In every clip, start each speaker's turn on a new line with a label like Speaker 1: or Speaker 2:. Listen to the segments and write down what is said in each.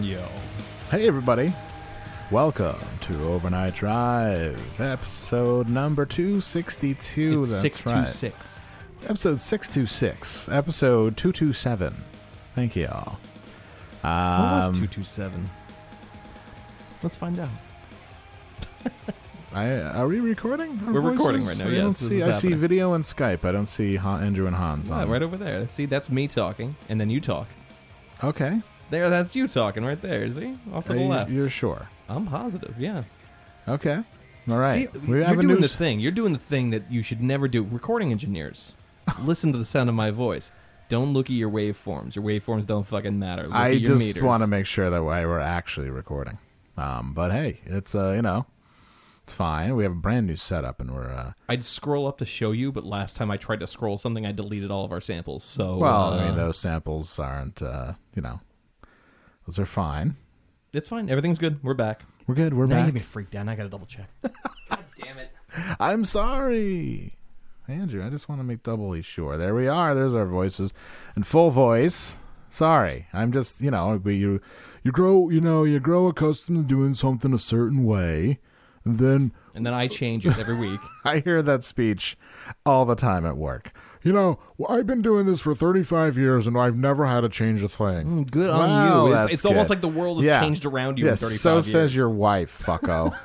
Speaker 1: Yo.
Speaker 2: Hey, everybody. Welcome to Overnight Drive, episode number 262.
Speaker 1: it's
Speaker 2: That's
Speaker 1: six
Speaker 2: right.
Speaker 1: two six.
Speaker 2: Episode 626. Episode 227. Thank you all.
Speaker 1: What was two
Speaker 2: Um,
Speaker 1: two seven? Let's find out.
Speaker 2: I, are we recording? Our
Speaker 1: We're recording
Speaker 2: voices?
Speaker 1: right now,
Speaker 2: I don't
Speaker 1: yes, this
Speaker 2: see,
Speaker 1: is
Speaker 2: I see
Speaker 1: happening.
Speaker 2: video and Skype. I don't see Han, Andrew and Hans
Speaker 1: Yeah,
Speaker 2: on.
Speaker 1: right over there. See, that's me talking, and then you talk.
Speaker 2: Okay.
Speaker 1: There, that's you talking right there. See, off to
Speaker 2: Are
Speaker 1: the
Speaker 2: you-
Speaker 1: left.
Speaker 2: You're sure.
Speaker 1: I'm positive. Yeah.
Speaker 2: Okay. All right.
Speaker 1: See,
Speaker 2: we
Speaker 1: you're
Speaker 2: have a
Speaker 1: doing
Speaker 2: new
Speaker 1: the thing. You're doing the thing that you should never do. Recording engineers, listen to the sound of my voice. Don't look at your waveforms. Your waveforms don't fucking matter. Look
Speaker 2: I
Speaker 1: at your
Speaker 2: just
Speaker 1: meters.
Speaker 2: want to make sure that way we're actually recording. Um, but hey, it's uh, you know, it's fine. We have a brand new setup, and we're uh,
Speaker 1: I'd scroll up to show you, but last time I tried to scroll something, I deleted all of our samples. So
Speaker 2: oh, well. I
Speaker 1: uh,
Speaker 2: mean, those samples aren't uh, you know, those are fine.
Speaker 1: it's fine. Everything's good. We're back.
Speaker 2: We're good. We're back.
Speaker 1: freaked out. I gotta double check. damn it.
Speaker 2: I'm sorry, Andrew. I just want to make doubly sure. There we are. There's our voices in full voice. Sorry, I'm just you know, but you you grow you know you grow accustomed to doing something a certain way, and then
Speaker 1: And then I change it every week.
Speaker 2: I hear that speech all the time at work. You know, well, I've been doing this for 35 years and I've never had to change a thing.
Speaker 1: Mm, good on you. It's- it's almost like the world has changed around you in
Speaker 2: Yes,
Speaker 1: 35
Speaker 2: so
Speaker 1: years.
Speaker 2: says your wife, fucko.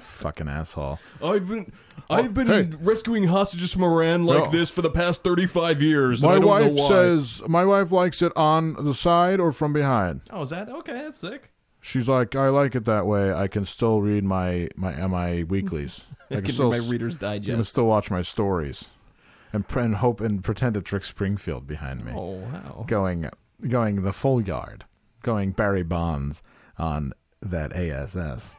Speaker 2: Fucking asshole.
Speaker 1: I've been I've been
Speaker 2: Oh, hey.
Speaker 1: rescuing hostages from Iran like
Speaker 2: No.
Speaker 1: this for the past thirty five years.
Speaker 2: My
Speaker 1: and I don't
Speaker 2: wife
Speaker 1: know why.
Speaker 2: says, my wife likes it on the side or from behind.
Speaker 1: "Oh, is that okay? That's sick."
Speaker 2: She's like, I like it that way. I can still read my, my, my weeklies. I
Speaker 1: Give me
Speaker 2: still
Speaker 1: my
Speaker 2: s-
Speaker 1: Reader's
Speaker 2: I can
Speaker 1: Digest.
Speaker 2: still watch my stories and, pre- and hope and pretend it's Rick Springfield behind me.
Speaker 1: Oh wow!
Speaker 2: going going the full yard, going Barry Bonds on that ASS.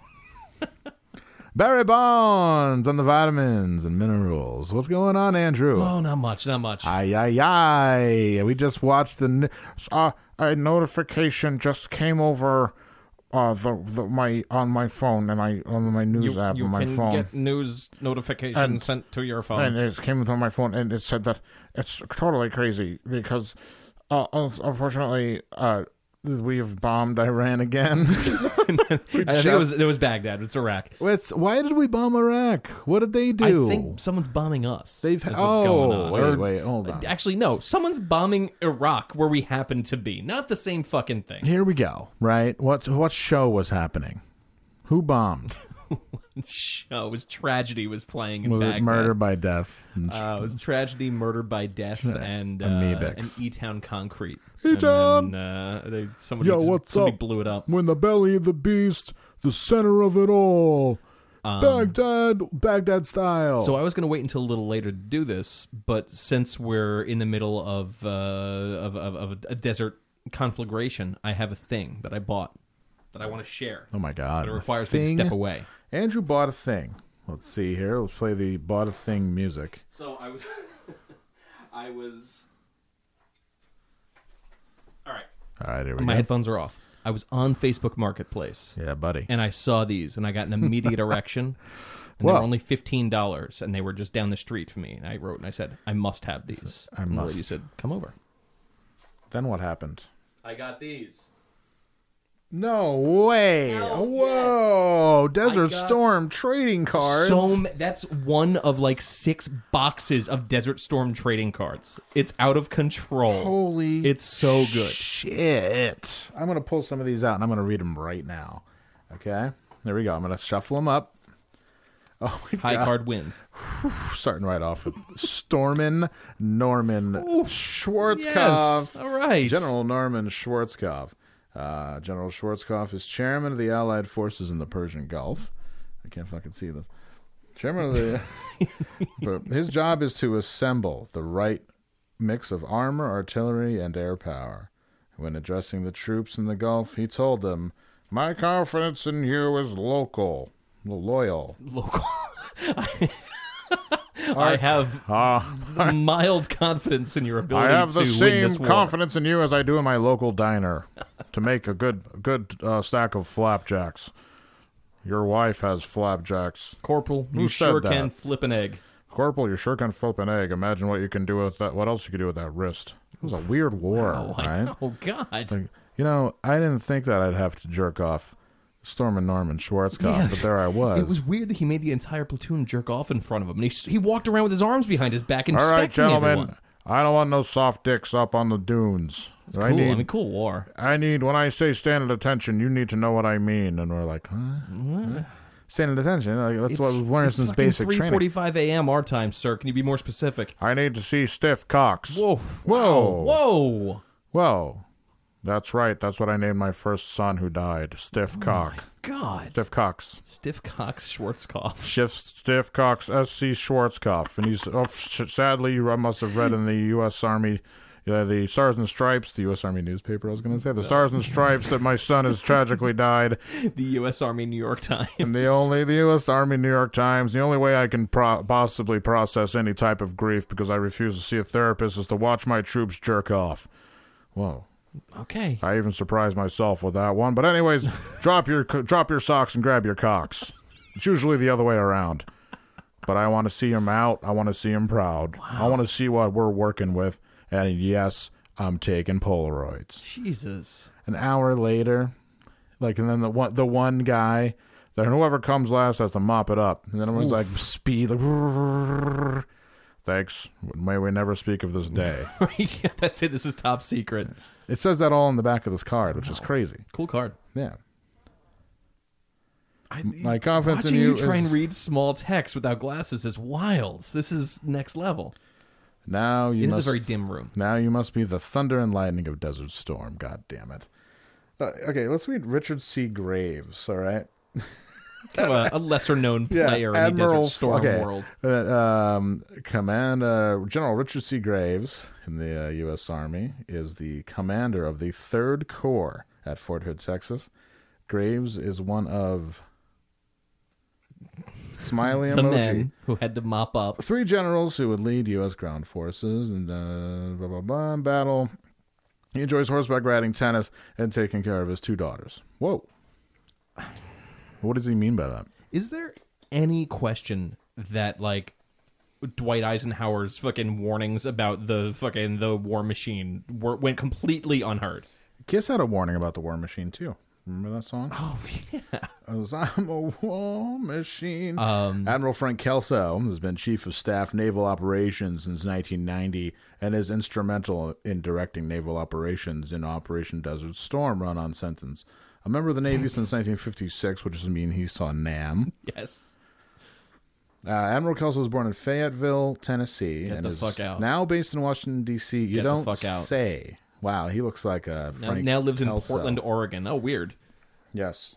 Speaker 2: Barry Bonds on the vitamins and minerals. What's going on, Andrew?
Speaker 1: Oh, not much, not much.
Speaker 2: Ay ay ay! We just watched the n- uh, a notification just came over uh, the, the my on my phone and I on my news
Speaker 3: you,
Speaker 2: app
Speaker 3: you
Speaker 2: on my
Speaker 3: can
Speaker 2: phone.
Speaker 3: get news notifications
Speaker 2: And-
Speaker 3: sent to your phone.
Speaker 2: and it came on my phone and it said that it's totally crazy because uh, un- unfortunately uh, We've bombed Iran again.
Speaker 1: I think it was it was Baghdad. It's Iraq.
Speaker 2: It's, why did we bomb Iraq? What did they do?
Speaker 1: I think someone's bombing us.
Speaker 2: They've-
Speaker 1: is what's
Speaker 2: oh,
Speaker 1: going on.
Speaker 2: wait,
Speaker 1: Or-
Speaker 2: wait, hold on.
Speaker 1: Actually, no. Someone's bombing Iraq, where we happen to be. Not the same fucking thing.
Speaker 2: Here we go. Right? What what show was happening? Who bombed?
Speaker 1: Show Oh, it was tragedy was playing in
Speaker 2: Was
Speaker 1: Baghdad.
Speaker 2: it murder by death? And
Speaker 1: Uh, it was tragedy, murder by death, and uh,
Speaker 2: Amoebics.
Speaker 1: and E Town Concrete.
Speaker 2: E-Town!
Speaker 1: And then, uh, they somebody
Speaker 2: Yo,
Speaker 1: just-
Speaker 2: what's
Speaker 1: somebody
Speaker 2: up?
Speaker 1: blew it up.
Speaker 2: when the belly of the beast, the center of it all. Baghdad, Baghdad style.
Speaker 1: Um, So I was going to wait until a little later to do this, but since we're in the middle of uh, of, of, of a desert conflagration, I have a thing that I bought that I want to share.
Speaker 2: oh my god.
Speaker 1: But
Speaker 2: a
Speaker 1: it requires me to
Speaker 2: thing.
Speaker 1: step away.
Speaker 2: Andrew bought a thing. Let's see here. Let's play the bought a thing music.
Speaker 1: So I was, I was. All right,
Speaker 2: All right, here we
Speaker 1: my
Speaker 2: go.
Speaker 1: headphones are off. I was on Facebook Marketplace.
Speaker 2: Yeah, buddy.
Speaker 1: and I saw these, and I got an immediate erection. And they
Speaker 2: Wow.
Speaker 1: were only fifteen dollars, and they were just down the street from me. And I wrote and I said, "I must have these."
Speaker 2: I
Speaker 1: And the
Speaker 2: must.
Speaker 1: lady said, "Come over."
Speaker 2: Then what happened?
Speaker 1: I got these.
Speaker 2: No way! Whoa! Oh, Desert
Speaker 1: I got
Speaker 2: Storm trading cards.
Speaker 1: So m- that's one of like six boxes of Desert Storm trading cards. It's out of control.
Speaker 2: Holy
Speaker 1: It's so good.
Speaker 2: shit! I'm gonna pull some of these out and I'm gonna read them right now. Okay, there we go. I'm gonna shuffle them up. Oh my
Speaker 1: High
Speaker 2: god!
Speaker 1: card wins.
Speaker 2: Starting right off with Stormin Norman Schwarzkopf.
Speaker 1: Yes. All right.
Speaker 2: General Norman Schwarzkopf. Uh, General Schwarzkopf is chairman of the Allied forces in the Persian Gulf. I can't fucking see this. Chairman of the. but his job is to assemble the right mix of armor, artillery, and air power. When addressing the troops in the Gulf, he told them, "My confidence in you is local, loyal.
Speaker 1: Local. I have mild confidence in your ability
Speaker 2: Ah. I have
Speaker 1: to
Speaker 2: the
Speaker 1: win
Speaker 2: same
Speaker 1: this war.
Speaker 2: confidence in you as I do in my local diner to make a good good uh, stack of flapjacks. Your wife has flapjacks.
Speaker 1: Corporal,
Speaker 2: Who
Speaker 1: you
Speaker 2: said
Speaker 1: sure
Speaker 2: that?
Speaker 1: can flip an egg.
Speaker 2: Corporal, you sure can flip an egg. Imagine what you can do with that. What else you could do with that wrist? It was a weird war, right?
Speaker 1: Oh God!
Speaker 2: Like, you know, I didn't think that I'd have to jerk off Storm and Norman Schwarzkopf,
Speaker 1: Yeah.
Speaker 2: but there I was.
Speaker 1: it was weird that he made the entire platoon jerk off in front of him, and he he walked around with his arms behind his back,
Speaker 2: All
Speaker 1: inspecting
Speaker 2: right, gentlemen.
Speaker 1: everyone.
Speaker 2: I don't want no soft dicks up on the dunes. I
Speaker 1: cool.
Speaker 2: need
Speaker 1: I mean, cool war.
Speaker 2: I need when I say stand at attention, you need to know what I mean. And uh, we're like, huh? Huh? Stand at attention. Like, that's what we've learned since basic
Speaker 1: Three
Speaker 2: training.
Speaker 1: forty-five a.m. our time, sir. Can you be more specific?
Speaker 2: I need to see stiff cocks.
Speaker 1: Whoa!
Speaker 2: Whoa.
Speaker 1: Whoa!
Speaker 2: Whoa. That's right. That's what I named my first son who died. Stiff cock.
Speaker 1: Oh God!
Speaker 2: Stiff cocks.
Speaker 1: Stiff Cox Schwarzkopf.
Speaker 2: Shift stiff cocks. S.C. Schwarzkopf. And he's oh, sh- sadly, you must have read in the U.S. Army. Yeah, the Stars and Stripes, the U.S. Army newspaper. I was going to say the Stars and Stripes that my son has tragically died.
Speaker 1: The U.S. Army New York Times.
Speaker 2: And the only the U.S. Army, New York Times. The only way I can pro- possibly process any type of grief because I refuse to see a therapist is to watch my troops jerk off. Whoa!
Speaker 1: Okay.
Speaker 2: I even surprised myself with that one. But anyways, drop your co- drop your socks and grab your cocks. It's usually the other way around. But I want to see him out. I want to see him proud. I want to see what we're working with. And yes, I'm taking Polaroids
Speaker 1: Jesus.
Speaker 2: an hour later, like, and then the one the one guy, then whoever comes last has to mop it up, and then everyone's like speed, like, thanks. May we never speak of this day.
Speaker 1: Right. Yeah, that's it. This is top secret.
Speaker 2: it says that all on the back of this card, which is crazy.
Speaker 1: Cool card.
Speaker 2: Yeah,
Speaker 1: I,
Speaker 2: my confidence in
Speaker 1: watching you
Speaker 2: you
Speaker 1: try and
Speaker 2: is-
Speaker 1: read small text without glasses is wild. This is next level.
Speaker 2: now you
Speaker 1: It is
Speaker 2: must
Speaker 1: a very dim room.
Speaker 2: now you must be the thunder and lightning of Desert Storm. God damn it. Uh, okay, let's read Richard C. Graves. All right.
Speaker 1: a, a lesser known player in the
Speaker 2: Admiral
Speaker 1: Desert Storm
Speaker 2: okay.
Speaker 1: world.
Speaker 2: Uh, um, Commander General Richard C. Graves in the uh, U.S. Army is the commander of the Third Corps at Fort Hood, Texas. Graves is one of smiley
Speaker 1: The
Speaker 2: emoji.
Speaker 1: men who had to mop up.
Speaker 2: Three generals who would lead U.S. ground forces and uh, blah blah blah in battle. He enjoys horseback riding, tennis, and taking care of his two daughters. Whoa. What does he mean by that?
Speaker 1: Is there any question that like Dwight Eisenhower's fucking warnings about the fucking the war machine were, went completely unheard?
Speaker 2: Kiss had a warning about the War Machine too. Remember that song?
Speaker 1: Oh yeah.
Speaker 2: As I'm a war machine.
Speaker 1: Um,
Speaker 2: Admiral Frank Kelso has been Chief of Staff Naval Operations since 1990 and is instrumental in directing naval operations in Operation Desert Storm, run on sentence. A member of the Navy since 1956, which doesn't mean he saw NAM.
Speaker 1: yes.
Speaker 2: Uh, Admiral Kelso was born in Fayetteville, Tennessee,
Speaker 1: Get
Speaker 2: and
Speaker 1: the
Speaker 2: is
Speaker 1: fuck out.
Speaker 2: now based in Washington D.C. You
Speaker 1: Get the
Speaker 2: don't
Speaker 1: fuck out.
Speaker 2: say. Wow, he looks like a
Speaker 1: Now,
Speaker 2: Frank
Speaker 1: now lives in
Speaker 2: Kelso.
Speaker 1: Portland, Oregon. Oh, weird.
Speaker 2: Yes,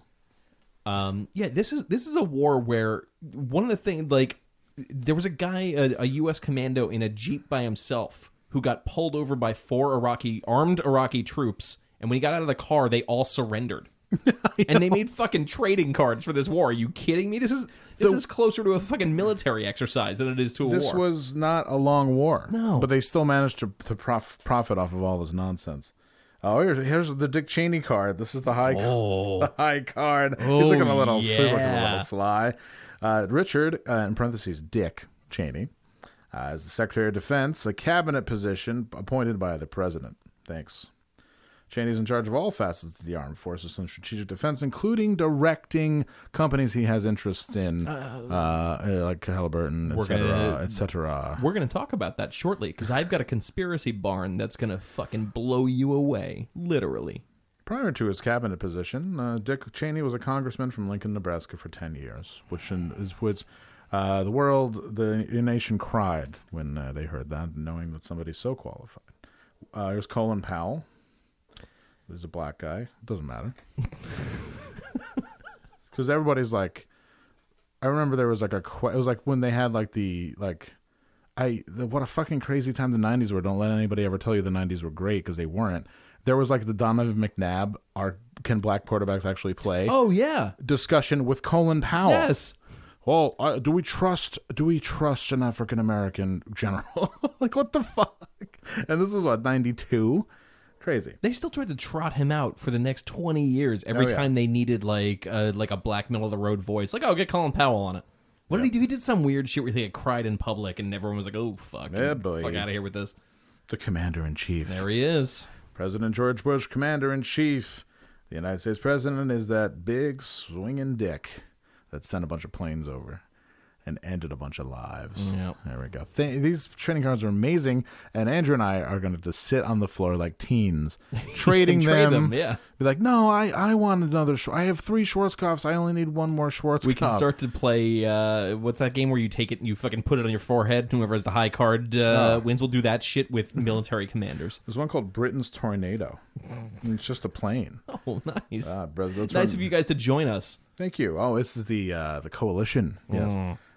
Speaker 1: Um, yeah, this is this is a war where one of the things like there was a guy, a, a U.S. commando in a jeep by himself, who got pulled over by four Iraqi armed Iraqi troops, and when he got out of the car, they all surrendered. and they made fucking trading cards for this war. Are you kidding me? This is this is closer to a fucking military exercise than it is to a
Speaker 2: this
Speaker 1: war.
Speaker 2: was not a long war.
Speaker 1: No.
Speaker 2: but they still managed to, to prof- profit off of all this nonsense. Oh, here's, here's the Dick Cheney card. This is the high
Speaker 1: Oh.
Speaker 2: the high card. He's looking a little, he's looking a
Speaker 1: yeah.
Speaker 2: little sly. Uh, Richard, uh, in parentheses, Dick Cheney, uh, is the Secretary of Defense, a cabinet position appointed by the president. Thanks. Cheney's in charge of all facets of the armed forces and strategic defense, including directing companies he has interests in, uh, uh, like Halliburton, et
Speaker 1: We're gonna-
Speaker 2: cetera, et cetera.
Speaker 1: We're going to talk about that shortly because I've got a conspiracy barn that's going to fucking blow you away, literally.
Speaker 2: Prior to his cabinet position, uh, Dick Cheney was a congressman from Lincoln, Nebraska, for ten years, which in, is which uh, the world, the nation cried when uh, they heard that, knowing that somebody's so qualified. Uh, here's Colin Powell. There's a black guy. Doesn't matter because everybody's like, I remember there was like a que- it was like when they had like the like. I the, what a fucking crazy time the '90s were. Don't let anybody ever tell you the '90s were great because they weren't. There was like the Donovan McNabb. Are can black quarterbacks actually play?
Speaker 1: Oh, yeah.
Speaker 2: Discussion with Colin Powell.
Speaker 1: Yes.
Speaker 2: Well, uh, do we trust? Do we trust an African American general? like what the fuck? And this was what '92. Crazy.
Speaker 1: They still tried to trot him out for the next 20 years every
Speaker 2: Oh, yeah.
Speaker 1: time they needed like a, like a black middle of the road voice. Like, oh, get Colin Powell on it. What did he do? He did some weird shit where he like, cried in public and everyone was like, oh, fuck.
Speaker 2: Yeah,
Speaker 1: get the
Speaker 2: boy.
Speaker 1: Fuck out of here with this.
Speaker 2: The commander in chief.
Speaker 1: There he is.
Speaker 2: President George Bush, Commander in Chief. The United States President is that big swinging dick that sent a bunch of planes over and ended a bunch of lives.
Speaker 1: Yep.
Speaker 2: There we go. Th- these trading cards are amazing, and Andrew and I are going to just sit on the floor like teens, trading
Speaker 1: Trade
Speaker 2: them.
Speaker 1: them, yeah.
Speaker 2: Be like, no, I, I want another. Sch- I have three Schwarzkopfs. I only need one more Schwarzkopf.
Speaker 1: We can start to play. Uh, what's that game where you take it and you fucking put it on your forehead? Whoever has the high card uh, wins. We'll do that shit with military commanders.
Speaker 2: Ah. There's one called Britain's Tornado. And it's just a plane.
Speaker 1: Oh, nice.
Speaker 2: Ah, brother, that's
Speaker 1: nice
Speaker 2: right.
Speaker 1: of you guys to join us.
Speaker 2: Thank you. Oh, this is the uh, the coalition. Yes.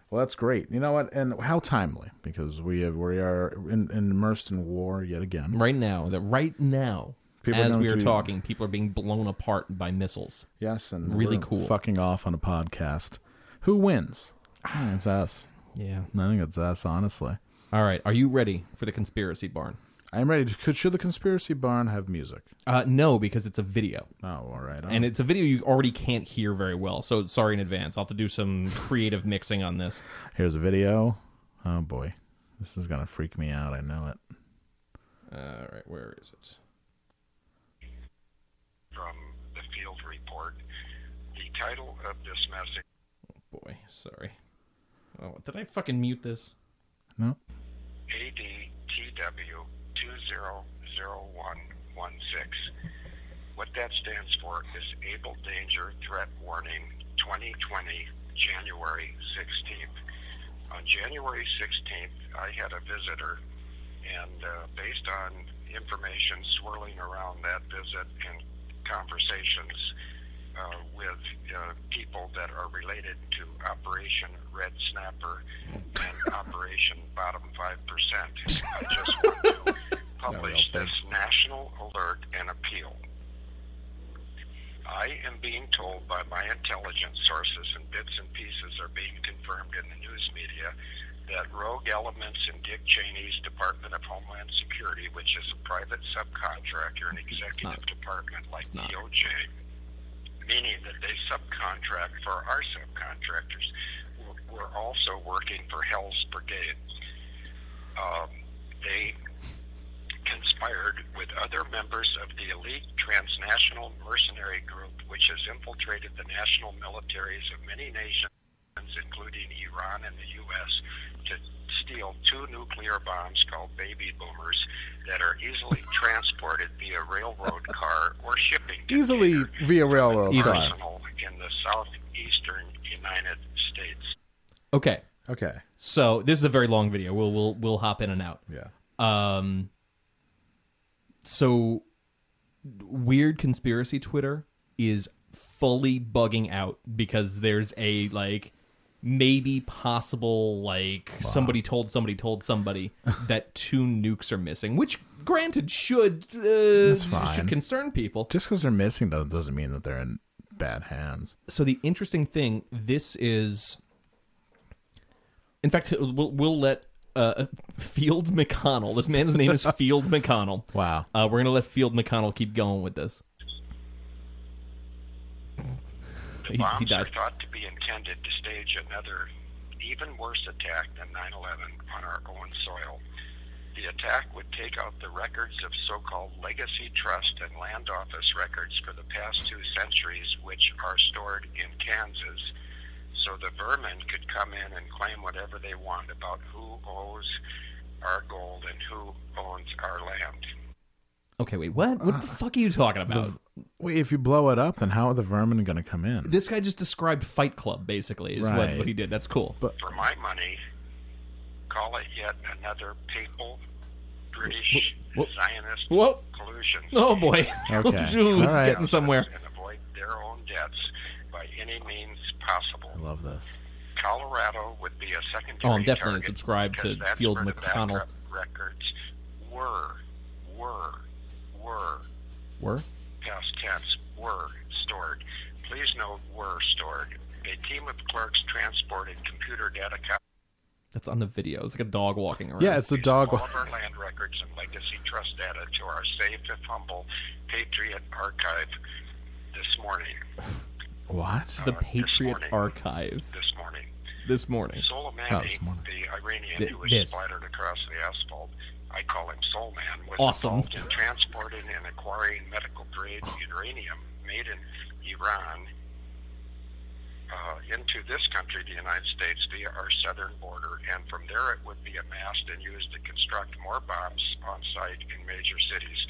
Speaker 2: Well, that's great. You know what? And how timely because we have we are in, in immersed in war yet again.
Speaker 1: Right now, that right now,
Speaker 2: People
Speaker 1: as
Speaker 2: don't
Speaker 1: we are
Speaker 2: do-
Speaker 1: talking, people are being blown apart by missiles.
Speaker 2: Yes, and
Speaker 1: Really
Speaker 2: we're
Speaker 1: cool.
Speaker 2: Fucking off on a podcast. Who wins? I think it's us.
Speaker 1: Yeah.
Speaker 2: I think it's us. Honestly,
Speaker 1: All right. Are you ready for the conspiracy barn?
Speaker 2: I'm ready. To, could should the conspiracy barn have music?
Speaker 1: Uh, no, because it's a video,
Speaker 2: Oh, all right.
Speaker 1: and it's a video you already can't hear very well. So sorry in advance. I'll have to do some creative mixing on this.
Speaker 2: here's a video. Oh boy, this is gonna freak me out. I know it.
Speaker 1: All right. Where is it?
Speaker 4: from the field report. The title of this message
Speaker 1: Boy, sorry. Oh, did I fucking mute this?
Speaker 2: No.
Speaker 4: ADTW 200116. What that stands for is Able Danger Threat Warning 2020, January 16th. On January 16th, I had a visitor, and uh, based on information swirling around that visit and conversations uh, with uh, people that are related to Operation Red Snapper and Operation Bottom 5%, I just want to publish this national alert and appeal. I am being told by my intelligence sources, and bits and pieces are being confirmed in the news media, that rogue elements in Dick Cheney's Department of Homeland Security, which is a private subcontractor and executive department like
Speaker 1: not.
Speaker 4: DOJ, meaning that they subcontract for our subcontractors, were- were also working for Hell's Brigade. Um, they conspired with other members of the elite transnational mercenary group, which has infiltrated the national militaries of many nations, including Iran and the U.S., to steal two nuclear bombs called baby boomers that are easily transported via railroad car or shipping.
Speaker 2: Easily
Speaker 4: container
Speaker 2: via railroad
Speaker 4: from an
Speaker 2: car.
Speaker 4: arsenal in the southeastern United States.
Speaker 1: Okay.
Speaker 2: Okay.
Speaker 1: So this is a very long video. We'll we'll we'll hop in and out.
Speaker 2: Yeah.
Speaker 1: Um. So, weird conspiracy Twitter is fully bugging out because there's a like maybe possible like somebody told somebody told somebody that two nukes are missing, which granted should uh,
Speaker 2: fine.
Speaker 1: should concern people.
Speaker 2: Just because they're missing though doesn't mean that they're in bad hands.
Speaker 1: so the interesting thing this is in fact we'll, we'll let uh, field mcconnell this man's name is field mcconnell
Speaker 2: Wow.
Speaker 1: uh, we're gonna let field mcconnell keep going with this
Speaker 4: The
Speaker 1: He- he
Speaker 4: bombs
Speaker 1: died.
Speaker 4: are thought to be intended to stage another, even worse attack than 9 11 on our own soil. The attack would take out the records of so called legacy trust and land office records for the past two centuries, which are stored in Kansas. So the vermin could come in and claim whatever they want about who owes our gold and who owns our land.
Speaker 1: okay wait what what the fuck are you talking about
Speaker 2: Uh, Wait, if you blow it up, then how are the vermin going to come in?
Speaker 1: this guy just described fight club basically is what,
Speaker 2: Right.
Speaker 1: what he did that's cool
Speaker 4: For my money, call it yet another papal British
Speaker 1: Whoa.
Speaker 4: Zionist
Speaker 1: Whoa.
Speaker 4: collusion.
Speaker 1: oh boy
Speaker 2: Okay.
Speaker 1: Dude, it's
Speaker 2: All right.
Speaker 1: getting somewhere
Speaker 4: And avoid their own debts by any means possible.
Speaker 2: I love this.
Speaker 4: Colorado would be a secondary.
Speaker 1: Oh, I'm definitely
Speaker 4: target
Speaker 1: subscribed to
Speaker 4: because that's
Speaker 1: Field
Speaker 4: where the
Speaker 1: McConnell.
Speaker 4: bankrupt Records were, were, were,
Speaker 1: Were?
Speaker 4: past tense, were stored. Please note, were stored. A team of clerks transported computer data copies.
Speaker 1: that's on the video it's like a dog walking around
Speaker 2: Yeah, it's a dog.
Speaker 4: all of our land records and legacy trust data to our safe, if humble, Patriot Archive this morning.
Speaker 2: What?
Speaker 4: Uh, this
Speaker 1: the patriot
Speaker 4: morning.
Speaker 1: archive
Speaker 4: This morning.
Speaker 1: this morning
Speaker 2: Oh,
Speaker 4: Soleimani,
Speaker 2: this morning.
Speaker 4: the Iranian
Speaker 1: Th-
Speaker 4: who was
Speaker 1: this.
Speaker 4: splattered across the asphalt, I call him Soul Man, was
Speaker 1: Awesome.
Speaker 4: involved in transporting and acquiring medical grade uranium made in Iran uh, into this country, the United States, via our southern border, and from there it would be amassed and used to construct more bombs on site in major cities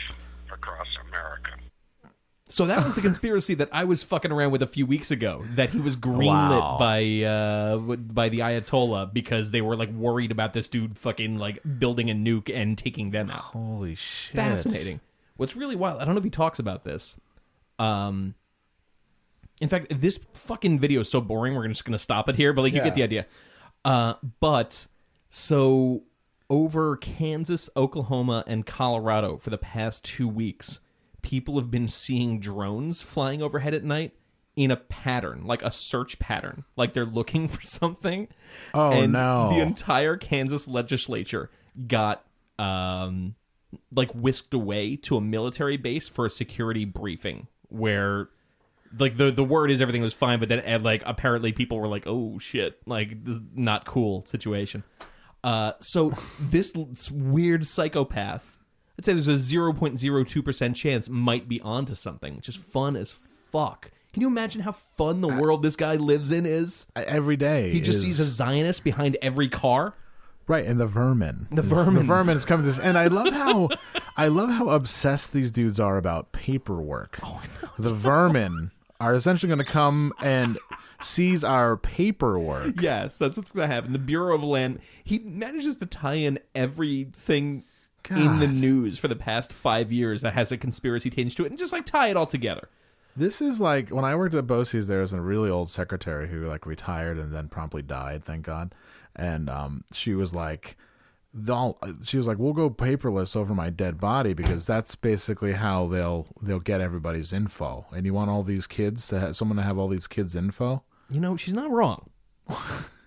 Speaker 4: across America.
Speaker 1: So that was the conspiracy that I was fucking around with a few weeks ago. That he was greenlit
Speaker 2: Wow.
Speaker 1: by uh, w- by the Ayatollah because they were like worried about this dude fucking like building a nuke and taking them out.
Speaker 2: Holy shit.
Speaker 1: Fascinating. What's really wild? I don't know if he talks about this. Um, in fact, this fucking video is so boring. We're just gonna stop it here, but like you
Speaker 2: Yeah.
Speaker 1: get the idea. Uh, but so over Kansas, Oklahoma, and Colorado for the past two weeks, people have been seeing drones flying overhead at night in a pattern, like a search pattern, like they're looking for something.
Speaker 2: Oh,
Speaker 1: and
Speaker 2: no.
Speaker 1: The entire Kansas legislature got um, like whisked away to a military base for a security briefing where like the the word is everything was fine, but then eh, like apparently people were like, "Oh shit!" Like this is not cool situation. Uh, so this l- s- weird psychopath, I'd say there's a zero point zero two percent chance might be onto something, which is fun as fuck. Can you imagine how fun the world this guy lives in is?
Speaker 2: I- E, Every day.
Speaker 1: He just
Speaker 2: is-
Speaker 1: sees a Zionist behind every car.
Speaker 2: Right, and the vermin. The
Speaker 1: vermin.
Speaker 2: The vermin is coming to this. And I love how I love how obsessed these dudes are about paperwork. Oh, The vermin are essentially going to come and seize our paperwork.
Speaker 1: Yes, that's what's going to happen. The Bureau of Land. He manages to tie in everything in the
Speaker 2: God.
Speaker 1: news for the past five years that has a conspiracy tinge to it, and just like tie it all together.
Speaker 2: This is like when I worked at Bosie's. There was a really old secretary who like retired and then promptly died. Thank God. And um, she was like, "They'll." She was like, "We'll go paperless over my dead body because that's basically how they'll they'll get everybody's info. And you want all these kids to have someone to have all these kids' info.
Speaker 1: You know, she's not wrong.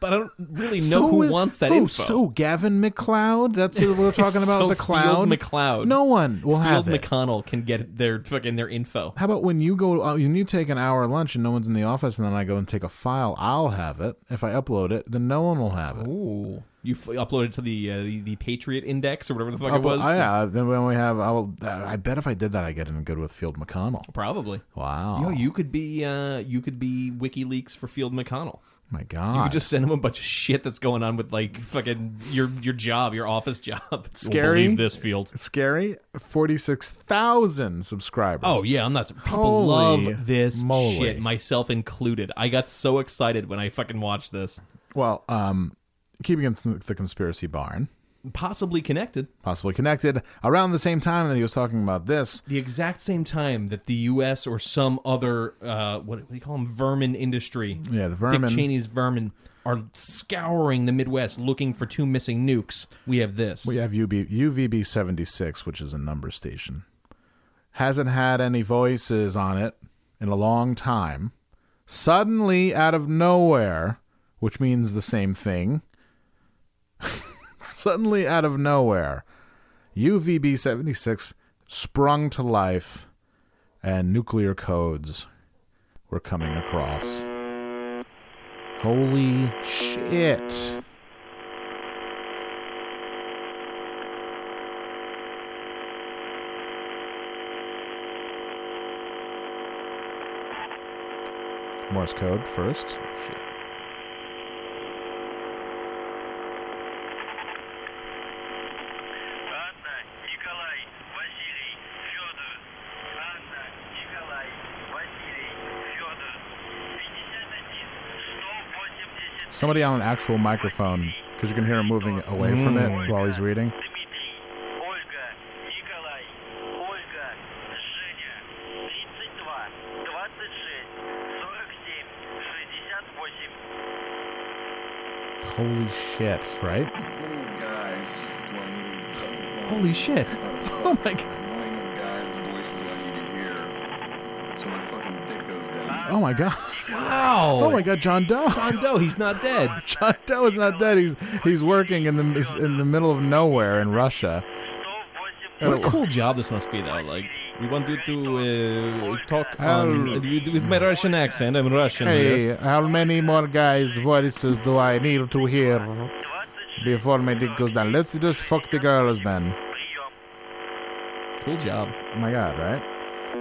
Speaker 1: But I don't really know
Speaker 2: So
Speaker 1: who
Speaker 2: is-
Speaker 1: wants that
Speaker 2: oh,
Speaker 1: info.
Speaker 2: So Gavin McLeod. That's who we're talking about.
Speaker 1: So
Speaker 2: the cloud
Speaker 1: Field McLeod.
Speaker 2: No one will
Speaker 1: Field
Speaker 2: have it.
Speaker 1: McConnell can get their fucking their info.
Speaker 2: How about when you go, uh, when you take an hour lunch and no one's in the office, and then I go and take a file, I'll have it. If I upload it, then no one will have it.
Speaker 1: Ooh, You f- uploaded to the, uh, the the Patriot Index or whatever the fuck
Speaker 2: Oh,
Speaker 1: it was.
Speaker 2: yeah. Then when we have, I'll, I bet if I did that, I get in good with Field McConnell.
Speaker 1: Probably.
Speaker 2: Wow.
Speaker 1: Yo, you could be uh, you could be WikiLeaks for Field McConnell.
Speaker 2: My God.
Speaker 1: You could just send him a bunch of shit that's going on with like fucking your your job, your office job.
Speaker 2: Scary.
Speaker 1: We'll believe this Field.
Speaker 2: scary. Forty-six thousand subscribers.
Speaker 1: Oh yeah, I'm not. People
Speaker 2: Holy
Speaker 1: love this
Speaker 2: moly.
Speaker 1: shit, myself included. I got so excited when I fucking watched this.
Speaker 2: Well, um, keeping in the conspiracy barn,
Speaker 1: Possibly connected.
Speaker 2: possibly connected around the same time that he was talking about this.
Speaker 1: the exact same time that the U.S. or some other uh, what, what do you call them vermin industry?
Speaker 2: Yeah, the vermin.
Speaker 1: Dick Cheney's vermin are scouring the Midwest looking for two missing nukes. We have this.
Speaker 2: We have UB, UVB seventy six, which is a number station. Hasn't had any voices on it in a long time. Suddenly, out of nowhere, which means the same thing. suddenly, out of nowhere, UVB seventy six sprung to life, and nuclear codes were coming across. Holy shit! Morse code first.
Speaker 5: Анна, Николай, Василий, Федор. Анна, Николай, Василий, Федор. 51, 180.
Speaker 2: Somebody on an actual microphone, because you can hear him moving away from it while he's reading.
Speaker 5: Дмитрий, Ольга, Николай, Ольга, Женя. 32, 26, 47, 68.
Speaker 2: Holy shit, right?
Speaker 1: Holy shit!
Speaker 2: Oh my god. Oh my god.
Speaker 1: Wow!
Speaker 2: Oh my god, John Doe.
Speaker 1: John Doe, he's not dead.
Speaker 2: John Doe is not dead. He's he's working in the is in the middle of nowhere in Russia.
Speaker 5: 180.
Speaker 1: What a cool job this must be, though. Like we want you to uh, talk on,
Speaker 2: Hello.
Speaker 1: with with my Russian accent. I'm Russian. here.
Speaker 2: Hey, how many more guys' voices do I need to hear before my dick goes down? Let's just fuck the girls, man.
Speaker 5: Прием.
Speaker 1: Cool job.
Speaker 2: Oh my god, right?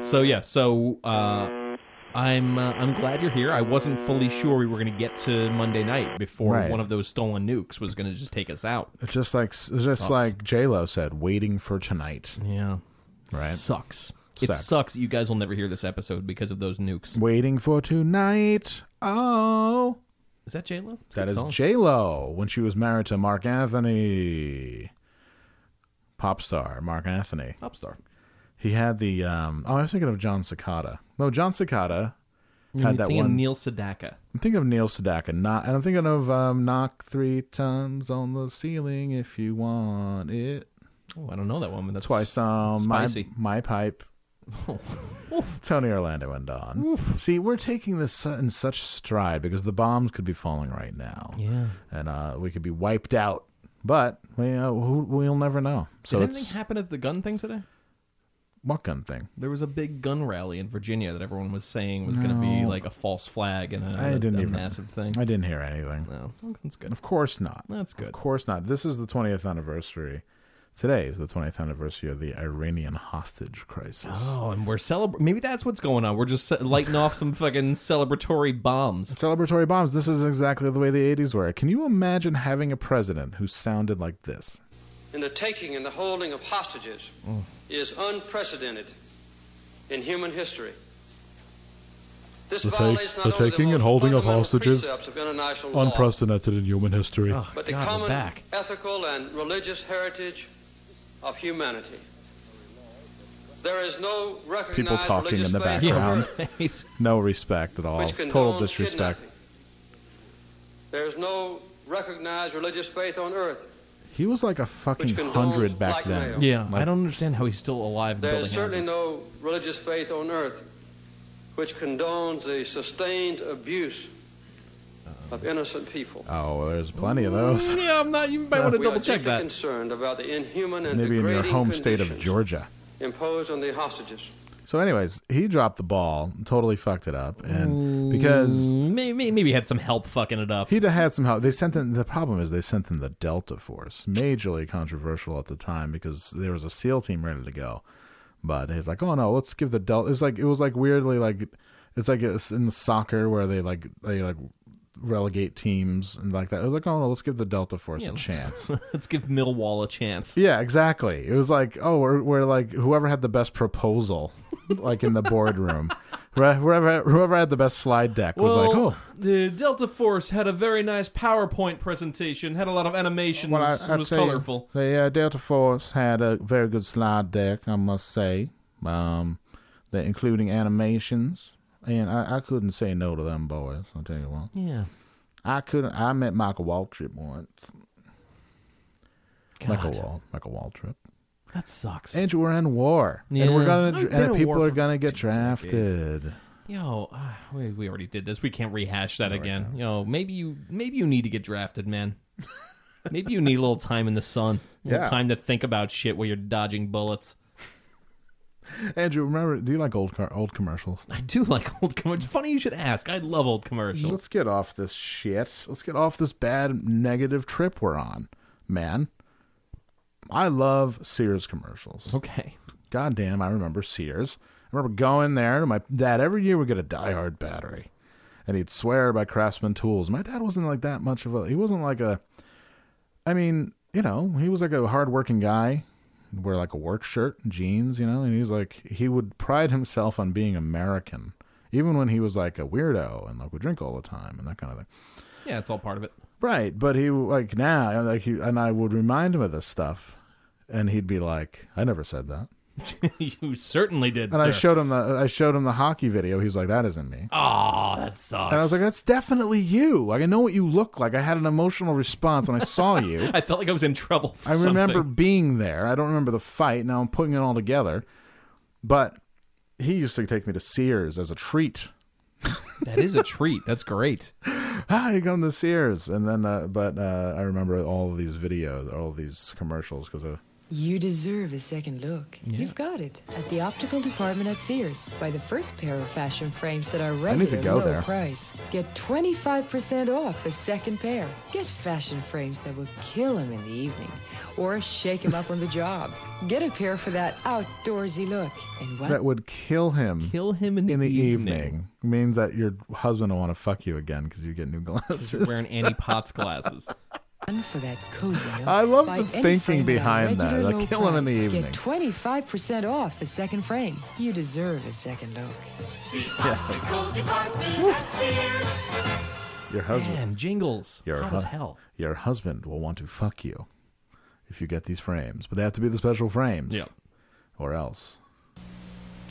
Speaker 1: So yeah, so uh, I'm uh, I'm glad you're here. I wasn't fully sure we were going to get to Monday night before
Speaker 2: Right.
Speaker 1: one of those stolen nukes was going to just take us out.
Speaker 2: It's just like it's just
Speaker 1: Sucks.
Speaker 2: like J Lo said, waiting for tonight.
Speaker 1: Yeah,
Speaker 2: Right.
Speaker 1: Sucks. It
Speaker 2: Sucks.
Speaker 1: sucks that you guys will never hear this episode because of those nukes.
Speaker 2: Waiting for tonight. Oh.
Speaker 1: Is that J Lo?
Speaker 2: That is J Lo when she was married to Mark Anthony, pop star Mark Anthony.
Speaker 1: pop star.
Speaker 2: He had the um. Oh, I was thinking of John Cicada. No, John Cicada
Speaker 1: You're
Speaker 2: had that
Speaker 1: thinking
Speaker 2: one.
Speaker 1: Neil Sedaka.
Speaker 2: I'm thinking of Neil Sedaka. Not, and I'm thinking of um, knock three times on the ceiling if you want it.
Speaker 1: Oh, I don't know that one. But that's
Speaker 2: Twice on
Speaker 1: Spicy.
Speaker 2: my my pipe. Tony Orlando and Don. See, we're taking this in such stride because the bombs could be falling right now.
Speaker 1: Yeah.
Speaker 2: and uh, we could be wiped out. But we, uh, who, we'll never know. So
Speaker 1: Did anything
Speaker 2: it's
Speaker 1: happen at the gun thing today?
Speaker 2: what gun thing?
Speaker 1: There was a big gun rally in Virginia that everyone was saying was going to be like a false flag and a,
Speaker 2: I didn't
Speaker 1: a
Speaker 2: even-
Speaker 1: massive thing.
Speaker 2: I didn't hear anything.
Speaker 1: No, that's good.
Speaker 2: Of course not.
Speaker 1: That's good.
Speaker 2: Of course not. This is the 20th anniversary. Today is the 20th anniversary of the Iranian hostage crisis.
Speaker 1: Oh, and we're celebrating. Maybe that's what's going on. We're just ce- lighting off some fucking celebratory bombs.
Speaker 2: Celebratory bombs. This is exactly the way the 80s were. Can you imagine having a president who sounded like this?
Speaker 6: in the taking and the holding of hostages
Speaker 1: Oh.
Speaker 6: is unprecedented in human history. This
Speaker 7: The take-
Speaker 6: violates not
Speaker 7: the
Speaker 6: only
Speaker 7: taking
Speaker 6: the
Speaker 7: and
Speaker 6: most
Speaker 7: holding of
Speaker 6: fundamental
Speaker 7: hostages,
Speaker 6: precepts of international law,
Speaker 7: unprecedented in human history.
Speaker 6: but the
Speaker 1: God, we're
Speaker 6: common
Speaker 1: back.
Speaker 6: ethical and religious heritage of humanity. There is no recognized
Speaker 2: talking
Speaker 6: religious
Speaker 2: in the
Speaker 6: faith
Speaker 2: background.
Speaker 6: on
Speaker 1: Yeah,
Speaker 6: earth
Speaker 1: right.
Speaker 2: No respect at all.
Speaker 6: which
Speaker 2: Total
Speaker 6: condones
Speaker 2: disrespect.
Speaker 6: kidnapping. There is no recognized religious faith on earth
Speaker 2: He was like a fucking
Speaker 6: Which condones
Speaker 2: hundred back
Speaker 6: blackmail.
Speaker 2: then.
Speaker 1: yeah. I don't understand how he's still alive. and
Speaker 6: There is
Speaker 1: building
Speaker 6: certainly
Speaker 1: houses.
Speaker 6: no religious faith on earth which condones the sustained abuse of innocent people.
Speaker 2: Oh, there's plenty of those.
Speaker 1: Mm, Yeah, I'm not. You might want to
Speaker 6: We are
Speaker 1: double check
Speaker 6: deeply
Speaker 1: that.
Speaker 6: concerned about the inhuman and
Speaker 2: Maybe in your
Speaker 6: degrading
Speaker 2: home state of
Speaker 6: conditions
Speaker 2: Georgia.
Speaker 6: imposed on the hostages.
Speaker 2: So, anyways, he dropped the ball, totally fucked it up, and because
Speaker 1: Maybe, Mm, maybe he had some help fucking it up.
Speaker 2: He'd have had some help. They sent them. The problem is they sent them the Delta Force, majorly controversial at the time because there was a SEAL team ready to go, but he's like, oh no, let's give the Delta. It's like it was like weirdly like it's like it's in soccer where they like they like relegate teams and like that. It was like, oh no, let's give the Delta Force a
Speaker 1: let's-
Speaker 2: chance.
Speaker 1: Let's give Millwall a chance.
Speaker 2: Yeah, exactly. It was like, oh, we're, we're like whoever had the best proposal, like in the boardroom, Whoever- whoever whoever had the best slide deck was like, oh,
Speaker 1: the Delta Force had a very nice PowerPoint presentation, had a lot of animations,
Speaker 2: Well, oh, I,
Speaker 1: and
Speaker 2: I'd
Speaker 1: was
Speaker 2: say
Speaker 1: colorful.
Speaker 2: The uh, Delta Force had a very good slide deck, I must say, um, that including animations, and I, I couldn't say no to them boys. I'll tell you what,
Speaker 1: Yeah.
Speaker 2: I couldn't. I met Michael Waltrip once. Michael
Speaker 1: God.
Speaker 2: Wal, Michael Waltrip.
Speaker 1: That sucks.
Speaker 2: And we're in war, and we're
Speaker 1: Yeah.
Speaker 2: gonna,
Speaker 1: I've
Speaker 2: dr-
Speaker 1: been
Speaker 2: and
Speaker 1: in
Speaker 2: people
Speaker 1: war
Speaker 2: are
Speaker 1: for
Speaker 2: gonna get
Speaker 1: two decades.
Speaker 2: drafted.
Speaker 1: Yo, ah, we, we already did this. We can't rehash that again. Yo, maybe you maybe you need to get drafted, man. maybe you need a little time in the sun, a little
Speaker 2: Yeah.
Speaker 1: time to think about shit while you're dodging bullets.
Speaker 2: Andrew, remember? Do you like old car, old commercials?
Speaker 1: I do like old commercials. Funny you should ask. I love old commercials.
Speaker 2: Let's get off this shit. Let's get off this bad negative trip we're on, man. I love Sears commercials.
Speaker 1: Okay.
Speaker 2: God damn, I remember Sears. I remember going there to my dad every year would get a Die Hard battery. And he'd swear by Craftsman Tools. My dad wasn't like that much of a he wasn't like a I mean, you know, he was like a hardworking guy. He'd wear like a work shirt and jeans, you know, and he's like he would pride himself on being American. Even when he was like a weirdo and like would drink all the time and that kind of thing.
Speaker 1: Yeah, it's all part of it.
Speaker 2: Right, but he like now like he, and I would remind him of this stuff and he'd be like, I never said that.
Speaker 1: you certainly did,
Speaker 2: And
Speaker 1: sir.
Speaker 2: I showed him the I showed him the hockey video. He's like, "That isn't me." And
Speaker 1: oh, that sucks.
Speaker 2: I was like, "That's definitely you. Like, I know what you look like. I had an emotional response when I saw you.
Speaker 1: I felt like I was in trouble. For
Speaker 2: I remember
Speaker 1: something.
Speaker 2: being there. I don't remember the fight. Now I'm putting it all together." But he used to take me to Sears as a treat.
Speaker 1: that is a treat. That's great.
Speaker 2: Ah, you come to Sears, and then uh, but uh, I remember all of these videos, all of these commercials uh, because of.
Speaker 7: You deserve a second look. You've got it at the optical department at Sears. Buy the first pair of fashion frames that are
Speaker 2: need to
Speaker 7: regular
Speaker 2: go
Speaker 7: low
Speaker 2: there.
Speaker 7: price. Get 25% off a second pair. Get fashion frames that will kill 'em in the evening or shake 'em up on the job. Get a pair for that outdoorsy look. And what?
Speaker 2: that would kill him.
Speaker 1: Kill him in the
Speaker 2: evening.
Speaker 1: evening.
Speaker 2: means that your husband will want to fuck you again because you get new glasses.
Speaker 1: You're wearing Annie Potts glasses.
Speaker 7: And for that cozy note,
Speaker 2: I love
Speaker 7: buy
Speaker 2: the
Speaker 7: any
Speaker 2: thinking
Speaker 7: frame at a
Speaker 2: behind that.
Speaker 7: regular
Speaker 2: Like,
Speaker 7: low
Speaker 2: kill 'em in the
Speaker 7: price.
Speaker 2: evening.
Speaker 7: Get 25% off a second frame. You deserve a second look.
Speaker 2: Your husband,
Speaker 1: Man, jingles.
Speaker 2: your
Speaker 1: Hot as
Speaker 2: hu-
Speaker 1: hell.
Speaker 2: your husband will want to fuck you if you get these frames, but they have to be the special frames.
Speaker 1: Yep.
Speaker 2: Or else.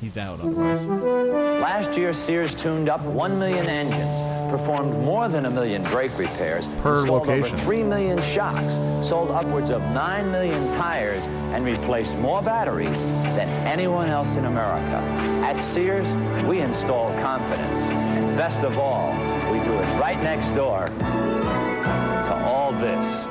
Speaker 1: He's out otherwise.
Speaker 8: Last year, Sears tuned up 1 million engines, performed more than a million brake repairs,
Speaker 2: Per
Speaker 8: installed
Speaker 2: location.
Speaker 8: over 3 million shocks, sold upwards of 9 million tires, and replaced more batteries than anyone else in America. At Sears, we install confidence. And best of all, we do it right next door to all this.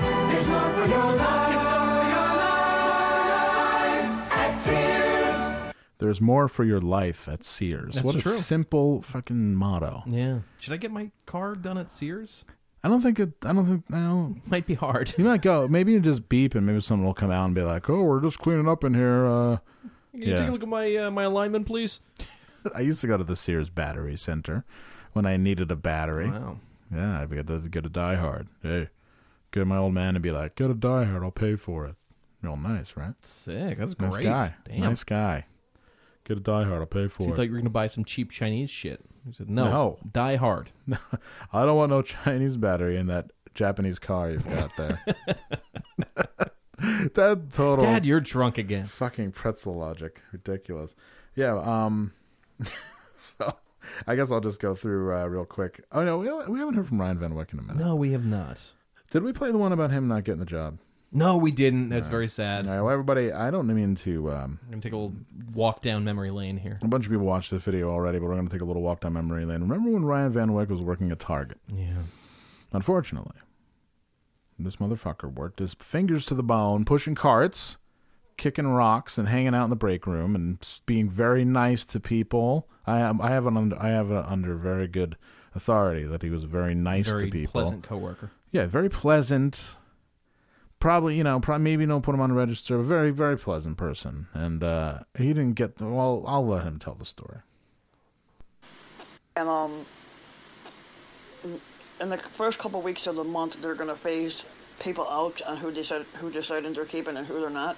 Speaker 2: There's more for your life at Sears.
Speaker 1: That's
Speaker 2: what a
Speaker 1: true.
Speaker 2: simple fucking motto.
Speaker 1: Yeah. Should I get my car done at Sears?
Speaker 2: I don't think it. I don't think now.
Speaker 1: Might be hard.
Speaker 2: You might go. Maybe you just beep, and maybe someone will come out and be like, "Oh, we're just cleaning up in here." Uh,
Speaker 1: Can you
Speaker 2: Yeah.
Speaker 1: take a look at my uh, my alignment, please?
Speaker 2: I used to go to the Sears Battery Center when I needed a battery.
Speaker 1: Wow.
Speaker 2: Yeah, I'd get a, get a Die Hard. Hey, get my old man and be like, get a Die Hard, I'll pay for it. Real nice, right?
Speaker 1: Sick. That's
Speaker 2: Nice
Speaker 1: great.
Speaker 2: guy.
Speaker 1: Damn.
Speaker 2: Nice guy. Get a Die Hard, I'll pay for
Speaker 1: You
Speaker 2: it.
Speaker 1: thought you were gonna buy some cheap Chinese shit. He said, "No,
Speaker 2: No.
Speaker 1: die hard."
Speaker 2: I don't want no Chinese battery in that Japanese car you've got there. that total
Speaker 1: Dad, you're drunk again.
Speaker 2: fucking pretzel logic. Ridiculous. Yeah, um, so I guess I'll just go through uh, real quick. Oh, no, we, don't- we haven't heard from Ryan Van Wyck in a minute.
Speaker 1: No, we have not.
Speaker 2: Did we play the one about him not getting the job?
Speaker 1: No, we didn't. That's very sad.
Speaker 2: All right, well, everybody, I don't mean to um,
Speaker 1: I'm gonna take a little walk down memory lane here.
Speaker 2: A bunch of people watched this video already, but we're going to take a little walk down memory lane. Remember when Ryan Van Wyck was working at Target?
Speaker 1: Yeah.
Speaker 2: Unfortunately, this motherfucker worked his fingers to the bone pushing carts, kicking rocks and hanging out in the break room and s- being very nice to people. I am, I have an under, I have it under very good authority that he was very nice
Speaker 1: Very
Speaker 2: to people.
Speaker 1: pleasant coworker.
Speaker 2: Yeah, very pleasant. Probably, you know, probably maybe don't put him on register. But very, very pleasant person, and uh, he didn't get. Well, I'll let him tell the story.
Speaker 9: And um, in- in the first couple of weeks of the month, they're gonna phase people out on who decide who decided they're keeping and who they're not.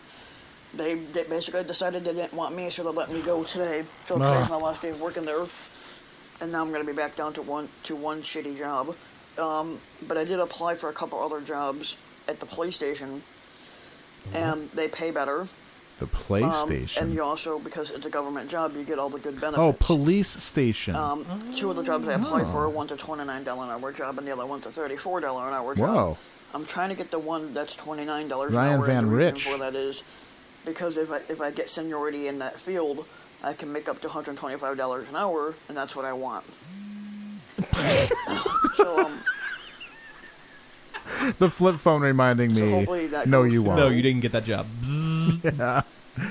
Speaker 9: They, they basically decided they didn't want me, so they let me go today. So today's my
Speaker 10: Ah.
Speaker 9: last day of working there, and now I'm gonna be back down to one to one shitty job. Um, but I did apply for a couple other jobs at the police station, and they pay better.
Speaker 2: The
Speaker 9: Um,
Speaker 2: PlayStation.
Speaker 9: and you also, because it's a government job, you get all the good benefits.
Speaker 2: oh, police station.
Speaker 9: Um, two of the jobs I applied
Speaker 2: Oh.
Speaker 9: for, one's a twenty-nine dollar an hour job, and the other one's a thirty-four dollar an hour job.
Speaker 2: Whoa.
Speaker 9: I'm trying to get the one that's twenty-nine dollars.
Speaker 2: Ryan
Speaker 9: an hour,
Speaker 2: Van
Speaker 9: and the reason
Speaker 2: Rich.
Speaker 9: For that is because if I if I get seniority in that field, I can make up to one hundred twenty-five dollars an hour, and that's what I want. so um,
Speaker 2: the flip phone reminding me.
Speaker 9: hopefully that
Speaker 2: no,
Speaker 9: goes
Speaker 2: you
Speaker 9: through.
Speaker 2: won't.
Speaker 9: No, you
Speaker 1: didn't get that job.
Speaker 2: yeah.
Speaker 9: and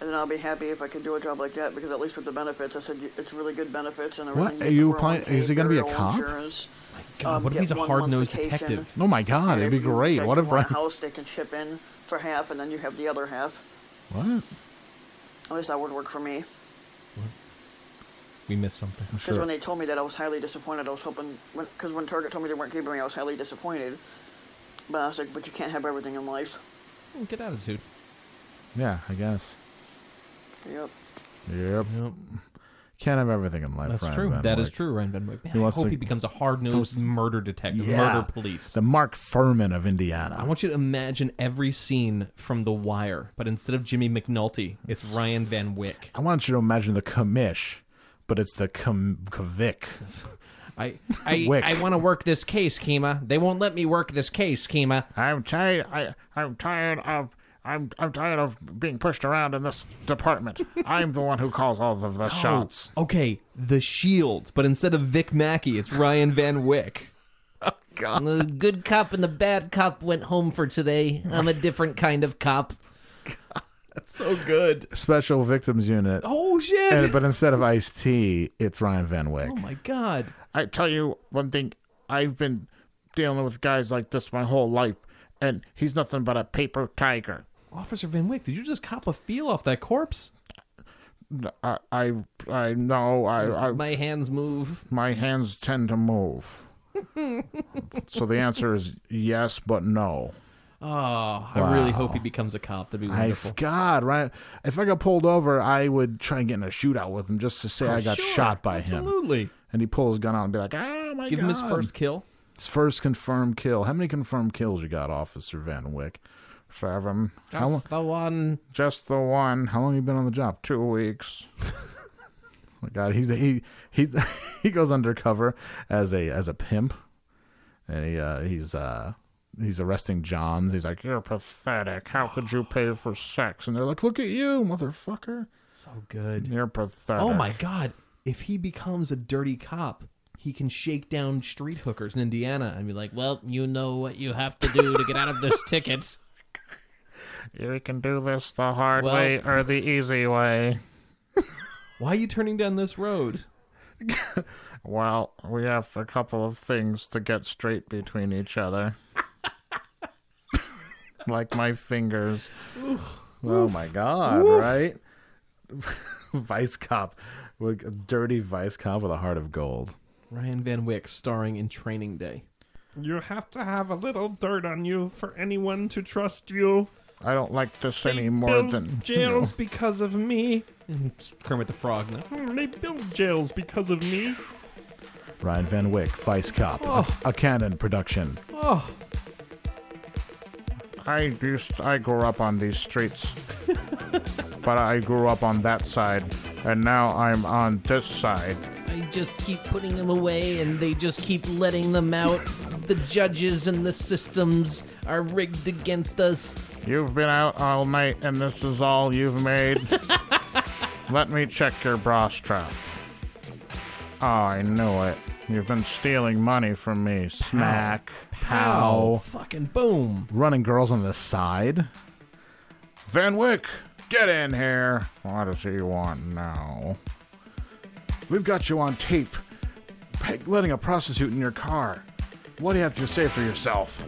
Speaker 9: then I'll be happy if I can do a job like that because at least with the benefits, I said you- it's really good benefits and
Speaker 2: What?
Speaker 9: everything.
Speaker 2: Are you
Speaker 9: get
Speaker 2: applying- is he gonna be a
Speaker 9: 401k,
Speaker 2: cop?
Speaker 9: Insurance,
Speaker 1: God,
Speaker 9: um,
Speaker 1: what if
Speaker 9: get
Speaker 1: he's a
Speaker 9: one
Speaker 1: hard-nosed
Speaker 9: month vacation.
Speaker 1: detective?
Speaker 2: Oh my God,
Speaker 9: And
Speaker 2: it'd
Speaker 9: if
Speaker 2: be
Speaker 9: you
Speaker 2: great.
Speaker 9: say
Speaker 2: What
Speaker 9: you
Speaker 2: if
Speaker 9: want
Speaker 2: Ryan?
Speaker 9: a house they can chip in for half, and then you have the other half.
Speaker 2: What?
Speaker 9: At least that would work for me.
Speaker 1: We missed something.
Speaker 9: Because when they told me that, I was highly disappointed. I was hoping because when, Target told me they weren't keeping me, I was highly disappointed. But I was like, but you can't have everything in life.
Speaker 1: Get attitude.
Speaker 2: Yeah, I guess.
Speaker 9: Yep.
Speaker 2: Yep. Can't have everything in life.
Speaker 1: That's
Speaker 2: Ryan
Speaker 1: true.
Speaker 2: Van
Speaker 1: That is
Speaker 2: Wyck.
Speaker 1: true, Ryan Van Wyck. Man,
Speaker 2: He
Speaker 1: I
Speaker 2: wants
Speaker 1: hope
Speaker 2: to-
Speaker 1: he becomes a hard-nosed murder detective,
Speaker 2: Yeah.
Speaker 1: murder police.
Speaker 2: The Mark Furman of Indiana.
Speaker 1: I want you to imagine every scene from The Wire, but instead of Jimmy McNulty, it's Ryan Van Wyck.
Speaker 2: I want you to imagine the commish, but it's the com- Kavik.
Speaker 1: I
Speaker 3: I,
Speaker 2: Wick.
Speaker 3: I want to work this case, Kima. They won't let me work this case, Kima.
Speaker 2: I'm tired. I I'm tired of I'm I'm tired of being pushed around in this department. I'm the one who calls all of the shots.
Speaker 1: Oh, okay, The Shield, but instead of Vic Mackey, it's Ryan Van Wyck.
Speaker 2: Oh, God.
Speaker 3: The good cop and the bad cop went home for today. I'm a different kind of cop.
Speaker 1: That's so good.
Speaker 2: Special Victims Unit.
Speaker 1: Oh shit!
Speaker 2: And- but instead of Ice T, it's Ryan Van Wick.
Speaker 1: Oh my god.
Speaker 2: I tell you one thing, I've been dealing with guys like this my whole life, and he's nothing but a paper tiger.
Speaker 1: Officer Van Wyck, did you just cop a feel off that corpse?
Speaker 2: I I, I know I, I
Speaker 1: my hands move.
Speaker 2: My hands tend to move. so the answer is yes, but no.
Speaker 1: Oh, I really
Speaker 2: Wow.
Speaker 1: hope he becomes a cop. That'd be
Speaker 2: I
Speaker 1: wonderful.
Speaker 2: f- God, right? If I got pulled over, I would try and get in a shootout with him just to say
Speaker 1: Oh,
Speaker 2: I got
Speaker 1: sure.
Speaker 2: shot by him.
Speaker 1: Absolutely.
Speaker 2: And he pull his gun out and be like, "Oh my
Speaker 1: Give
Speaker 2: god!"
Speaker 1: him his first kill.
Speaker 2: His first confirmed kill. How many confirmed kills you got, Officer Van Wyck? Seven. How
Speaker 3: Just the one.
Speaker 2: Just the one. How long you been on the job? Two weeks. oh my God, he's he he he goes undercover as a as a pimp, and he uh, he's uh he's arresting Johns. He's like, "You're pathetic. How could you pay for sex?" And they're like, "Look at you, motherfucker."
Speaker 1: So good.
Speaker 2: You're pathetic.
Speaker 1: Oh my god. If he becomes a dirty cop, he can shake down street hookers in Indiana and be like,
Speaker 3: Well, you know what you have to do to get out of this ticket.
Speaker 2: You can do this the hard
Speaker 3: Well-
Speaker 2: way or the easy way.
Speaker 1: Why are you turning down this road?
Speaker 2: well, we have a couple of things to get straight between each other. like my fingers. Oh my god,
Speaker 3: Oof.
Speaker 2: right? vice cop. Like a dirty vice cop with a heart of gold.
Speaker 1: Ryan Van Wyck starring in Training Day.
Speaker 11: You have to have a little dirt on you for anyone to trust you.
Speaker 2: I don't like this any more
Speaker 11: Build
Speaker 2: than
Speaker 11: jails because of me.
Speaker 1: Kermit the Frog now.
Speaker 11: Hmm, They build jails because of me.
Speaker 2: Ryan Van Wyck, Vice Cop,
Speaker 11: Oh.
Speaker 2: a, a canon production.
Speaker 11: Oh,
Speaker 2: I used I grew up on these streets. but I grew up on that side, and now I'm on this side.
Speaker 3: I just keep putting them away and they just keep letting them out. The judges and the systems are rigged against us.
Speaker 2: You've been out all night and this is all you've made. Let me check your bra strap. Oh, I knew it. You've been stealing money from me. Smack. Pow.
Speaker 1: Fucking boom.
Speaker 2: Running girls on the side. Van Wyck, get in here. What does he want now? We've got you on tape, pe- letting a prostitute in your car. What do you have to say for yourself?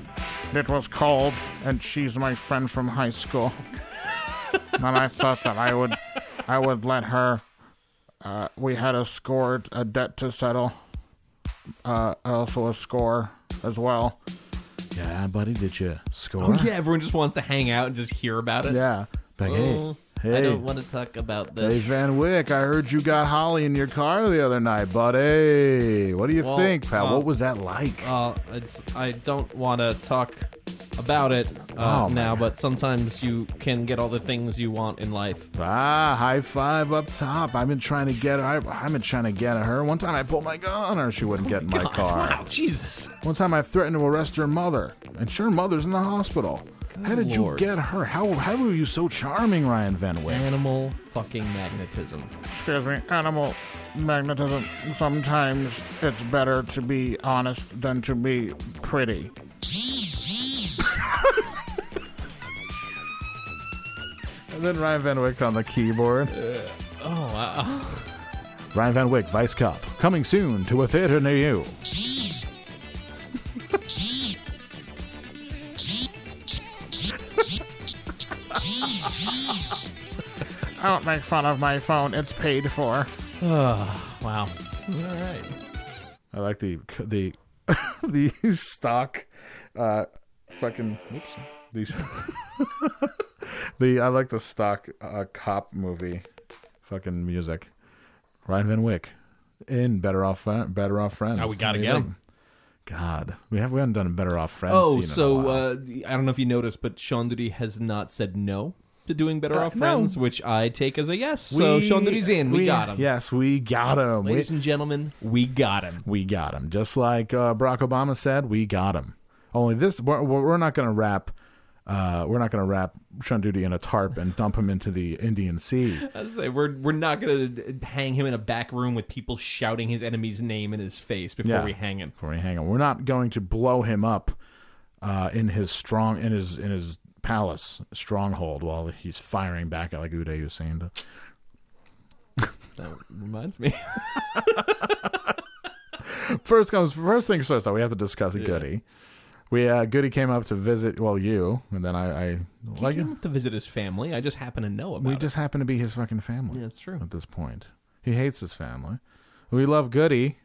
Speaker 2: It was cold, and she's my friend from high school. and I thought that I would, I would let her. Uh, we had a score, a debt to settle. Uh, also a score as well. Yeah, buddy, did you score?
Speaker 1: Oh yeah, everyone just wants to hang out and just hear about it.
Speaker 2: Yeah. Like,
Speaker 3: Oh,
Speaker 2: hey, hey.
Speaker 3: I don't want to talk about this.
Speaker 2: Hey Van Wick, I heard you got Holly in your car the other night, buddy. What do you
Speaker 3: Well,
Speaker 2: think, pal?
Speaker 3: well,
Speaker 2: what was that like?
Speaker 3: Uh, it's, I don't want to talk about it uh,
Speaker 2: Oh, my
Speaker 3: now, but sometimes you can get all the things you want in life.
Speaker 2: Ah, high five up top. I've been trying to get her. I, I've been trying to get her. One time I pulled my gun on her. She wouldn't get in my car.
Speaker 3: Oh wow, Jesus.
Speaker 2: One time I threatened to arrest her mother, and sure, mother's in the hospital. how did
Speaker 3: Lord.
Speaker 2: you get her? How how were you so charming, Ryan Van Wick?
Speaker 3: Animal fucking magnetism.
Speaker 2: Excuse me, animal magnetism. Sometimes it's better to be honest than to be pretty. and then Ryan Van Wick on the keyboard.
Speaker 3: Oh, wow.
Speaker 2: Ryan Van Wick, Vice Cop, coming soon to a theater near you.
Speaker 1: Oh
Speaker 2: I don't make fun of my phone. It's paid for.
Speaker 3: wow. All right.
Speaker 2: I like the the the stock, uh, fucking whoops. These the I like the stock uh, cop movie, fucking music. Ryan Van Wick in Better Off Fri- Better Off Friends.
Speaker 1: Oh, we gotta
Speaker 2: What do you
Speaker 1: get him.
Speaker 2: think? God, we have we haven't done a Better Off Friends.
Speaker 1: Oh,
Speaker 2: scene in a
Speaker 1: so
Speaker 2: while.
Speaker 1: uh, I don't know if you noticed, but Sean Duty has not said no to doing Better
Speaker 2: Uh,
Speaker 1: Off
Speaker 2: no.
Speaker 1: Friends, which I take as a yes. so Sean Duty's in. We, got him.
Speaker 2: Yes, we got him. We-
Speaker 1: Ladies and gentlemen, we got him.
Speaker 2: We got him. Just like uh, Barack Obama said, we got him. Only this, we're, we're not going to wrap. Uh, we're not going to wrap Shun Duty in a tarp and dump him into the Indian Sea.
Speaker 1: I say we're we're not gonna hang him in a back room with people shouting his enemy's name in his face before
Speaker 2: Yeah.
Speaker 1: we hang him.
Speaker 2: Before we hang him, we're not going to blow him up uh, in his strong in his in his palace stronghold while he's firing back at like Uday Hussein.
Speaker 1: That reminds me.
Speaker 2: First comes first things first. Though we have to discuss Goody. We uh, Goody came up to visit. Well, you and then I. I
Speaker 1: He came up to visit his family. I just happen to know about
Speaker 2: we
Speaker 1: it.
Speaker 2: just happen to be his fucking family.
Speaker 1: Yeah, that's true.
Speaker 2: At this point, he hates his family. We love Goody.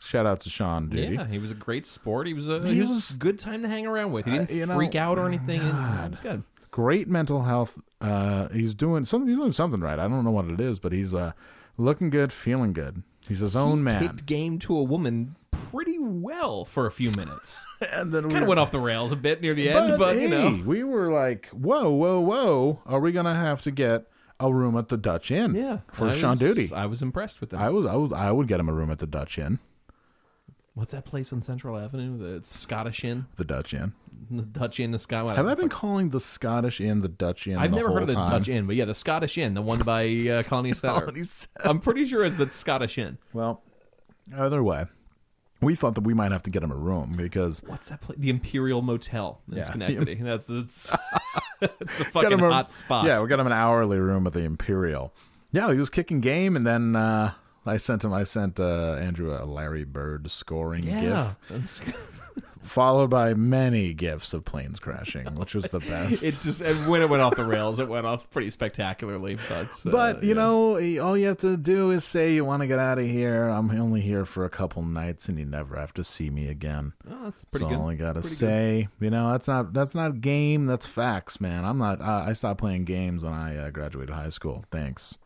Speaker 2: Shout out to Sean Duty.
Speaker 1: Yeah, he was a great sport. He was a
Speaker 2: He
Speaker 1: he, was,
Speaker 2: was-
Speaker 1: a good time to hang around with. He didn't
Speaker 2: Uh, you know,
Speaker 1: freak out or anything. and It was good.
Speaker 2: Great mental health. Uh, he's doing something. He's doing something right. I don't know what it is, but he's uh, looking good, feeling good. He's his own man.
Speaker 1: Kicked game to a woman pretty well for a few minutes.
Speaker 2: And then
Speaker 1: kind of went off the rails a bit near the end, but, you know,
Speaker 2: hey, we were like, whoa, whoa, whoa. Are we gonna have to get a room at the Dutch Inn?
Speaker 1: yeah,
Speaker 2: for
Speaker 1: I
Speaker 2: Sean
Speaker 1: was-
Speaker 2: Duty.
Speaker 1: I was impressed with that.
Speaker 2: I was, I was, I would get him a room at the Dutch Inn.
Speaker 1: What's that place on Central Avenue? The Scottish Inn,
Speaker 2: The Dutch Inn.
Speaker 1: the Dutch Inn, the Sky.
Speaker 2: Have
Speaker 1: whatever
Speaker 2: I
Speaker 1: the
Speaker 2: been calling the Scottish Inn the Dutch Inn?
Speaker 1: I've
Speaker 2: the
Speaker 1: never
Speaker 2: whole
Speaker 1: heard of the
Speaker 2: time?
Speaker 1: Dutch Inn, but yeah, the Scottish Inn, the one by uh, Colony Center.
Speaker 2: Colony
Speaker 1: I'm pretty sure it's the Scottish Inn.
Speaker 2: Well, either way, we thought that we might have to get him a room because
Speaker 1: What's that place? The Imperial Motel in
Speaker 2: Yeah.
Speaker 1: Schenectady. That's that's that's the fucking
Speaker 2: him a-
Speaker 1: hot spot.
Speaker 2: Yeah, we got him an hourly room at the Imperial. Yeah, he was kicking game, and then uh, I sent him. I sent uh, Andrew a Larry Bird scoring
Speaker 1: yeah.
Speaker 2: gif, followed by many gifs of planes crashing, which was the best.
Speaker 1: It just and when it went off the rails, it went off pretty spectacularly. But uh,
Speaker 2: but you
Speaker 1: yeah.
Speaker 2: know, he- all you have to do is say you want to get out of here. I'm only here for a couple nights, and you never have to see me again.
Speaker 1: Oh, that's
Speaker 2: That's
Speaker 1: pretty good.
Speaker 2: all I gotta
Speaker 1: Pretty good.
Speaker 2: say. You know, that's not that's not game. That's facts, man. I'm not. I, I stopped playing games when I uh, graduated high school. Thanks.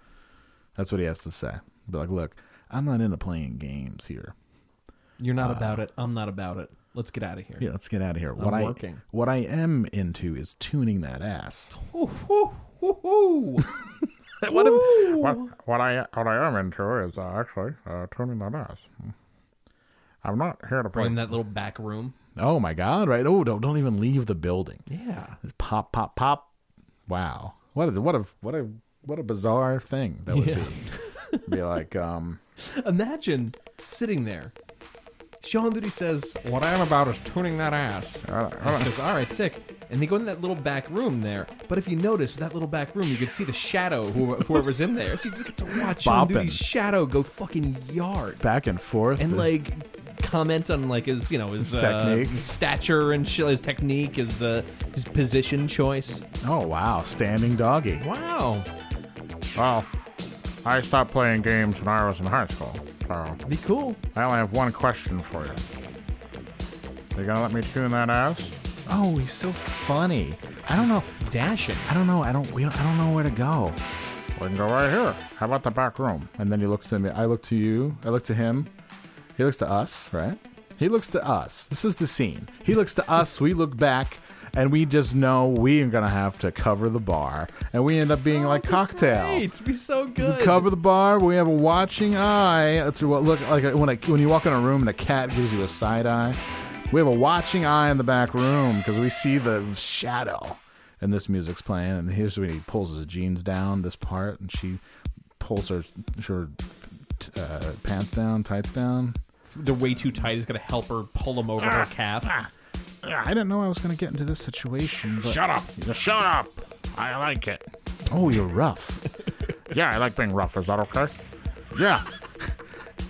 Speaker 2: That's what he has to say. Be like, look, I'm not into playing games here.
Speaker 1: You're not about it. I'm not about it. Let's get out of here.
Speaker 2: Uh, Yeah, let's get out of here. What
Speaker 1: working.
Speaker 2: I what I am into is tuning that ass.
Speaker 1: Woo, woo, woo, woo.
Speaker 2: What, if,
Speaker 1: Ooh.
Speaker 2: what what I what I am into is uh, actually uh, tuning that ass. I'm not here to
Speaker 1: We're
Speaker 2: play.
Speaker 1: in that little back room.
Speaker 2: oh my god! Right? Oh, don't don't even leave the building.
Speaker 1: Yeah.
Speaker 2: It's pop, pop, pop. Wow. What a what a what a what a bizarre thing that would
Speaker 1: Yeah.
Speaker 2: be. be like, um
Speaker 1: Imagine sitting there. Sean Duty says, "What I'm about is tuning that ass."
Speaker 2: I don't- I
Speaker 1: He says, "All right, sick." and they go in that little back room there. But if you notice that little back room, you can see the shadow of whoever- whoever's in there. So you just get to watch Sean
Speaker 2: Bopping.
Speaker 1: Duty's shadow go fucking yard
Speaker 2: Back and forth.
Speaker 1: and like comment on like his you know his uh,
Speaker 2: Technique.
Speaker 1: stature and shit, his technique, his uh, his position choice.
Speaker 2: Oh wow, standing doggy.
Speaker 1: Wow.
Speaker 2: Well, I stopped playing games when I was in high school, so.
Speaker 1: Be cool.
Speaker 2: I only have one question for you. Are you gonna let me tune that ass? Oh, he's so funny. I don't know.
Speaker 1: Dashing.
Speaker 2: I don't know. I don't. We don't I don't know where to go. We can go right here. How about the back room? And then he looks to me. I look to you. I look to him. He looks to us. Right. He looks to us. This is the scene. He looks to us. We look back. And we just know we are gonna have to cover the bar, and we end up being like cocktail.
Speaker 1: Hey, it's be so
Speaker 2: We
Speaker 1: good.
Speaker 2: cover the bar. We have a watching eye to what look like when a, when you walk in a room and a cat gives you a side eye. We have a watching eye in the back room because we see the shadow, and this music's playing. And here's when he pulls his jeans down. This part, and she pulls her her uh, pants down, tights down.
Speaker 1: They're way too tight. Is gonna help her pull him over
Speaker 2: Ah,
Speaker 1: her calf.
Speaker 2: I didn't know I was gonna get into this situation. But
Speaker 1: Shut
Speaker 2: up! Shut up! I like it. Oh, you're rough. yeah, I like being rough. Is that okay? Yeah.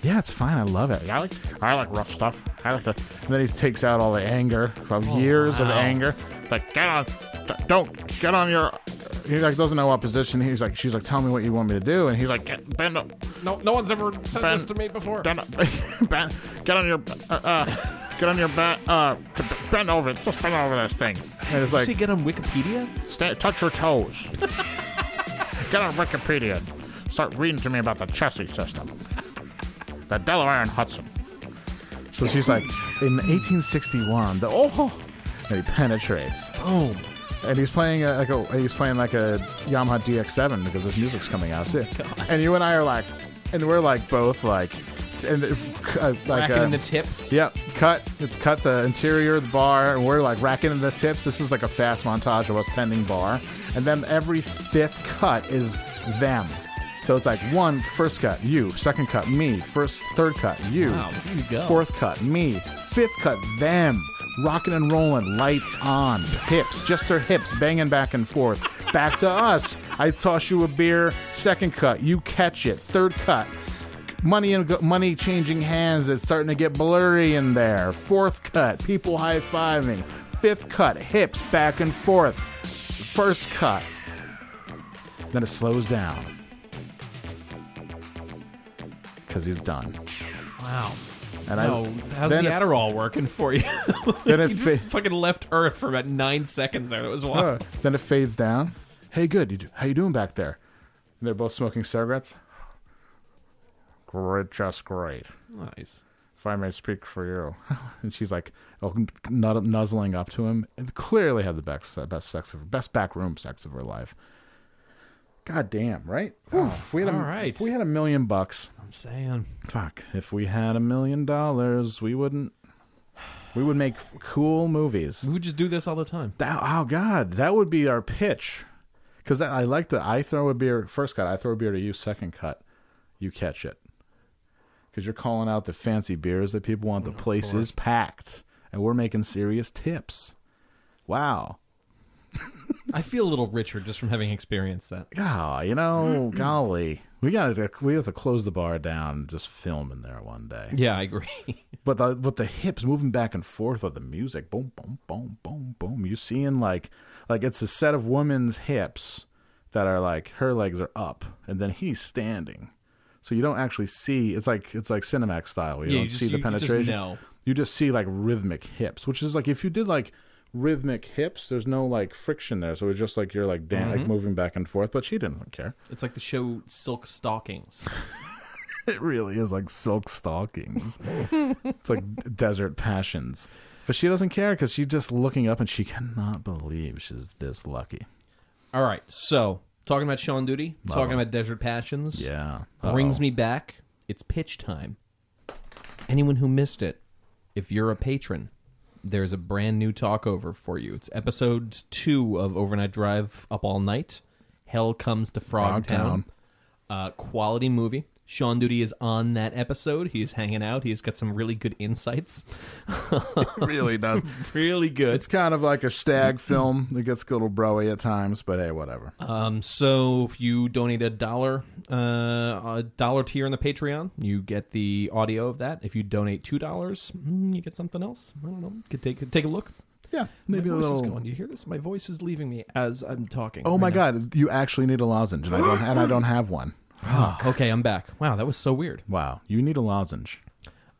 Speaker 2: Yeah, it's fine. I love it. I like I like rough stuff. I like the. And then he takes out all the anger from years of
Speaker 1: wow.
Speaker 2: anger. Like get on, don't get on your. He like doesn't know opposition. He's like she's like tell me what you want me to do, and he's like get, bend up,
Speaker 11: No, no one's ever said
Speaker 2: Ben-
Speaker 11: this to me before.
Speaker 2: bend up, bend, get on your, uh, uh get on your back, uh, t- t- bend over, just bend over this thing. And it's
Speaker 1: Did
Speaker 2: like
Speaker 1: she get on Wikipedia?
Speaker 2: stay, touch your toes. get on Wikipedia. and Start reading to me about the Chessie system. The Delaware and Hudson. So she's like, in 1861, the oh, and he penetrates,
Speaker 1: Boom.
Speaker 2: and he's playing a, like a he's playing like a Yamaha DX7 because his music's coming out too.
Speaker 1: Oh,
Speaker 2: and you and I are like, and we're like both like, and uh, like
Speaker 1: Racking
Speaker 2: uh,
Speaker 1: in the tips.
Speaker 2: Yep, cut. It's cut to interior of the bar, and we're like racking in the tips. This is like a fast montage of us tending bar, and then every fifth cut is them. So it's like one first cut, you. Second cut, me. First, third cut, you.
Speaker 1: Wow, here you go.
Speaker 2: Fourth cut, me. Fifth cut, them. Rocking and rolling, lights on, hips, just her hips banging back and forth. Back to us. I toss you a beer. Second cut, you catch it. Third cut, money and money changing hands it's starting to get blurry in there fourth cut people high-fiving fifth cut hips back and forth first cut then it slows down because he's done
Speaker 1: Wow.
Speaker 2: and
Speaker 1: No,
Speaker 2: i
Speaker 1: how's the
Speaker 2: then it-
Speaker 1: Adderall working for you?
Speaker 2: Then it
Speaker 1: you
Speaker 2: fa-
Speaker 1: just fucking left Earth for about nine seconds there. That was
Speaker 2: uh,
Speaker 1: wild.
Speaker 2: then it fades down hey good you do, how you doing back there and they're both smoking cigarettes great just great
Speaker 1: Nice.
Speaker 2: if I may speak for you. and she's like, oh, nut- nuzzling up to him. And clearly had the best, best sex of best back room sex of her life. God damn, right? Oof, we had a,
Speaker 1: all right.
Speaker 2: If we had a million bucks,
Speaker 1: Oh, I'm saying.
Speaker 2: fuck. If we had a million dollars, we wouldn't. We would make cool movies.
Speaker 1: We would just do this all the time.
Speaker 2: That, oh God, that would be our pitch. Because I, I like the I throw a beer first cut. I throw a beer to you. Second cut, you catch it. Because you're calling out the fancy beers that people want. The place is packed, and we're making serious tips. Wow.
Speaker 1: I feel a little richer just from having experienced that.
Speaker 2: Yeah, you know,
Speaker 1: Mm-hmm.
Speaker 2: golly, we gotta we have to close the bar down and just film in there one day.
Speaker 1: Yeah, I agree.
Speaker 2: But the but the hips moving back and forth with the music, boom, boom, boom, boom, boom. You're seeing like like it's a set of women's hips that are like her legs are up, and then he's standing. So you don't actually see. It's like it's like Cinemax style. You
Speaker 1: Yeah, you
Speaker 2: don't
Speaker 1: just-
Speaker 2: see the
Speaker 1: you- you just
Speaker 2: penetration.
Speaker 1: know.
Speaker 2: You just see like rhythmic hips, which is like if you did like rhythmic hips, there's no like friction there. So it's just like you're like dan- like moving back and forth. But she didn't care.
Speaker 1: It's like the show Silk Stockings.
Speaker 2: It really is like silk stockings. it's like desert passions. But she doesn't care because she's just looking up and she cannot believe she's this lucky.
Speaker 1: All right, so talking about Sean Duty, talking about Desert Passions.
Speaker 2: Yeah.
Speaker 1: brings me back. It's pitch time. Anyone who missed it, if you're a patron, there's a brand new talkover for you. It's episode two of Overnight Drive Up All Night. Hell comes to Frogtown.
Speaker 2: Frogtown.
Speaker 1: Uh, quality movie. Sean Duty is on that episode. He's hanging out. He's got some really good insights.
Speaker 2: really does.
Speaker 1: really good.
Speaker 2: It's kind of like a stag film that gets a little broy at times, but hey, whatever.
Speaker 1: Um, so if you donate a dollar, uh, a dollar tier on the Patreon, you get the audio of that. If you donate two dollars, you get something else. I don't know. Could take could take a look.
Speaker 2: Yeah, maybe
Speaker 1: My
Speaker 2: a
Speaker 1: voice
Speaker 2: little-
Speaker 1: Is going. Do You hear this? My voice is leaving me as I'm talking.
Speaker 2: Oh my
Speaker 1: right now.
Speaker 2: god, you actually need a lozenge, and I don't, and I don't have one.
Speaker 1: Ah, okay, I'm back. Wow, that was so weird.
Speaker 2: Wow, you need a lozenge.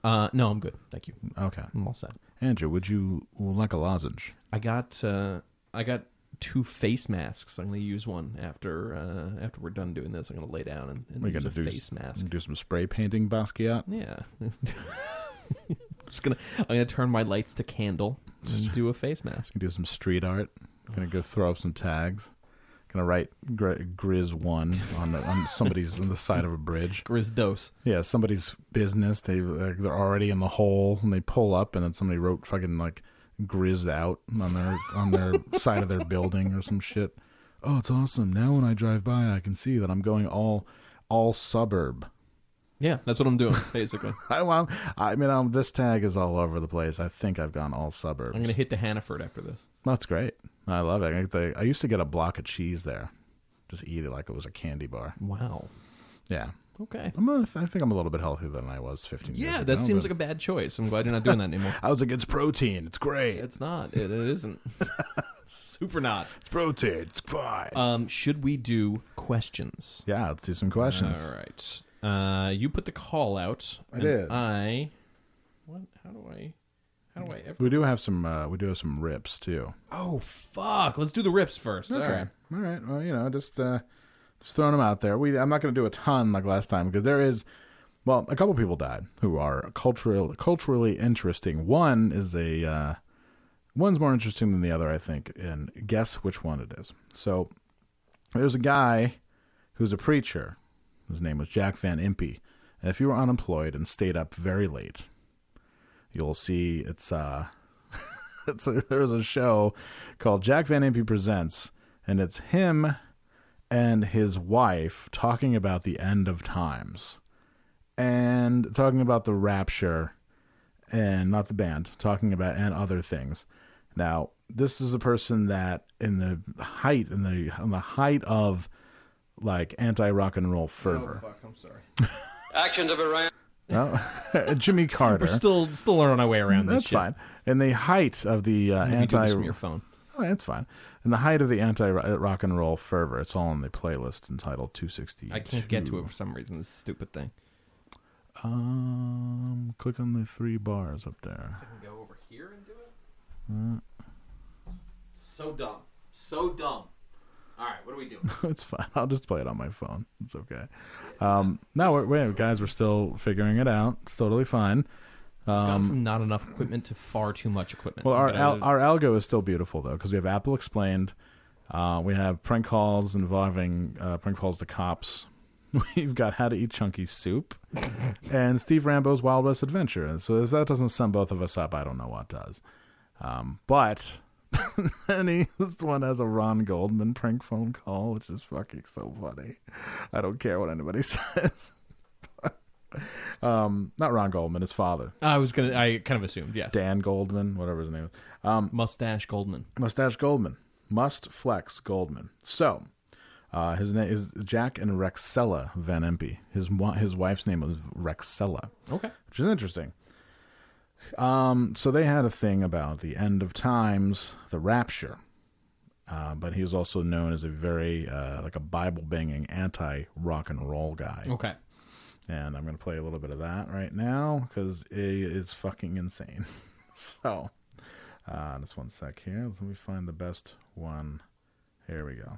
Speaker 1: Uh, no, I'm good. Thank you.
Speaker 2: Okay,
Speaker 1: I'm all set.
Speaker 2: Andrew, would you like a lozenge?
Speaker 1: I got uh, I got two face masks. I'm gonna use one after uh, after we're done doing this. I'm gonna lay down and, and
Speaker 2: We're
Speaker 1: use
Speaker 2: gonna do
Speaker 1: a face mask.
Speaker 2: Do some spray painting, Basquiat.
Speaker 1: Yeah. Just gonna I'm gonna turn my lights to candle and do a face mask.
Speaker 2: do some street art. Gonna go throw up some tags. Gonna write gri- Grizz one on the, on somebody's on the side of a bridge.
Speaker 1: Grizz dose.
Speaker 2: Yeah, somebody's business. They they're they're already in the hole, and they pull up, and then somebody wrote fucking like Grizz out on their on their side of their building or some shit. Oh, it's awesome! Now when I drive by, I can see that I'm going all all suburb.
Speaker 1: Yeah, that's what I'm doing basically.
Speaker 2: I, I'm, I mean, i this tag is all over the place. I think I've gone all suburb.
Speaker 1: I'm gonna hit the Hannaford after this.
Speaker 2: That's great. I love it. I, think they- I used to get a block of cheese there, just eat it like it was a candy bar.
Speaker 1: Wow.
Speaker 2: Yeah.
Speaker 1: Okay.
Speaker 2: I'm a, I think I'm a little bit healthier than I was 15 years ago.
Speaker 1: Yeah, that seems like a bad choice. I'm glad you're not doing that anymore.
Speaker 2: I was like, it's protein. It's great.
Speaker 1: It's not. It, it isn't. Super not.
Speaker 2: It's protein. It's fine.
Speaker 1: Um, should we do questions?
Speaker 2: yeah, let's do some questions.
Speaker 1: All right. Uh, you put the call out.
Speaker 2: I
Speaker 1: and
Speaker 2: did.
Speaker 1: I. What? How do I? How do I ever?
Speaker 2: We do have some. Uh, we do have some rips too.
Speaker 1: Oh fuck! Let's do the rips first. All right.
Speaker 2: All right. Well, you know, just uh, just throwing them out there. We I'm not going to do a ton like last time because there is, well, a couple people died who are cultural culturally interesting. One is a uh, one's more interesting than the other, I think. And guess which one it is. So there's a guy who's a preacher. His name was Jack Van Impe. And if you were unemployed and stayed up very late, you'll see it's uh it's a, there's a show called Jack Van Impe Presents, and it's him and his wife talking about the end of times and talking about the rapture and not the band talking about and other things now this is a person that in the height in the on the height of like anti rock and roll
Speaker 6: Oh,
Speaker 2: fervor
Speaker 1: Fuck! I'm sorry.
Speaker 6: Actions of Iran.
Speaker 2: No? jimmy carter
Speaker 1: We're still still on our way around this.
Speaker 2: that's
Speaker 1: shit.
Speaker 2: fine in the height of the uh,
Speaker 1: Maybe do
Speaker 2: anti
Speaker 1: this from your phone.
Speaker 2: Oh, that's fine. In the height of the anti uh, rock and roll fervor, it's all in the playlist entitled 260.
Speaker 1: I can't get to it for some reason. This stupid thing.
Speaker 2: Um, click on the three bars up there. Mm.
Speaker 1: I can go over here and do it. So dumb. So dumb. All right, what are we doing?
Speaker 2: it's fine. I'll just play it on my phone. It's okay. Um, no, we're, we're, guys, we're still figuring it out. It's totally fine. Um,
Speaker 1: Gone from not enough equipment to far too much equipment.
Speaker 2: Well, our
Speaker 1: But,
Speaker 2: al-
Speaker 1: uh,
Speaker 2: our algo is still beautiful though, because we have Apple Explained, uh, we have prank calls involving uh, prank calls to cops. We've got how to eat chunky soup, and Steve Rambo's Wild West Adventure. And So if that doesn't sum both of us up, I don't know what does. Um, but and he, this one has a Ron Goldman prank phone call, which is fucking so funny. I don't care what anybody says. um, not Ron Goldman, his father,
Speaker 1: I was gonna. I kind of assumed. Yes.
Speaker 2: Dan Goldman, whatever his name is. Um,
Speaker 1: Mustache Goldman.
Speaker 2: Mustache Goldman. Must Flex Goldman. So, uh, his name is Jack and Rexella Van Impe. His wa- his wife's name was Rexella,
Speaker 1: Okay.
Speaker 2: which is interesting. Um, so they had a thing about the end of times, the rapture. Uh, but he was also known as a very uh, like a Bible banging anti rock and roll guy,
Speaker 1: Okay.
Speaker 2: and I'm gonna play a little bit of that right now because it is fucking insane. so. Uh, just one sec here. Let me find the best one. Here we go.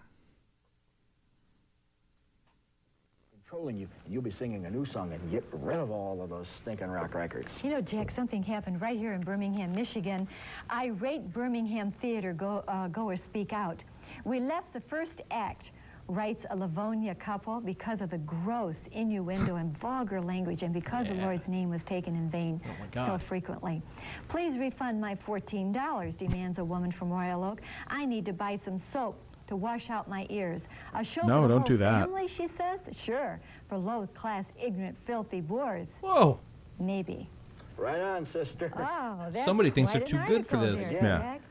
Speaker 8: Controlling you, and you'll be singing a new song and get rid of all of those stinking rock records.
Speaker 10: You know, Jack, something happened right here in Birmingham, Michigan. Irate Birmingham theater go, uh, goers speak out. We left the first act, writes a Livonia couple, because of the gross innuendo and vulgar language and because the Lord's name was taken in vain so
Speaker 1: God.
Speaker 10: frequently. Please refund my $14, demands a woman from Royal Oak. I need to buy some soap. to wash out my ears. A show
Speaker 2: No,
Speaker 10: for the
Speaker 2: don't
Speaker 10: whole
Speaker 2: do that.
Speaker 10: Family, she says. Sure, for low-class, ignorant, filthy boors.
Speaker 1: Whoa.
Speaker 10: Maybe.
Speaker 8: Right on, sister.
Speaker 10: Oh, that's
Speaker 1: Somebody thinks
Speaker 10: quite
Speaker 1: they're
Speaker 10: an
Speaker 1: too good for
Speaker 10: article
Speaker 1: this.
Speaker 10: there,
Speaker 1: Yeah.
Speaker 10: Jack.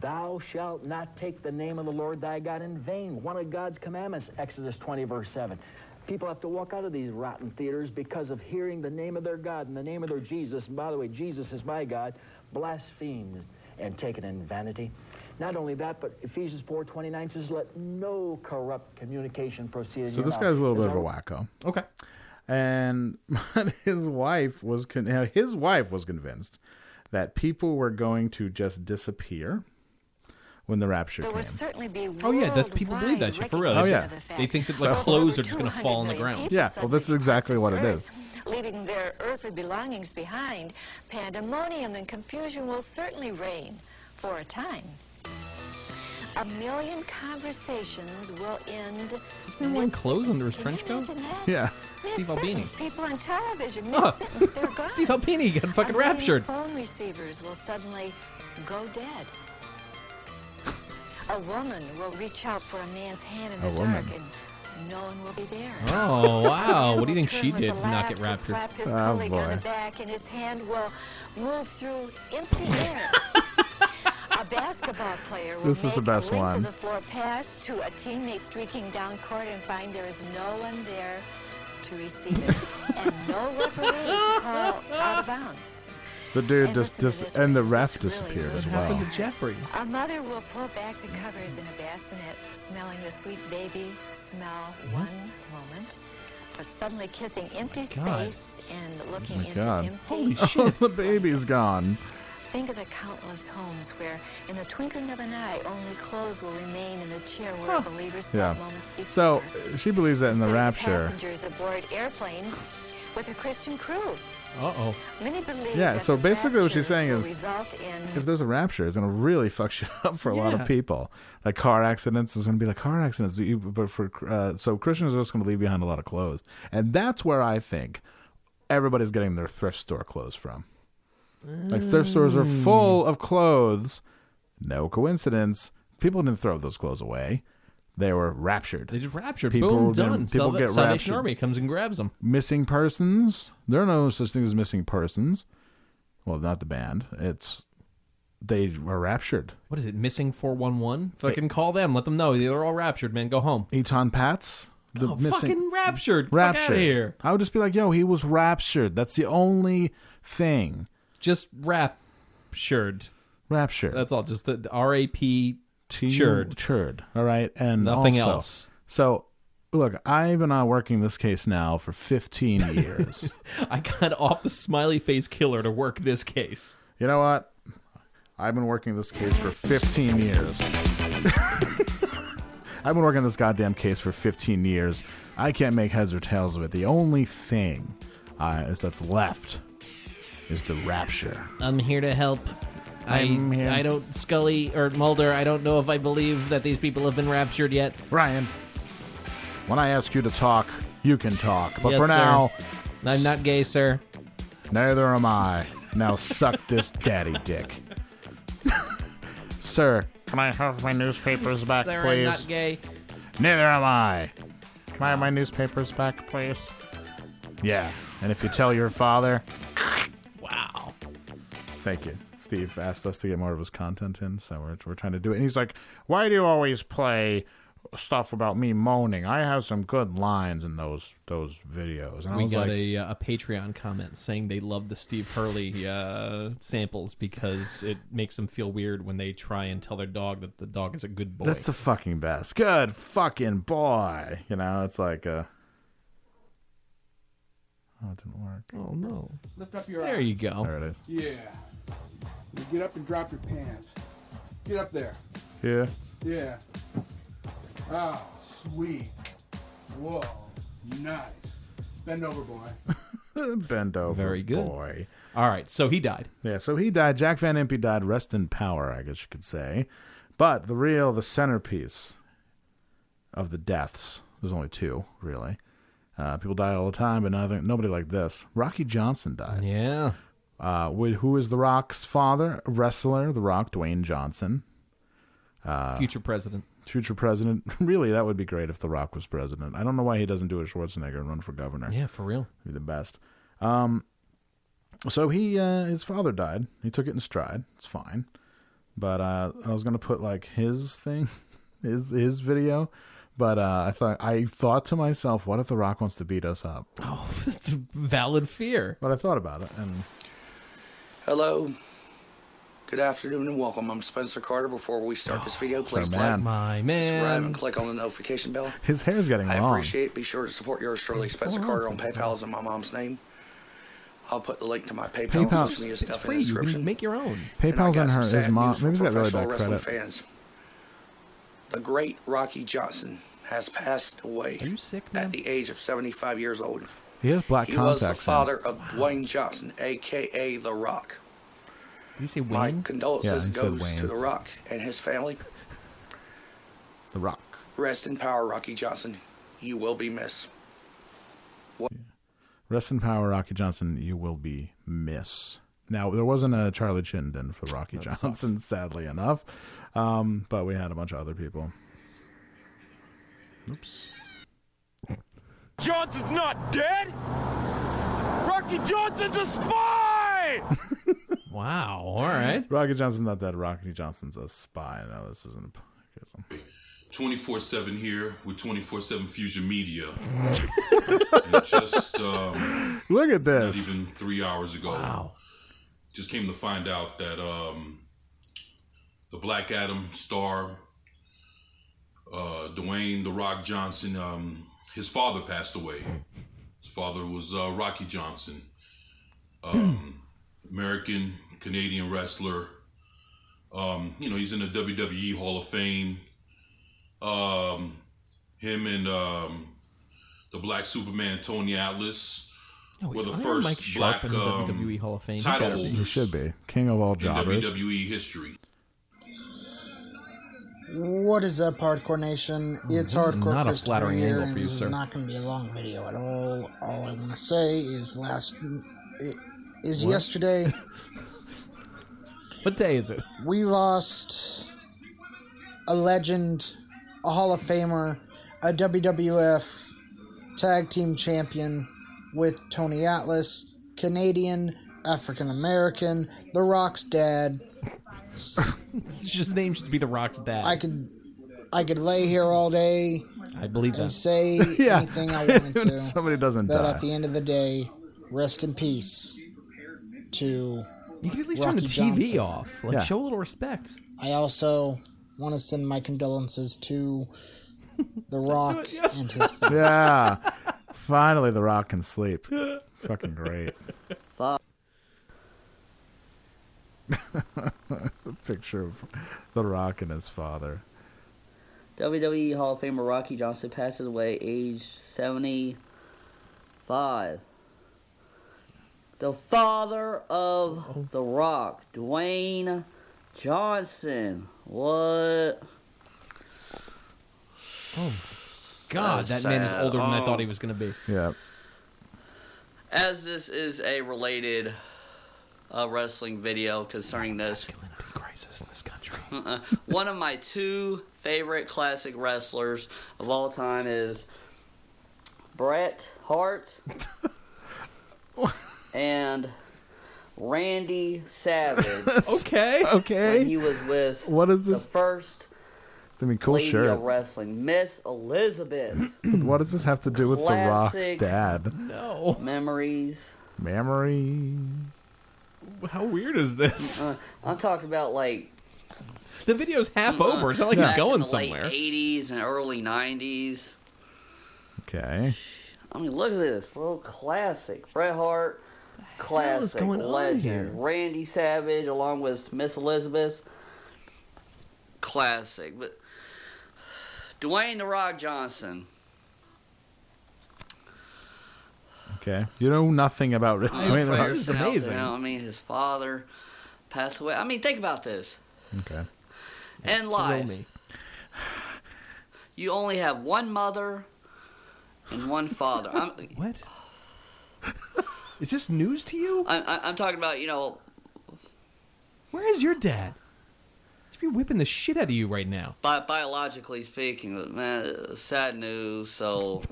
Speaker 8: Thou shalt not take the name of the Lord thy God in vain. One of God's commandments, Exodus 20, verse 7. People have to walk out of these rotten theaters because of hearing the name of their God and the name of their Jesus. And by the way, Jesus is my God, blasphemed and taken in vanity. Not only that, but Ephesians 4, 29 says, let no corrupt communication proceed. in
Speaker 2: So
Speaker 8: your
Speaker 2: this
Speaker 8: mouth."
Speaker 2: guy's a little bit of
Speaker 8: There's
Speaker 2: a wacko.
Speaker 1: Okay.
Speaker 2: And but his wife was con- now, his wife was convinced that people were going to just disappear when the rapture came.
Speaker 12: certainly be
Speaker 1: Oh yeah, that people believe that shit for real.
Speaker 2: Oh yeah,
Speaker 1: They think that like clothes are just gonna fall on the ground.
Speaker 2: Yeah, well, this is exactly what it is.
Speaker 12: leaving their earthly belongings behind. Pandemonium and confusion will certainly reign for a time. A million conversations will end.
Speaker 1: This man wearing clothes under his trench coat?
Speaker 2: Yeah.
Speaker 1: Steve Albini.
Speaker 12: People on television,
Speaker 1: Oh.
Speaker 12: mid-sentence, they're gone.
Speaker 1: Steve Albini got fucking
Speaker 12: A million
Speaker 1: raptured.
Speaker 12: Phone receivers will suddenly go dead. A woman will reach out for a man's hand in
Speaker 1: A
Speaker 12: the
Speaker 1: woman.
Speaker 12: dark, and no one will be there.
Speaker 1: Oh wow! What do you think
Speaker 12: Turn
Speaker 1: she
Speaker 12: with a
Speaker 1: did to not get
Speaker 12: laugh,
Speaker 1: raptured?
Speaker 12: Slap his
Speaker 2: oh,
Speaker 12: colleague on the back, and his hand will move through empty air. a basketball player will
Speaker 2: This is the
Speaker 12: make
Speaker 2: best
Speaker 12: a length
Speaker 2: one.
Speaker 12: of the floor pass to a teammate streaking down court and find there is no one there to receive it, and no referee to call out of bounds.
Speaker 2: The dude just dis- and the ref disappeared as well.
Speaker 1: happened to Jeffrey?
Speaker 12: A mother will pull back the covers in a bassinet, smelling the sweet baby smell one moment, but suddenly kissing empty
Speaker 2: Oh God.
Speaker 12: space and looking
Speaker 2: Oh my
Speaker 12: into
Speaker 2: god!
Speaker 12: empty.
Speaker 2: Oh, the baby's gone.
Speaker 12: Think of the countless homes where, in the twinkling of an eye, only clothes will remain in the chair where a believer spent
Speaker 2: Yeah.
Speaker 12: moments before.
Speaker 2: So she believes that in the rapture.
Speaker 12: Passengers aboard airplanes with a Christian crew.
Speaker 2: Uh oh.
Speaker 12: Many believe
Speaker 2: Yeah,
Speaker 12: that
Speaker 2: so
Speaker 12: the
Speaker 2: basically what she's
Speaker 12: rapture
Speaker 2: saying
Speaker 12: will
Speaker 2: is
Speaker 12: result in
Speaker 2: if there's a rapture, it's going to really fuck shit up for a lot
Speaker 12: Yeah.
Speaker 2: of people. Like car accidents is going to be like car accidents, You- but for uh, so Christians are just going to leave behind a lot of clothes, and that's where I think everybody's getting their thrift store clothes from. Like thrift stores are full of clothes. No coincidence. People didn't throw those clothes away. They were raptured. They
Speaker 1: just raptured. Boom, done. Salva- Salvation Army comes and grabs them.
Speaker 2: Missing persons. There are no such things as missing persons. Well, not the band. It's they were raptured.
Speaker 1: What is it? Missing four one one? Fucking call them. Let them know they're all raptured. Man, go home.
Speaker 2: Eton Pats. The
Speaker 1: oh,
Speaker 2: missing-
Speaker 1: fucking raptured. Fuck
Speaker 2: raptured.
Speaker 1: outta here.
Speaker 2: I would just be like, yo, he was raptured. That's the only thing.
Speaker 1: Just raptured.
Speaker 2: Raptured.
Speaker 1: That's all. Just the R A P.
Speaker 2: Churd. Churd. All right. And
Speaker 1: Nothing
Speaker 2: also-
Speaker 1: else.
Speaker 2: So, look, I've been on working this case now for 15 years.
Speaker 1: I got off the smiley face killer to work this case.
Speaker 2: you know what? I've been working this case for 15 years. I've been working on this goddamn case for 15 years. I can't make heads or tails of it. The only thing uh, is that's left is the rapture.
Speaker 3: I'm here to help.
Speaker 2: I'm
Speaker 3: I
Speaker 2: here.
Speaker 3: I don't Scully or Mulder. I don't know if I believe that these people have been raptured yet.
Speaker 2: Ryan, when I ask you to talk, you can talk. But
Speaker 3: Yes,
Speaker 2: for
Speaker 3: sir.
Speaker 2: now,
Speaker 3: I'm not gay, sir.
Speaker 2: Neither am I. Now suck this daddy dick. Sir, can I have my newspapers back,
Speaker 3: sir,
Speaker 2: please?
Speaker 3: I'm not gay.
Speaker 2: Neither am I. Can I have my newspapers back, please? Yeah, and if you tell your father. Wow. Thank you. Steve asked us to get more of his content in, so we're, we're trying to do it. And he's like, Why do you always play stuff about me moaning? I have some good lines in those those videos. And I
Speaker 1: we
Speaker 2: was
Speaker 1: got
Speaker 2: like,
Speaker 1: a, uh, a Patreon comment saying they love the Steve Hurley uh, samples because it makes them feel weird when they try and tell their dog that the dog is a good boy.
Speaker 2: That's the fucking best. Good fucking boy. You know, it's like uh Oh, it didn't work.
Speaker 1: Oh no.
Speaker 13: Lift up your
Speaker 1: There
Speaker 13: arms.
Speaker 1: you go.
Speaker 2: There it is.
Speaker 13: Yeah. You get up and drop your pants. Get up there.
Speaker 2: Yeah.
Speaker 13: Yeah. Oh, sweet. Whoa. Nice. Bend over, boy.
Speaker 2: Bend over.
Speaker 1: Very good.
Speaker 2: Boy.
Speaker 1: All right, so he died.
Speaker 2: Yeah, so he died. Jack Van Impe died. Rest in power, I guess you could say. But the real, the centerpiece of the deaths, there's only two, really. Uh, people die all the time, but nothing, nobody like this. Rocky Johnson died.
Speaker 1: Yeah.
Speaker 2: Uh, wi- who is The Rock's father? Wrestler, The Rock, Dwayne Johnson. Uh,
Speaker 1: Future president.
Speaker 2: Future president. really, that would be great if The Rock was president. I don't know why he doesn't do a Schwarzenegger and run for governor.
Speaker 1: Yeah, for real.
Speaker 2: Be the best. Um, so he, uh, his father died. He took it in stride. It's fine. But uh, I was gonna put like his thing, his his video. But uh, I thought I thought to myself, what if The Rock wants to beat us up?
Speaker 1: Oh, that's a valid fear.
Speaker 2: But I thought about it, and
Speaker 14: Hello. Good afternoon and welcome. I'm Spencer Carter. Before we start this video,
Speaker 2: our
Speaker 14: please like,
Speaker 2: Oh, man. My man.
Speaker 14: subscribe, and click on the notification bell.
Speaker 2: his hair's getting
Speaker 14: I
Speaker 2: long.
Speaker 14: appreciate it. Be sure to support yours truly, Spencer
Speaker 2: long
Speaker 14: Carter,
Speaker 2: for
Speaker 14: on PayPal is in my mom's name. I'll put the link to my PayPal, and
Speaker 2: PayPal-
Speaker 14: social media
Speaker 2: It's
Speaker 14: stuff
Speaker 2: free.
Speaker 14: in
Speaker 2: You
Speaker 14: the
Speaker 2: can
Speaker 14: description.
Speaker 1: make your own.
Speaker 14: And I
Speaker 2: PayPal's
Speaker 14: got
Speaker 2: on
Speaker 14: some
Speaker 2: her. His
Speaker 14: sad
Speaker 2: mom.
Speaker 14: news for
Speaker 2: Maybe he's got really
Speaker 14: professional
Speaker 2: bad
Speaker 14: wrestling
Speaker 2: credit.
Speaker 14: Fans. The great Rocky Johnson has passed away at the age of 75 years old.
Speaker 2: He has black
Speaker 14: He was
Speaker 2: contacts.
Speaker 14: the
Speaker 2: in.
Speaker 14: father of Dwayne Johnson, a.k.a. The Rock.
Speaker 1: Did you say
Speaker 14: My
Speaker 1: Wayne?
Speaker 14: condolences
Speaker 2: Yeah, he said
Speaker 14: goes to
Speaker 2: Wayne.
Speaker 14: The Rock and his family.
Speaker 2: The Rock.
Speaker 14: Rest in power, Rocky Johnson. You will be missed. What?
Speaker 2: Rest in power, Rocky Johnson. You will be miss. Now there wasn't a Charlie Chinden for Rocky
Speaker 1: That
Speaker 2: Johnson, sadly enough, um, but we had a bunch of other people. Oops.
Speaker 15: Johnson's not dead. Rocky Johnson's a spy.
Speaker 2: Wow. All
Speaker 1: right.
Speaker 2: Rocky Johnson's not dead. Rocky Johnson's a spy. No, this isn't. A...
Speaker 16: 24 7 here with 24 7 Fusion Media. And just um,
Speaker 2: Look at this.
Speaker 16: not even three hours ago, just came to find out that um, the Black Adam star, uh, Dwayne The Rock Johnson, um, his father passed away. His father was uh, Rocky Johnson, um, American Canadian wrestler. Um, you know, he's in the WWE Hall of Fame. Um, him and um, the Black Superman Tony Atlas
Speaker 1: No,
Speaker 16: were
Speaker 1: is
Speaker 16: the
Speaker 1: Iron
Speaker 16: first
Speaker 1: Oh, Mike Sharp
Speaker 16: black
Speaker 1: in the
Speaker 16: um,
Speaker 1: WWE E Hall of Fame? He
Speaker 16: title
Speaker 1: better be.
Speaker 16: holders
Speaker 2: You should be king of all
Speaker 16: in
Speaker 2: jobbers.
Speaker 16: WWE E history.
Speaker 17: What is up, Hardcore Nation? It's
Speaker 16: this is
Speaker 17: Hardcore
Speaker 16: not a
Speaker 17: Christopher
Speaker 16: flattering
Speaker 17: here,
Speaker 16: angle
Speaker 17: and
Speaker 16: for you,
Speaker 17: this
Speaker 16: sir.
Speaker 17: is not going to be a long video at all. All I want to say is last i- is
Speaker 1: What?
Speaker 17: yesterday
Speaker 1: What day is it?
Speaker 17: we lost a legend, a Hall of Famer, a WWF Tag Team Champion with Tony Atlas, Canadian, African American, The Rock's dad.
Speaker 1: His name should be The Rock's dad.
Speaker 17: I could I could lay here all day
Speaker 1: I believe
Speaker 17: and
Speaker 1: that.
Speaker 17: say
Speaker 2: Yeah.
Speaker 17: anything I wanted to.
Speaker 2: Somebody doesn't
Speaker 17: but
Speaker 2: die.
Speaker 17: at the end of the day, rest in peace to
Speaker 1: You could at least
Speaker 17: Rocky
Speaker 1: turn the TV
Speaker 17: Johnson.
Speaker 1: off. Like, show a little respect.
Speaker 17: I also want to send my condolences to The Rock and his family.
Speaker 2: yeah. Finally, The Rock can sleep. It's fucking great. Picture of The Rock and his father.
Speaker 18: WWE E Hall of Famer Rocky Johnson passes away age 75. The father
Speaker 2: Oh.
Speaker 18: of The Rock, Dwayne Johnson. What?
Speaker 1: Oh, God, that
Speaker 18: That's
Speaker 1: man is
Speaker 18: sad.
Speaker 1: older than I thought he
Speaker 18: Oh.
Speaker 1: was going to be.
Speaker 2: Yeah.
Speaker 18: As this is a related uh, wrestling video concerning this crisis in this country, one of my two favorite classic wrestlers of all time is Bret Hart and Randy Savage.
Speaker 2: Okay. Okay.
Speaker 18: When he was with
Speaker 2: What is
Speaker 18: the
Speaker 2: this?
Speaker 18: first
Speaker 2: I mean, cool
Speaker 18: lady
Speaker 2: shirt.
Speaker 18: of wrestling, Miss Elizabeth.
Speaker 2: what does this have to do with The Rock's
Speaker 18: Classic.
Speaker 2: dad?
Speaker 18: No memories.
Speaker 2: Memories.
Speaker 1: How weird is this?
Speaker 18: Uh, I'm talking about like Uh-huh.
Speaker 1: The video's half over. It's not like he's
Speaker 18: back in
Speaker 1: going
Speaker 18: the
Speaker 1: somewhere.
Speaker 18: Late 80s and early 90s.
Speaker 2: Okay.
Speaker 18: I mean, look at this, bro. Classic. Bret Hart, classic.
Speaker 2: is going on
Speaker 18: legend.
Speaker 2: here?
Speaker 18: Randy Savage, along with Miss Elizabeth. Classic. But Dwayne The Rock Johnson.
Speaker 2: Okay. You know nothing about Rick Dwayne The Rock.
Speaker 18: Out, You know, I mean, his father passed away. I mean, think about this.
Speaker 2: Okay.
Speaker 18: And life. You only have one mother and one father. I'm,
Speaker 1: what? Is this news to you?
Speaker 18: I, I, I'm talking about, you know,
Speaker 1: Where is your dad? should be whipping the shit out of you right now.
Speaker 18: Bi- biologically speaking, but, man, sad news. So,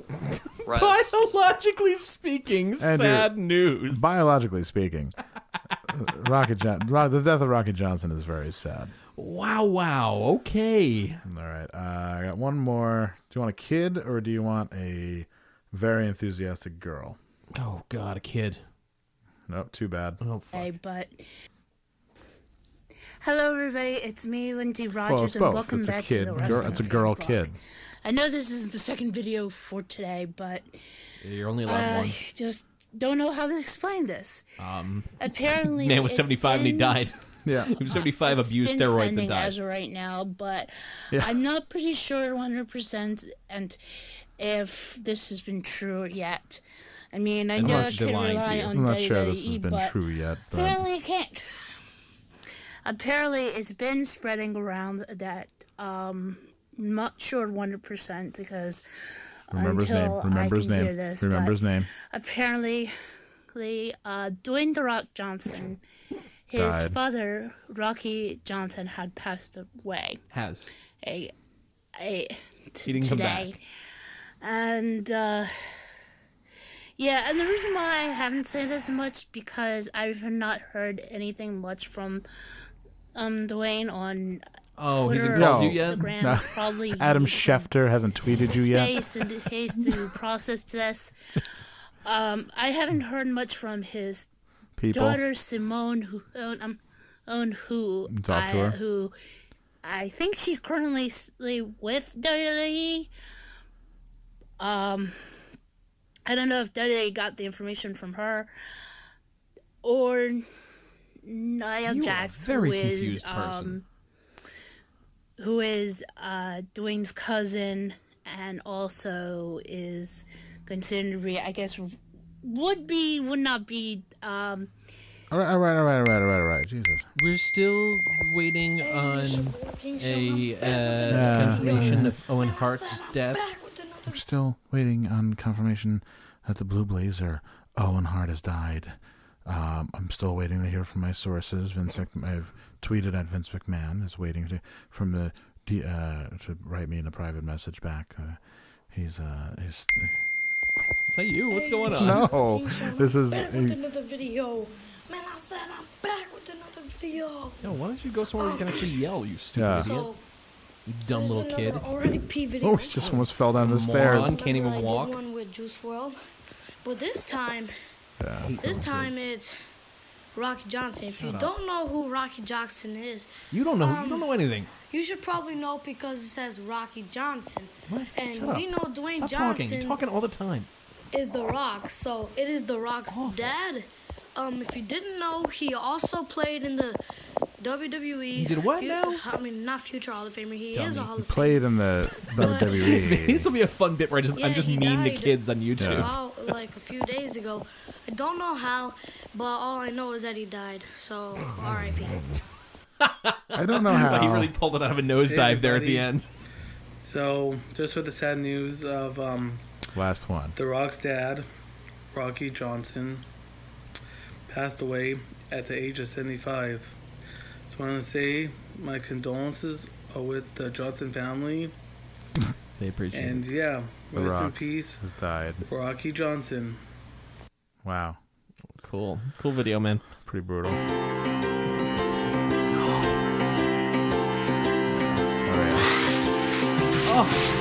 Speaker 18: right,
Speaker 1: Biologically speaking,
Speaker 2: Andrew,
Speaker 1: sad news.
Speaker 2: Biologically speaking, Rocket John, Ro- the death of Rocket Johnson is very sad.
Speaker 1: Wow! Wow! Okay.
Speaker 2: All right. Uh, I got one more. Do you want a kid or do you want a very enthusiastic girl?
Speaker 1: Oh God, a kid.
Speaker 2: Nope. Too bad.
Speaker 1: Oh,
Speaker 19: Okay, but hello, everybody. It's me, Lindsay Rogers,
Speaker 2: well, it's
Speaker 19: and
Speaker 2: both.
Speaker 19: welcome
Speaker 2: It's a
Speaker 19: back
Speaker 2: kid.
Speaker 19: to the
Speaker 2: Girl,
Speaker 19: Wrestling
Speaker 2: it's a girl
Speaker 19: Fan
Speaker 2: kid.
Speaker 19: Blog. I know this is the second video for today, but
Speaker 1: You're only allowed
Speaker 19: I
Speaker 1: one.
Speaker 19: just don't know how to explain this.
Speaker 1: Um,
Speaker 19: Apparently,
Speaker 1: man was
Speaker 19: it's
Speaker 1: 75 and he
Speaker 19: been-
Speaker 1: died. Yeah, he was 75, abused
Speaker 19: been
Speaker 1: steroids and
Speaker 19: trending
Speaker 1: died.
Speaker 19: as of right now, but
Speaker 1: Yeah.
Speaker 19: I'm not pretty sure 100 percent and if this has been true yet. I mean, I
Speaker 2: I'm
Speaker 19: know
Speaker 2: not
Speaker 19: I
Speaker 2: sure
Speaker 19: can
Speaker 2: lying to
Speaker 19: rely
Speaker 2: you.
Speaker 19: on
Speaker 2: I'm not
Speaker 19: WWE,
Speaker 2: sure this has been
Speaker 19: but
Speaker 2: true yet, but-
Speaker 19: Apparently, I can't. Apparently, it's been spreading around that. Um, not sure 100 percent because
Speaker 2: Remember his name.
Speaker 19: until
Speaker 2: Remember
Speaker 19: I
Speaker 2: his
Speaker 19: can
Speaker 2: name.
Speaker 19: hear this,
Speaker 2: Remember
Speaker 19: but
Speaker 2: his name.
Speaker 19: Apparently, uh, Dwayne the Rock Johnson, his
Speaker 2: Died.
Speaker 19: father Rocky Johnson had passed away.
Speaker 1: Has
Speaker 19: A, a t-
Speaker 1: He didn't come back.
Speaker 19: today. And uh, yeah, and the reason why I haven't said as much because I've not heard anything much from um Dwayne on
Speaker 1: Oh, he hasn't
Speaker 19: Twitter or
Speaker 1: called you yet?
Speaker 19: Instagram,
Speaker 2: No.
Speaker 19: probably
Speaker 2: Adam Schefter hasn't tweeted you yet.
Speaker 19: space and space to process this. Um, I haven't heard much from his
Speaker 2: People.
Speaker 19: daughter Simone, who um, own who
Speaker 2: Talk to
Speaker 19: I,
Speaker 2: her.
Speaker 19: who I think she's currently s- with WWE. Um, I don't know if WWE got the information from her or Nia
Speaker 20: You are a
Speaker 19: Jax,
Speaker 20: very
Speaker 19: who is
Speaker 20: confused person.
Speaker 19: um, who is uh, Dwayne's cousin and also is considered to be, I guess, would be, would not be. Um,
Speaker 2: All right, all right, all right, all right, all right, all right. Jesus.
Speaker 1: We're still waiting on a
Speaker 2: Yeah.
Speaker 1: uh, confirmation of Owen Hart's death.
Speaker 2: We're still waiting on confirmation that the Blue Blazer Owen Hart has died. Um, I'm still waiting to hear from my sources. Vince, Mc- I've tweeted at Vince McMahon. Is waiting to from the D- uh, to write me in a private message back. Uh, he's uh, he's
Speaker 1: Is that you? What's going on?
Speaker 2: no. This is
Speaker 20: back with another video. Man, I said I'm back with another video.
Speaker 1: No, why don't you go somewhere where you can actually yell, you stupid
Speaker 2: Yeah.
Speaker 1: idiot?
Speaker 20: So,
Speaker 1: You dumb little
Speaker 20: another
Speaker 1: kid.
Speaker 20: RIP video.
Speaker 2: oh, he just almost fell down the stairs.
Speaker 1: Moron, can't even
Speaker 20: I
Speaker 1: walk.
Speaker 20: did one with Juice World, but this time,
Speaker 2: Yeah.
Speaker 20: this time it's Rocky Johnson. If you
Speaker 1: Shut up.
Speaker 20: don't know who Rocky Johnson is,
Speaker 1: You don't know.
Speaker 20: um,
Speaker 1: you don't know anything.
Speaker 20: You should probably know because it says Rocky Johnson, and
Speaker 1: Shut up.
Speaker 20: we know Dwayne
Speaker 1: Stop talking.
Speaker 20: Johnson
Speaker 1: You're talking all the time.
Speaker 20: is The Rock, so it is The Rock's dad. Um, if you didn't know, he also played in the WWE.
Speaker 2: He did what
Speaker 20: Fu-
Speaker 2: now?
Speaker 20: I mean, not future Hall of Famer. He is a Hall
Speaker 2: He
Speaker 20: of
Speaker 2: played in the E. WWE.
Speaker 1: this will be a fun bit where I just,
Speaker 20: Yeah,
Speaker 1: I'm just
Speaker 20: he
Speaker 1: mean to
Speaker 20: died
Speaker 1: kids on YouTube.
Speaker 20: About like a few days ago. I don't know how, but all I know is that he died. So R.I.P.
Speaker 2: I don't know
Speaker 1: Wow, he
Speaker 2: how.
Speaker 1: really pulled it out of a nosedive there at
Speaker 21: everybody.
Speaker 1: the end.
Speaker 21: So, just with the sad news of um,
Speaker 2: Last one.
Speaker 21: The Rock's dad, Rocky Johnson, passed away at the age of 75. Just want to say my condolences are with the Johnson family.
Speaker 1: They appreciate
Speaker 21: And
Speaker 1: it.
Speaker 21: yeah,
Speaker 2: The
Speaker 21: rest in
Speaker 2: Rock
Speaker 21: peace,
Speaker 2: has died.
Speaker 21: Rocky Johnson.
Speaker 2: Wow.
Speaker 1: Cool. Cool video, man.
Speaker 2: Pretty brutal.
Speaker 1: Oh.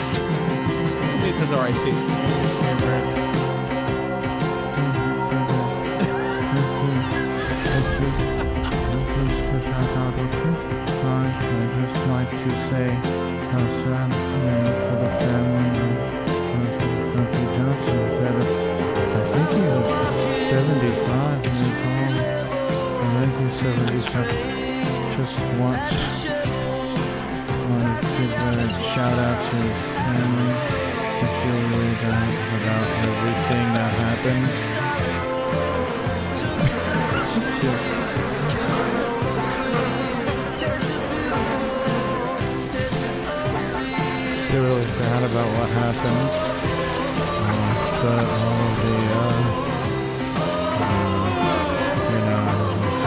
Speaker 1: It says RIP.
Speaker 2: I just like to say how sad I am for the family of Rocky Johnson. That is, I think he was 75 when he died. I think he was 75. Just want want to give a shout out to his family. I feel really bad about everything that happened. Still really sad about what happened. Uh, so all the uh, uh,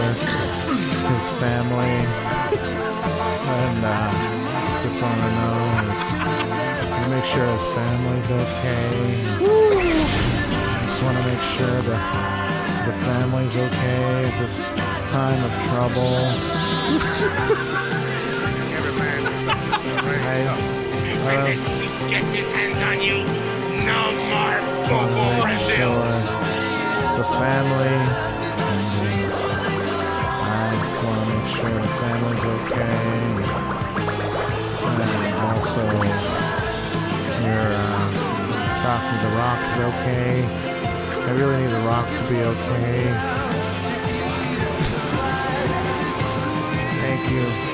Speaker 2: his family. And uh, just want to know is wanna make sure his family's okay. Just want to make sure that the family's okay at this time of trouble. I just- I don't-
Speaker 15: Get his hands on you. No more
Speaker 2: wanna make sure the family and the- I just want to make sure the family's okay. And also, your uh, Rocky the Rock is okay. I really need the Rock to be okay. Thank you.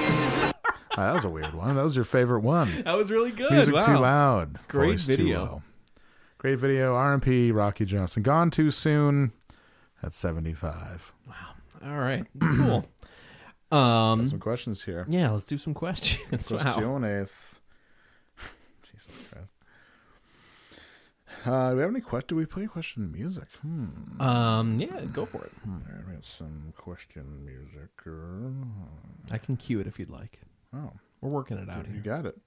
Speaker 2: Ah, that was a weird one. That was your favorite one.
Speaker 1: That was really good.
Speaker 2: Music
Speaker 1: wow.
Speaker 2: too loud.
Speaker 1: Great
Speaker 2: voice too
Speaker 1: video.
Speaker 2: low. Great video. R&P, Rocky Johnson. Gone too soon at 75. Wow.
Speaker 1: All right. Cool. Um,
Speaker 2: some questions here.
Speaker 1: Yeah, let's do some questions. wow.
Speaker 2: Questiones. Jesus Christ. Uh, do we have any questions? Do we play question music? Hmm.
Speaker 1: Um, yeah, go for it.
Speaker 2: All right, we got some question music. uh,
Speaker 1: I can cue it if you'd like.
Speaker 2: Oh.
Speaker 1: We're working it out
Speaker 2: You
Speaker 1: here.
Speaker 2: got it.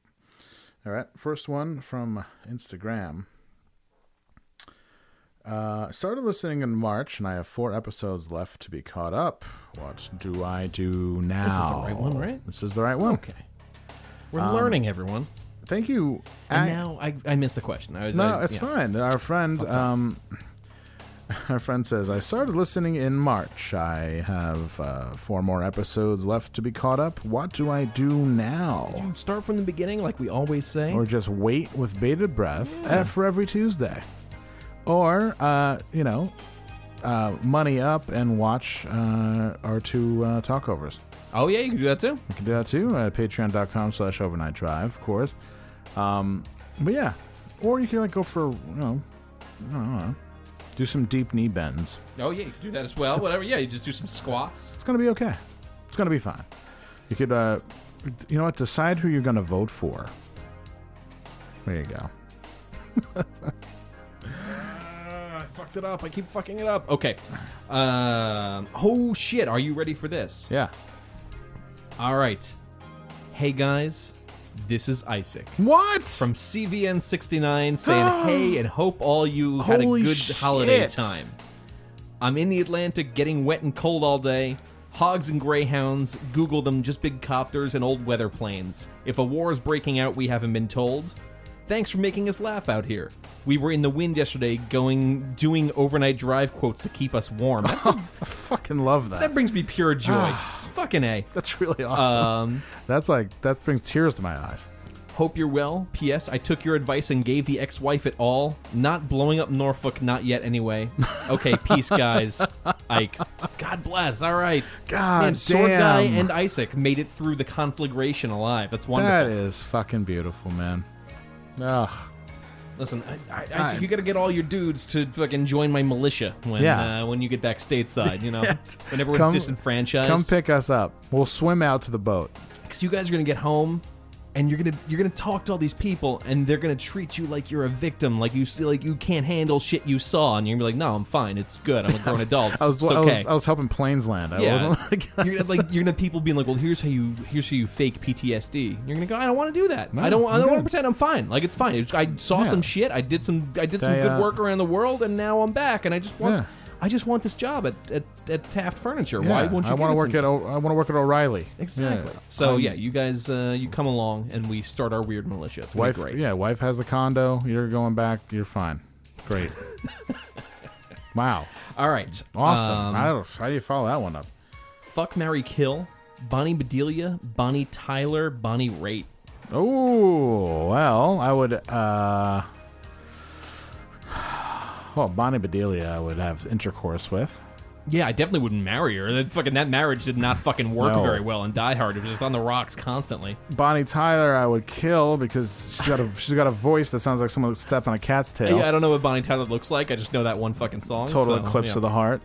Speaker 2: All right. First one from Instagram. Uh, I started listening in March, and I have four episodes left to be caught up. What do I do now?
Speaker 1: right one, right?
Speaker 2: This is the right one.
Speaker 1: Okay. We're
Speaker 2: Um,
Speaker 1: learning, everyone.
Speaker 2: Thank you.
Speaker 1: And
Speaker 2: Ac-
Speaker 1: now I, I missed the question. I,
Speaker 2: No,
Speaker 1: I-
Speaker 2: it's
Speaker 1: yeah.
Speaker 2: fine. Our friend,
Speaker 1: Fuck that.
Speaker 2: um, our friend says, I started listening in March. I have uh, four more episodes left to be caught up. What do I do now?
Speaker 1: Start from the beginning, like we always say.
Speaker 2: Or just wait with bated breath eh, for every Tuesday, or uh, you know, uh, money up and watch uh, our two uh, talkovers.
Speaker 1: Oh yeah, you can do that too.
Speaker 2: You can do that too at patreon.com slash overnight drive, of course. Um, but yeah. Or you can like go for you know, I don't know. Do some deep knee bends.
Speaker 1: Oh yeah, you can do that as well. Whatever. Yeah, you just do some squats.
Speaker 2: It's gonna be okay. It's gonna be fine. You could uh you know what, decide who you're gonna vote for. There you go.
Speaker 1: Ah, I fucked it up. I keep fucking it up. Okay. Um, oh shit, are you ready for this?
Speaker 2: Yeah.
Speaker 1: All right. Hey guys, this is Isaac.
Speaker 2: What?
Speaker 1: From CVN69 saying hey and hope all you had a
Speaker 2: Holy
Speaker 1: good holiday
Speaker 2: shit.
Speaker 1: time. I'm in the Atlantic getting wet and cold all day. Hogs and greyhounds, Google them, just big copters and old weather planes. If a war is breaking out, we haven't been told. Thanks for making us laugh out here. We were in the wind yesterday going doing overnight drive quotes to keep us warm. That's a-
Speaker 2: Fucking love that.
Speaker 1: that brings me pure joy. Fucking A.
Speaker 2: That's really awesome.
Speaker 1: Um,
Speaker 2: That's like that brings tears to my eyes.
Speaker 1: Hope you're well. P.S. I took your advice and gave the ex-wife it all. Not blowing up Norfolk, not yet. Anyway. Okay, peace, guys. Ike. God bless. All right.
Speaker 2: God
Speaker 1: Man, Sword
Speaker 2: damn.
Speaker 1: guy and Isaac made it through the conflagration alive. That's wonderful.
Speaker 2: That is fucking beautiful, man. Ugh.
Speaker 1: Listen, I, I,
Speaker 2: I-
Speaker 1: Isaac, you got to get all your dudes to fucking join my militia when
Speaker 2: Yeah.
Speaker 1: uh, when you get back stateside. You know, when everyone's
Speaker 2: Come-
Speaker 1: disenfranchised.
Speaker 2: Come pick us up. We'll swim out to the boat.
Speaker 1: because you guys are gonna get home and you're gonna you're gonna talk to all these people and they're gonna treat you like you're a victim like you see like you can't handle shit you saw and you're gonna be like no i'm fine it's good i'm a grown adult
Speaker 2: I was,
Speaker 1: it's
Speaker 2: I
Speaker 1: okay
Speaker 2: was I was helping planes land. I
Speaker 1: yeah,
Speaker 2: wasn't
Speaker 1: you're gonna, like you're gonna have people being like, "Well, here's how you here's how you fake PTSD." You're gonna go, "I don't want to do that.
Speaker 2: No,
Speaker 1: I don't. I
Speaker 2: I'm
Speaker 1: don't want to
Speaker 2: good.
Speaker 1: pretend I'm fine. Like it's fine. It's- I saw
Speaker 2: Yeah.
Speaker 1: some shit. I did some. I did some
Speaker 2: They,
Speaker 1: good
Speaker 2: uh,
Speaker 1: work around the world, and now I'm back. And I just want.
Speaker 2: Yeah.
Speaker 1: I just want this job at at, at Taft Furniture.
Speaker 2: Yeah,
Speaker 1: Why won't you?
Speaker 2: I
Speaker 1: want to
Speaker 2: work at o- I want to work at O'Reilly.
Speaker 1: Exactly.
Speaker 2: Yeah.
Speaker 1: So
Speaker 2: Um,
Speaker 1: yeah, you guys, uh, you come along and we start our weird militia. It's gonna be
Speaker 2: wife.
Speaker 1: great.
Speaker 2: Yeah, wife has the condo. You're going back. You're fine. Great. wow.
Speaker 1: All right.
Speaker 2: Awesome.
Speaker 1: Um,
Speaker 2: I don't, how do you follow that one up?
Speaker 1: Fuck Mary Kill, Bonnie Bedelia, Bonnie Tyler, Bonnie Raitt.
Speaker 2: Oh well, I would. uh Well, Bonnie Bedelia, I would have intercourse with.
Speaker 1: Yeah, I definitely wouldn't marry her. That fucking that marriage did not fucking work
Speaker 2: No.
Speaker 1: very well in Die Hard. It was just on the rocks constantly.
Speaker 2: Bonnie Tyler, I would kill because she's got a she's got a voice that sounds like someone stepped on a cat's tail.
Speaker 1: Yeah, I don't know what Bonnie Tyler looks like. I just know that one fucking song.
Speaker 2: Total
Speaker 1: so,
Speaker 2: Eclipse
Speaker 1: yeah.
Speaker 2: of the Heart.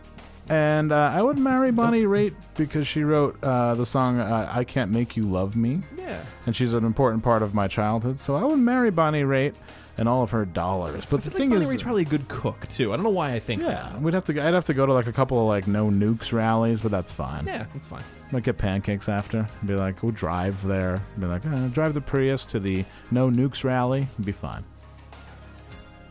Speaker 2: And uh, I would marry Bonnie Raitt because she wrote uh, the song uh, "I Can't Make You Love Me."
Speaker 1: Yeah.
Speaker 2: and she's an important part of my childhood. So I would marry Bonnie Raitt and all of her dollars. But the
Speaker 1: I
Speaker 2: thing
Speaker 1: think Bonnie
Speaker 2: is,
Speaker 1: Raitt's probably a good cook too. I don't know why I think
Speaker 2: yeah, we'd have to. I'd have to go to like a couple of like no nukes rallies, but that's fine.
Speaker 1: that. Yeah, that's fine.
Speaker 2: Might get pancakes after. Be like, we'll drive there. Be like, eh, drive the Prius to the no nukes rally. Be fine.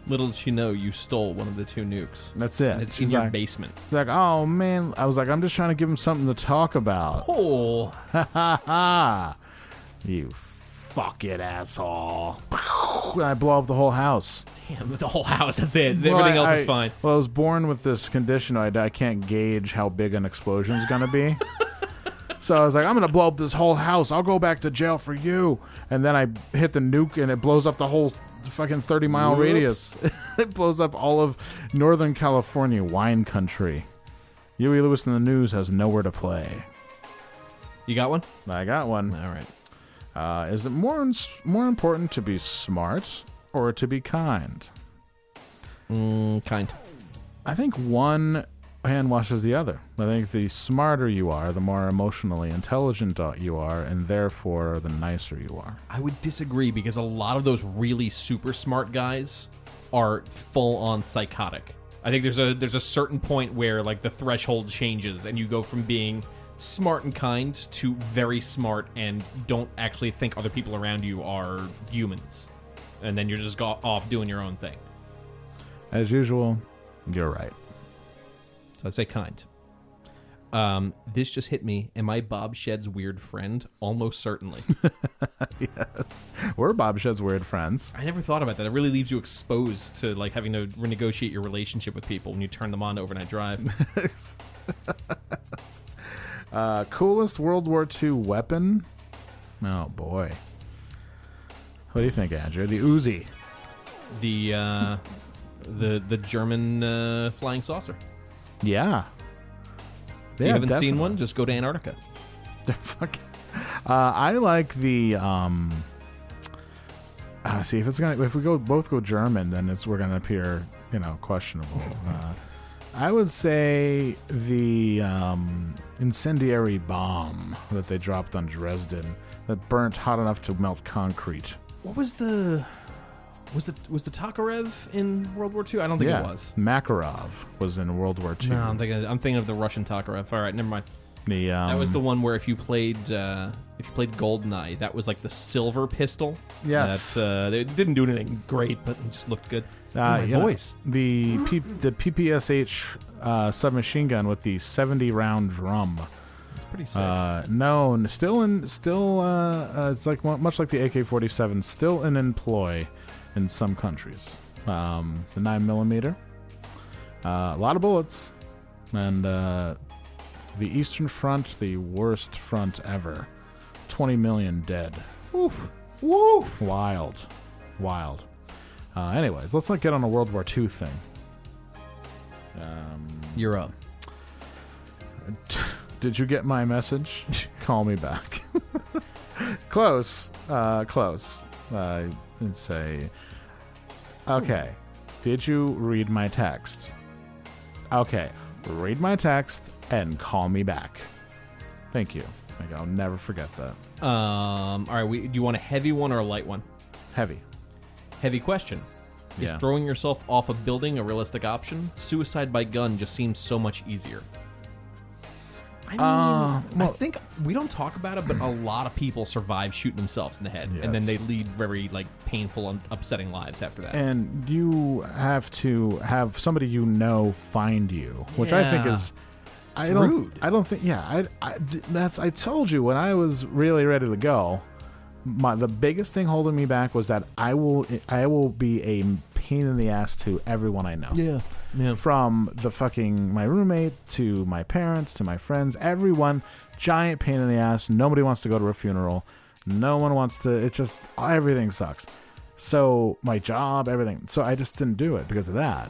Speaker 1: Little did she know you stole one of the two nukes.
Speaker 2: That's it.
Speaker 1: And it's
Speaker 2: She's
Speaker 1: in your
Speaker 2: like-
Speaker 1: basement.
Speaker 2: She's like, oh man. I was like, I'm just trying to give him something to talk about.
Speaker 1: Oh.
Speaker 2: Ha ha ha. You fuck it, asshole. And I blow up the whole house.
Speaker 1: Damn, the whole house. That's it.
Speaker 2: Well,
Speaker 1: Everything else
Speaker 2: I-
Speaker 1: is fine.
Speaker 2: Well, I was born with this condition. I, I can't gauge how big an explosion is going to be. so I was like, I'm going to blow up this whole house. I'll go back to jail for you. And then I hit the nuke and it blows up the whole fucking 30 mile
Speaker 1: Whoops.
Speaker 2: radius. it blows up all of Northern California wine country. Huey Lewis in the News has nowhere to play.
Speaker 1: You got one?
Speaker 2: I got one.
Speaker 1: All right.
Speaker 2: Uh, is it more ins- more important to be smart or to be kind?
Speaker 1: Mm, kind.
Speaker 2: I think one hand washes the other. I think the smarter you are, the more emotionally intelligent uh, you are, and therefore the nicer you are.
Speaker 1: I would disagree because a lot of those really super smart guys are full on psychotic. I think there's a there's a certain point where like the threshold changes and you go from being smart and kind to very smart and don't actually think other people around you are humans. And then you're just go- off doing your own thing.
Speaker 2: As usual, you're right.
Speaker 1: So I'd say kind. Um, this just hit me. Am I Bob Shed's weird friend? Almost certainly.
Speaker 2: yes. We're Bob Shed's weird friends.
Speaker 1: I never thought about that. It really leaves you exposed to like having to renegotiate your relationship with people when you turn them on to overnight drive.
Speaker 2: Uh, coolest World War II weapon? Oh boy. What do you think, Andrew? The Uzi.
Speaker 1: the uh, the the German uh, flying saucer.
Speaker 2: Yeah.
Speaker 1: If you haven't seen one, just go to Antarctica.
Speaker 2: Fuck. Uh, I like the. Um, uh, see if it's gonna if we go both go German, then it's we're gonna appear you know questionable. uh, I would say the um, incendiary bomb that they dropped on Dresden that burnt hot enough to melt concrete.
Speaker 1: What was the was the was the Tokarev in World War II? I don't think
Speaker 2: yeah,
Speaker 1: it was.
Speaker 2: Makarov was in World War II.
Speaker 1: No, I'm thinking I'm thinking of the Russian Tokarev. All right, never mind.
Speaker 2: The, um,
Speaker 1: that was the one where if you played uh, if you played Goldeneye, that was like the silver pistol.
Speaker 2: Yes.
Speaker 1: That's, uh, they didn't do anything great, but it just looked good. Ooh,
Speaker 2: Uh,
Speaker 1: Oh my
Speaker 2: you know,
Speaker 1: voice.
Speaker 2: the P- the PPSH uh, submachine gun with the seventy round drum. It's
Speaker 1: pretty
Speaker 2: sick. Uh, known, still in, still uh, uh, it's like mu- much like the AK forty seven, still in employ in some countries. Um, the nine millimeter, uh, a lot of bullets, and uh, the Eastern Front, the worst front ever. Twenty million dead.
Speaker 1: Woof. Woof.
Speaker 2: Wild. Wild. Uh, anyways, let's not get on a World War II thing. Um,
Speaker 1: You're up.
Speaker 2: Did you get my message? Call me back. close. Uh, close. Uh, I'd say. Okay. Did you read my text? Okay. Read my text and call me back. Thank you. Like, I'll never forget that.
Speaker 1: Um, all right, we, do you want a heavy one or a light one?
Speaker 2: Heavy.
Speaker 1: Heavy question. Is
Speaker 2: Yeah.
Speaker 1: throwing yourself off a building a realistic option? Suicide by gun just seems so much easier. I mean,
Speaker 2: Uh,
Speaker 1: I think we don't talk about it, but a lot of people survive shooting themselves in the head, and then
Speaker 2: Yes.
Speaker 1: they lead very like painful and upsetting lives after that.
Speaker 2: And you have to have somebody you know find you, which I think
Speaker 1: Yeah.
Speaker 2: is. I
Speaker 1: It's
Speaker 2: don't.
Speaker 1: rude.
Speaker 2: I don't think. Yeah, I, I- th- That's. I told you when I was really ready to go. My the biggest thing holding me back was that I will. I will be a pain in the ass to everyone I know.
Speaker 1: Yeah. Yeah.
Speaker 2: From the fucking my roommate to my parents to my friends, everyone, giant pain in the ass. Nobody wants to go to a funeral. No one wants to. It just everything sucks. So my job, everything. So I just didn't do it because of that.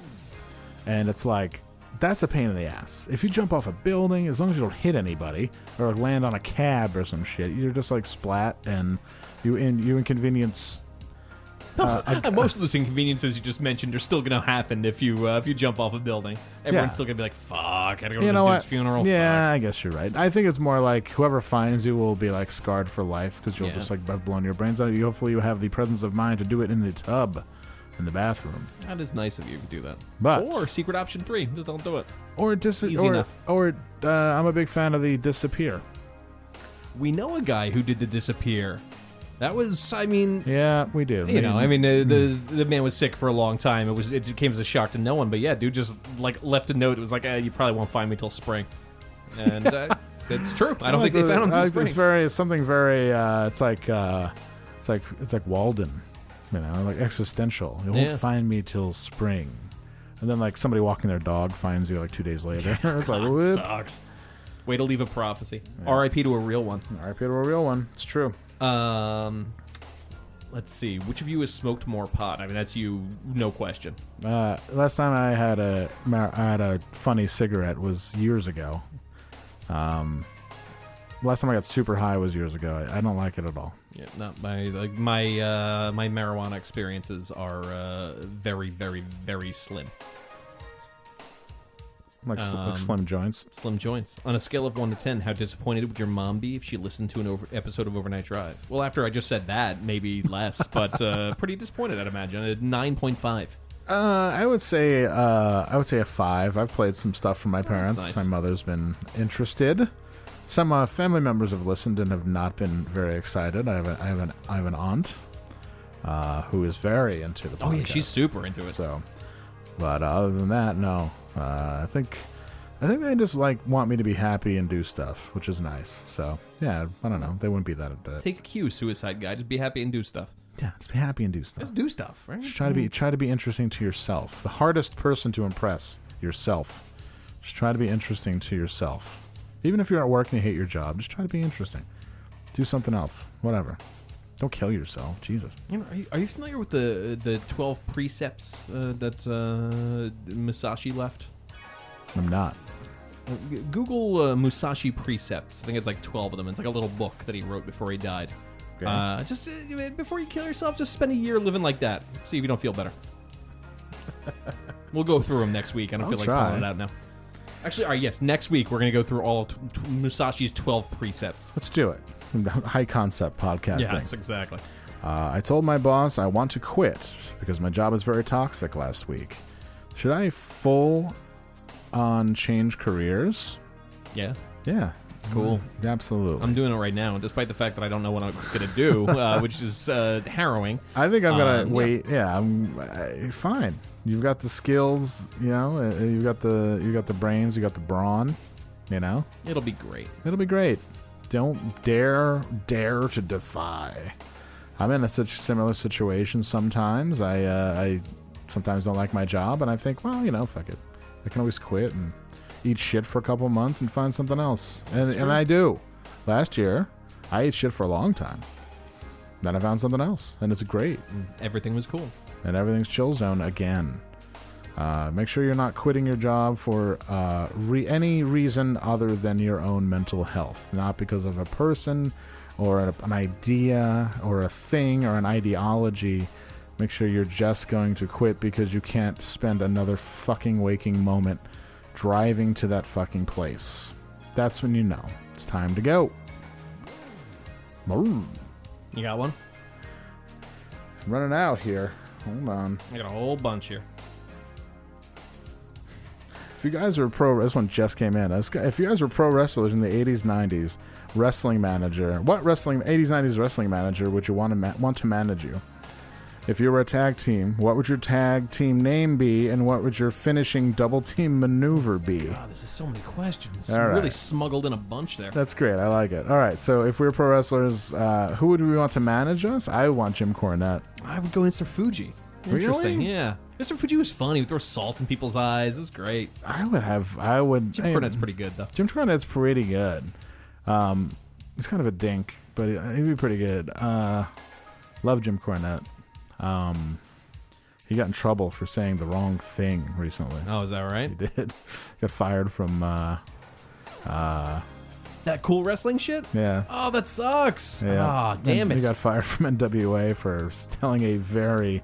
Speaker 2: And it's like that's a pain in the ass. If you jump off a building, as long as you don't hit anybody or land on a cab or some shit, you're just like splat and you in you inconvenience. uh, a-
Speaker 1: And most of those inconveniences you just mentioned are still going to happen if you uh, if you jump off a building. Everyone's
Speaker 2: Yeah.
Speaker 1: still going to be like, "Fuck, I got to go
Speaker 2: you
Speaker 1: to
Speaker 2: know
Speaker 1: this
Speaker 2: what?
Speaker 1: dude's funeral."
Speaker 2: Yeah, I guess you're right. I think it's more like whoever finds you will be like scarred for life because you'll
Speaker 1: Yeah.
Speaker 2: just like have blown your brains out. You hopefully you have the presence of mind to do it in the tub in the bathroom.
Speaker 1: That is nice of you to do that.
Speaker 2: But-
Speaker 1: or secret option three, just don't do it.
Speaker 2: Or dis-
Speaker 1: Easy
Speaker 2: or,
Speaker 1: enough.
Speaker 2: or uh, I'm a big fan of the disappear.
Speaker 1: We know a guy who did the disappear. That was, I mean,
Speaker 2: yeah, we do. Mm.
Speaker 1: You know, I mean, uh, the the man was sick for a long time. It was it came as a shock to no one. But yeah, dude just like left a note. It was like, eh, you probably won't find me till spring, and uh, that's true. I don't
Speaker 2: like
Speaker 1: think they
Speaker 2: the-
Speaker 1: found him
Speaker 2: I
Speaker 1: till
Speaker 2: like-
Speaker 1: spring.
Speaker 2: It's very it's something very. Uh, it's like uh, it's like it's like Walden, you know, like existential. You won't
Speaker 1: Yeah.
Speaker 2: find me till spring, and then like somebody walking their dog finds you like two days later. it's like
Speaker 1: God,
Speaker 2: whoops.
Speaker 1: sucks. Way to leave a prophecy. R.I.P. to a real one.
Speaker 2: R.I.P. to a real one. It's true.
Speaker 1: Um, let's see. Which of you has smoked more pot? I mean, that's you, no question.
Speaker 2: Uh, last time I had a mar- I had a funny cigarette was years ago. Um, last time I got super high was years ago. I, I don't like it at all.
Speaker 1: Yeah, not my like my uh, my marijuana experiences are uh, very very very slim.
Speaker 2: Like, sl-
Speaker 1: Um,
Speaker 2: like slim joints.
Speaker 1: Slim joints. On a scale of one to ten, how disappointed would your mom be if she listened to an over- episode of Overnight Drive? Well, after I just said that, maybe less, but uh, pretty disappointed, I'd imagine. A nine point five.
Speaker 2: Uh, I would say uh, I would say a five. I've played some stuff for my parents.
Speaker 1: Oh, nice.
Speaker 2: My mother's been interested. Some uh, family members have listened and have not been very excited. I have a, I have an I have an aunt uh, who is very into the.
Speaker 1: Oh, yeah,
Speaker 2: podcast.
Speaker 1: she's super into it.
Speaker 2: So, but other than that, no. Uh, I think I think they just like want me to be happy and do stuff, which is nice. So yeah, I don't know. They wouldn't be that. Uh,
Speaker 1: Take a cue, suicide guy. Just be happy and do stuff.
Speaker 2: yeah, just be happy and do stuff.
Speaker 1: Just do stuff, right?
Speaker 2: Just try to be try to be interesting to yourself. The hardest person to impress yourself. Just try to be interesting to yourself. Even if you're at work and you hate your job, just try to be interesting. Do something else. Whatever. Don't kill yourself. Jesus.
Speaker 1: You know, are, you, are you familiar with the the twelve precepts uh, that uh, Musashi left?
Speaker 2: I'm not.
Speaker 1: Uh, g- Google uh, Musashi precepts. I think it's like twelve of them. It's like a little book that he wrote before he died.
Speaker 2: Okay.
Speaker 1: Uh, just uh, before you kill yourself, just spend a year living like that. See if you don't feel better. we'll go through them next week. I don't
Speaker 2: I'll
Speaker 1: feel like
Speaker 2: try.
Speaker 1: pulling it out now. Actually, all right, yes, next week we're going to go through all t- t- Musashi's twelve precepts.
Speaker 2: Let's do it. High concept podcasting.
Speaker 1: Yes, exactly.
Speaker 2: Uh, I told my boss I want to quit because my job is very toxic last week. Should I full on change careers?
Speaker 1: Yeah.
Speaker 2: Yeah. Mm-hmm.
Speaker 1: Cool. Um,
Speaker 2: Absolutely.
Speaker 1: I'm doing it right now, despite the fact that I don't know what I'm going to do, uh, which is uh, harrowing.
Speaker 2: I think I'm gonna
Speaker 1: Um, yeah.
Speaker 2: wait. Yeah, I'm I, fine. You've got the skills, you know. uh, You've got the you got the brains. You got the brawn. You know,
Speaker 1: It'll be great.
Speaker 2: it'll be great. Don't dare dare to defy. I'm in a such similar situation sometimes. I uh, I sometimes don't like my job, and I think, well, you know, fuck it. I can always quit and eat shit for a couple months and find something else. And
Speaker 1: That's
Speaker 2: and
Speaker 1: true.
Speaker 2: I do. Last year, I ate shit for a long time. Then I found something else, and it's great
Speaker 1: Everything was cool.
Speaker 2: and everything's chill zone again. Uh, make sure you're not quitting your job for uh, re- any reason other than your own mental health, not because of a person or a, an idea or a thing or an ideology. Make sure you're just going to quit because you can't spend another fucking waking moment driving to that fucking place. That's when you know it's time to go. Brr.
Speaker 1: You got one?
Speaker 2: I'm running out here. Hold on.
Speaker 1: I got a whole bunch here.
Speaker 2: If you guys are pro, this one just came in. This guy- If you guys were pro wrestlers in the '80s, '90s, wrestling manager, what wrestling '80s, '90s wrestling manager would you want to ma- want to manage you? If you were a tag team, what would your tag team name be, and what would your finishing double team maneuver be?
Speaker 1: God, this is so many questions.
Speaker 2: All right.
Speaker 1: Really smuggled in a bunch there.
Speaker 2: That's great. I like it. All right. So if we were pro wrestlers, uh, who would we want to manage us? I want Jim Cornette.
Speaker 1: I would go Mr. Fuji.
Speaker 2: Really?
Speaker 1: Interesting. Yeah. Mr. Fuji was fun. He would throw salt in people's eyes. It was great.
Speaker 2: I would have. I would.
Speaker 1: Jim
Speaker 2: I-
Speaker 1: Cornette's pretty good, though.
Speaker 2: Jim Cornette's pretty good. Um, he's kind of a dink, but he- he'd be pretty good. Uh, love Jim Cornette. Um, he got in trouble for saying the wrong thing recently.
Speaker 1: Oh, is that right?
Speaker 2: He did. got fired from. Uh, uh,
Speaker 1: That cool wrestling shit?
Speaker 2: Yeah.
Speaker 1: Oh, that sucks.
Speaker 2: yeah.
Speaker 1: Ah, damn
Speaker 2: And
Speaker 1: it.
Speaker 2: He got fired from NWA for telling a very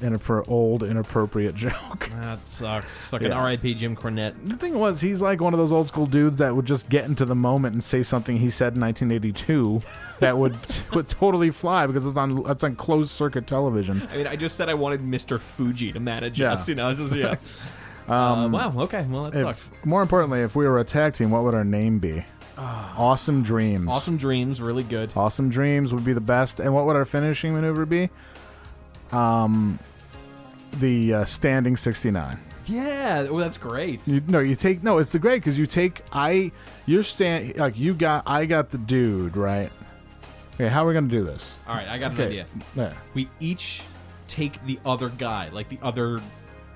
Speaker 2: inappro- old inappropriate joke.
Speaker 1: That sucks. Fucking
Speaker 2: Yeah.
Speaker 1: R.I.P. Jim Cornette.
Speaker 2: The thing was, he's like one of those old school dudes that would just get into the moment and say something he said in 1982 that would would totally fly because it's on it's on closed circuit television.
Speaker 1: I mean, I just said I wanted Mr. Fuji to manage
Speaker 2: Yeah.
Speaker 1: us. You know, this is yeah. Uh,
Speaker 2: Um,
Speaker 1: wow. Okay. Well, that
Speaker 2: if-
Speaker 1: sucks.
Speaker 2: More importantly, if we were a tag team, what would our name be? awesome Dreams.
Speaker 1: Ah. Awesome dreams. Really good.
Speaker 2: Awesome Dreams would be the best. And what would our finishing maneuver be? Um, the uh, standing 69.
Speaker 1: Yeah. Well, that's great.
Speaker 2: You, no, you take no. It's the great because you take I. You're stand like you got. I got the dude right. Okay, how are we gonna do this?
Speaker 1: All right. I got
Speaker 2: Okay,
Speaker 1: an idea.
Speaker 2: there.
Speaker 1: We each take the other guy, like the other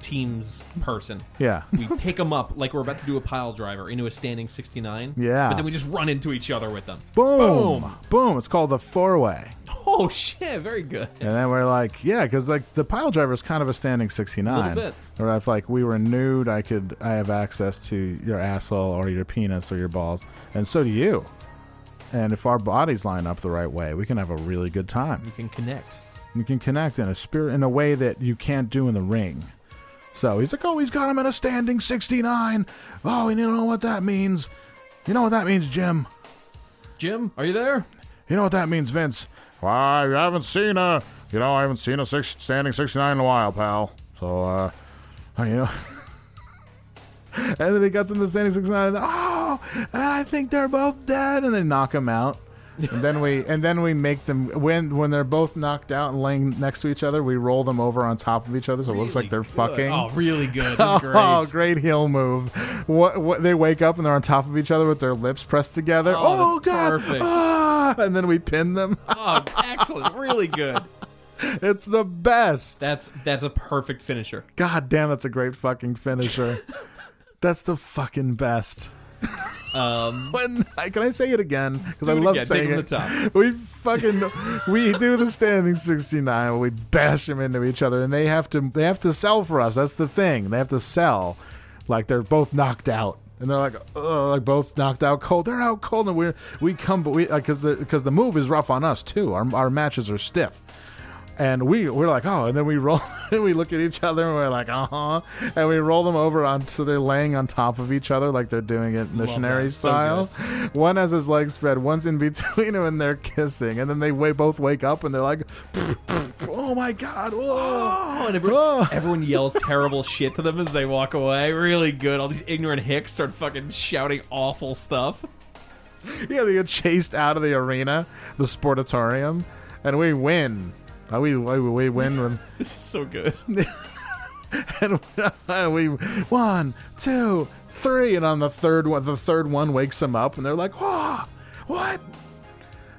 Speaker 1: team's person.
Speaker 2: Yeah.
Speaker 1: We pick them up like we're about to do a pile driver into a standing 69.
Speaker 2: Yeah.
Speaker 1: But then we just run into each other with them.
Speaker 2: Boom,
Speaker 1: Boom.
Speaker 2: boom, It's called the four way.
Speaker 1: Oh shit! Very good.
Speaker 2: And then we're like, yeah, because like the pile driver is kind of a standing
Speaker 1: A
Speaker 2: sixty-nine.
Speaker 1: little bit.
Speaker 2: Or if like we were nude, I could I have access to your asshole or your penis or your balls, and so do you. And if our bodies line up the right way, we can have a really good time.
Speaker 1: You can connect.
Speaker 2: You can connect in a spirit in a way that you can't do in the ring. So he's like, oh, he's got him in a standing sixty-nine. Oh, and you know what that means? You know what that means, Jim?
Speaker 1: Jim, are you there?
Speaker 2: You know what that means, Vince? Why, I haven't seen a, you know, I haven't seen a six, standing 69 in a while, pal. So, uh, you know. and then he gets into the standing 69, and oh, and I think they're both dead, and they knock him out. and then we and then we make them when when they're both knocked out and laying next to each other, we roll them over on top of each other, so it looks like they're fucking.
Speaker 1: Oh, really good. This is great.
Speaker 2: Oh, great heel move! What, what they wake up and they're on top of each other with their lips pressed together. Oh,
Speaker 1: Oh, that's
Speaker 2: god!
Speaker 1: perfect.
Speaker 2: Ah! And then we pin them.
Speaker 1: Oh, excellent. Really good.
Speaker 2: It's the best.
Speaker 1: That's that's a perfect finisher.
Speaker 2: God damn, that's a great fucking finisher. that's the fucking best.
Speaker 1: Um,
Speaker 2: when I, can I say it again? Because
Speaker 1: Do
Speaker 2: I
Speaker 1: it
Speaker 2: love
Speaker 1: again. Take
Speaker 2: saying
Speaker 1: it
Speaker 2: it.
Speaker 1: from the
Speaker 2: We fucking we do the standing sixty nine. We bash them into each other, and they have to they have to sell for us. That's the thing. They have to sell, like they're both knocked out, and they're like Ugh, like both knocked out cold. They're out cold, and we we come, but we because the because the move is rough on us too. Our our matches are stiff. And we we're like oh, and then we roll, and we look at each other, and we're like uh huh, and we roll them over on so they're laying on top of each other like they're doing it missionary
Speaker 1: that. So
Speaker 2: style. One has his legs spread, one's in between them, and they're kissing. And then they wa- both wake up and they're like, "Oh my god!" Whoa.
Speaker 1: Oh, and everyone, everyone yells terrible shit to them as they walk away. Really good. All these ignorant hicks start fucking shouting awful stuff.
Speaker 2: yeah, they get chased out of the arena, the sportatorium, and we win. Uh, we, we we win when
Speaker 1: This is so good.
Speaker 2: and we one, two, three, and on the third one, the third one wakes them up, and they're like, "Whoa, what?"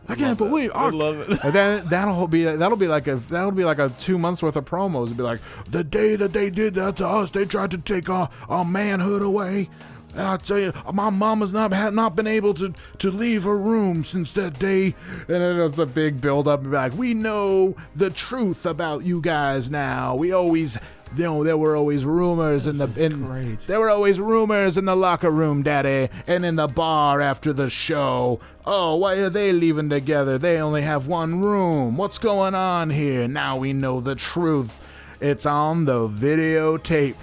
Speaker 2: I can't believe. I love it. And then that'll be that'll be like a that'll be like a two months worth of promos. It'd be like the day that they did that to us, they tried to take our, our manhood away. And I tell you, my mama's not had not been able to to leave her room since that day. And then it's a big build up. And be like, we know the truth about you guys now. We always. You know, there were always rumors in the in, there were always rumors in the locker room, Daddy, and in the bar after the show. Oh, why are they leaving together? They only have one room. What's going on here? Now we know the truth. It's on the videotape.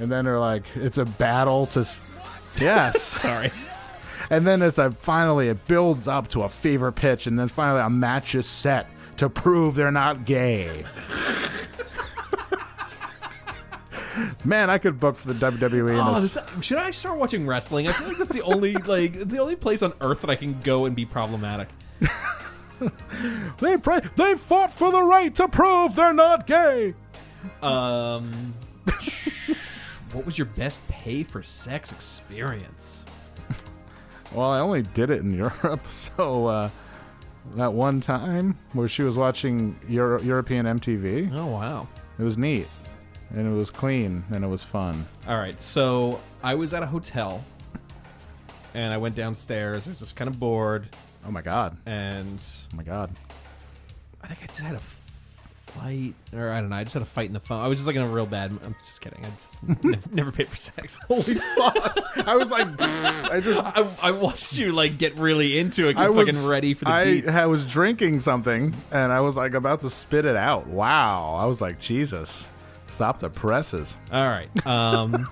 Speaker 2: And then they're like, it's a battle to. Yes.
Speaker 1: Sorry.
Speaker 2: And then it's a finally it builds up to a fever pitch, and then finally a match is set to prove they're not gay. Man, I could book for the WWE. in
Speaker 1: Oh,
Speaker 2: a
Speaker 1: this, should I start watching wrestling? I feel like that's the only like it's the only place on earth that I can go and be problematic.
Speaker 2: They pray. They fought for the right to prove they're not gay.
Speaker 1: Um, what was your best pay for sex experience?
Speaker 2: Well, I only did it in Europe, so uh, that one time where she was watching Euro- European MTV.
Speaker 1: Oh wow,
Speaker 2: it was neat, and it was clean, and it was fun.
Speaker 1: All right, so I was at a hotel, and I went downstairs. I was just kind of bored.
Speaker 2: Oh my god!
Speaker 1: And
Speaker 2: oh my god!
Speaker 1: I think I just had a fight, or I don't know. I just had a fight in the phone. I was just like in a real bad. I'm just kidding. I just never, never paid for sex. Holy fuck!
Speaker 2: I was like, I just
Speaker 1: I, I watched you like get really into it. Get
Speaker 2: I was
Speaker 1: fucking ready for the
Speaker 2: I,
Speaker 1: beats.
Speaker 2: I was drinking something and I was like about to spit it out. Wow. I was like, Jesus, stop the presses.
Speaker 1: All right. Um,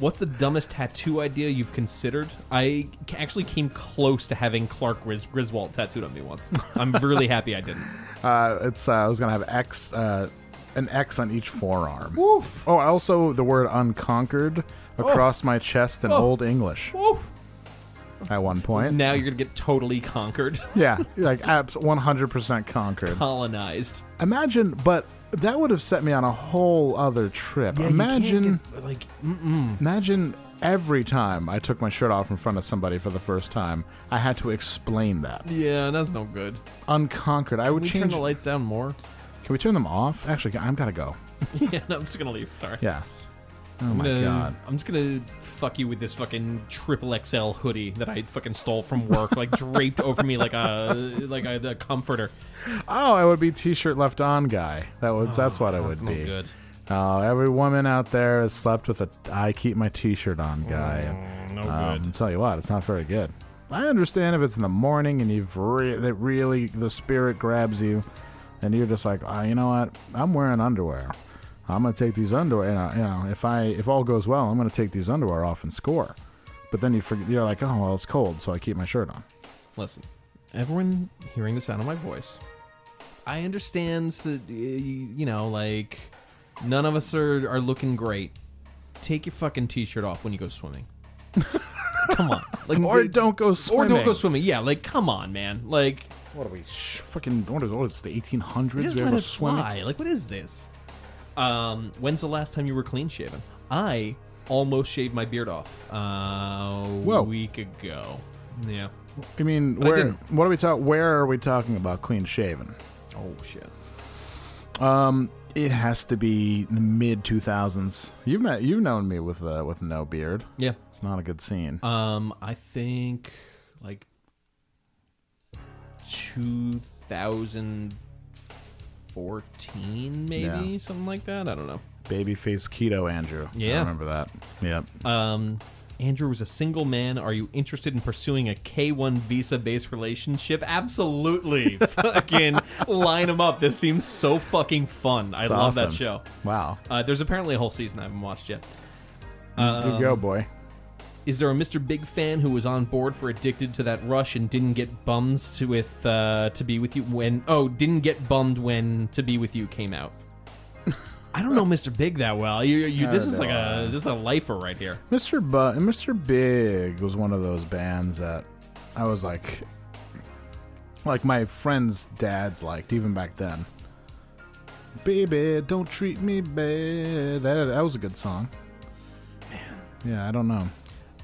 Speaker 1: what's the dumbest tattoo idea you've considered? I c- actually came close to having Clark Gris- Griswold tattooed on me once. I'm really happy I didn't.
Speaker 2: Uh, it's uh, I was gonna have X, uh, an X on each forearm.
Speaker 1: Woof.
Speaker 2: Oh, also the word unconquered across my chest in
Speaker 1: Oh.
Speaker 2: old English.
Speaker 1: Woof.
Speaker 2: At one point.
Speaker 1: Now you're gonna get totally conquered,
Speaker 2: yeah, like abs- 100% conquered.
Speaker 1: colonized.
Speaker 2: Imagine, but that would have set me on a whole other trip.
Speaker 1: Yeah, you can't
Speaker 2: imagine,
Speaker 1: get, like, mm-mm.
Speaker 2: imagine every time I took my shirt off in front of somebody for the first time, I had to explain that.
Speaker 1: Yeah, that's no good.
Speaker 2: Unconquered. I
Speaker 1: Can
Speaker 2: would
Speaker 1: we turn
Speaker 2: change.
Speaker 1: the lights down more.
Speaker 2: Can we turn them off? Actually, I'm gotta go.
Speaker 1: yeah, no, I'm just gonna leave. Sorry.
Speaker 2: Yeah. Oh
Speaker 1: I'm
Speaker 2: my
Speaker 1: gonna-
Speaker 2: god.
Speaker 1: I'm just gonna fuck you with this fucking triple XL hoodie that I fucking stole from work, like draped over me like a like a, the comforter.
Speaker 2: Oh, I would be t-shirt left on guy. That was that's what I would
Speaker 1: Oh, that's no
Speaker 2: be.
Speaker 1: good.
Speaker 2: Oh, every woman out there has slept with a I keep my t-shirt on guy.
Speaker 1: Mm, no
Speaker 2: good. tell you what, it's not very good. I understand if it's in the morning and you've re- that really the spirit grabs you, and you're just like, oh, you know what? I'm wearing underwear. I'm gonna take these underwear. You know, you know, if I if all goes well, I'm gonna take these underwear off and score. But then you forget, you're like, oh well, it's cold, so I keep my shirt on.
Speaker 1: Listen, everyone hearing the sound of my voice, I understand that uh, you you know like none of us are are looking great. Take your fucking t-shirt off when you go swimming. come on, like
Speaker 2: Or
Speaker 1: the-
Speaker 2: don't go
Speaker 1: Or don't go
Speaker 2: swimming.
Speaker 1: swimming. Yeah, like come on, man. Like
Speaker 2: what are we sh- fucking? What is what is the 1800s?
Speaker 1: Just
Speaker 2: We
Speaker 1: let
Speaker 2: were
Speaker 1: it
Speaker 2: swimming-
Speaker 1: fly. Like, what is this? Um, when's the last time you were clean shaven? I almost shaved my beard off uh,
Speaker 2: Whoa.
Speaker 1: a week ago. Yeah.
Speaker 2: I mean,
Speaker 1: But I
Speaker 2: where?
Speaker 1: didn't.
Speaker 2: what are we talking? Where are we talking about clean shaven?
Speaker 1: Oh shit.
Speaker 2: Um, it has to be the mid two thousands. You met, you've known me with uh, with no beard.
Speaker 1: Yeah.
Speaker 2: it's not a good scene.
Speaker 1: Um, I think like 2014, maybe
Speaker 2: Yeah.
Speaker 1: something like that. I don't know.
Speaker 2: Babyface keto Andrew. I
Speaker 1: Oh. Yeah.
Speaker 2: remember that. Yep.
Speaker 1: Um, Andrew was a single man. Are you interested in pursuing a K one visa based relationship? Absolutely. fucking line them up. This seems so fucking fun. I
Speaker 2: It's
Speaker 1: love that
Speaker 2: awesome.
Speaker 1: show.
Speaker 2: Wow.
Speaker 1: Uh, there's apparently a whole season I haven't watched yet. Um,
Speaker 2: you go, boy.
Speaker 1: Is there a Mr. Big fan who was on board for addicted to that rush and didn't get bums to with uh, to be with you when oh didn't get bummed when to be with you came out? I don't know Mr. Big that well. You, you,
Speaker 2: I
Speaker 1: this
Speaker 2: don't
Speaker 1: is like
Speaker 2: know.
Speaker 1: a this is a lifer right here.
Speaker 2: Mr. Bu- Mr. Big was one of those bands that I was like, like my friends' dads liked even back then. Baby, don't treat me bad. That, that was a good song. Yeah, I don't know.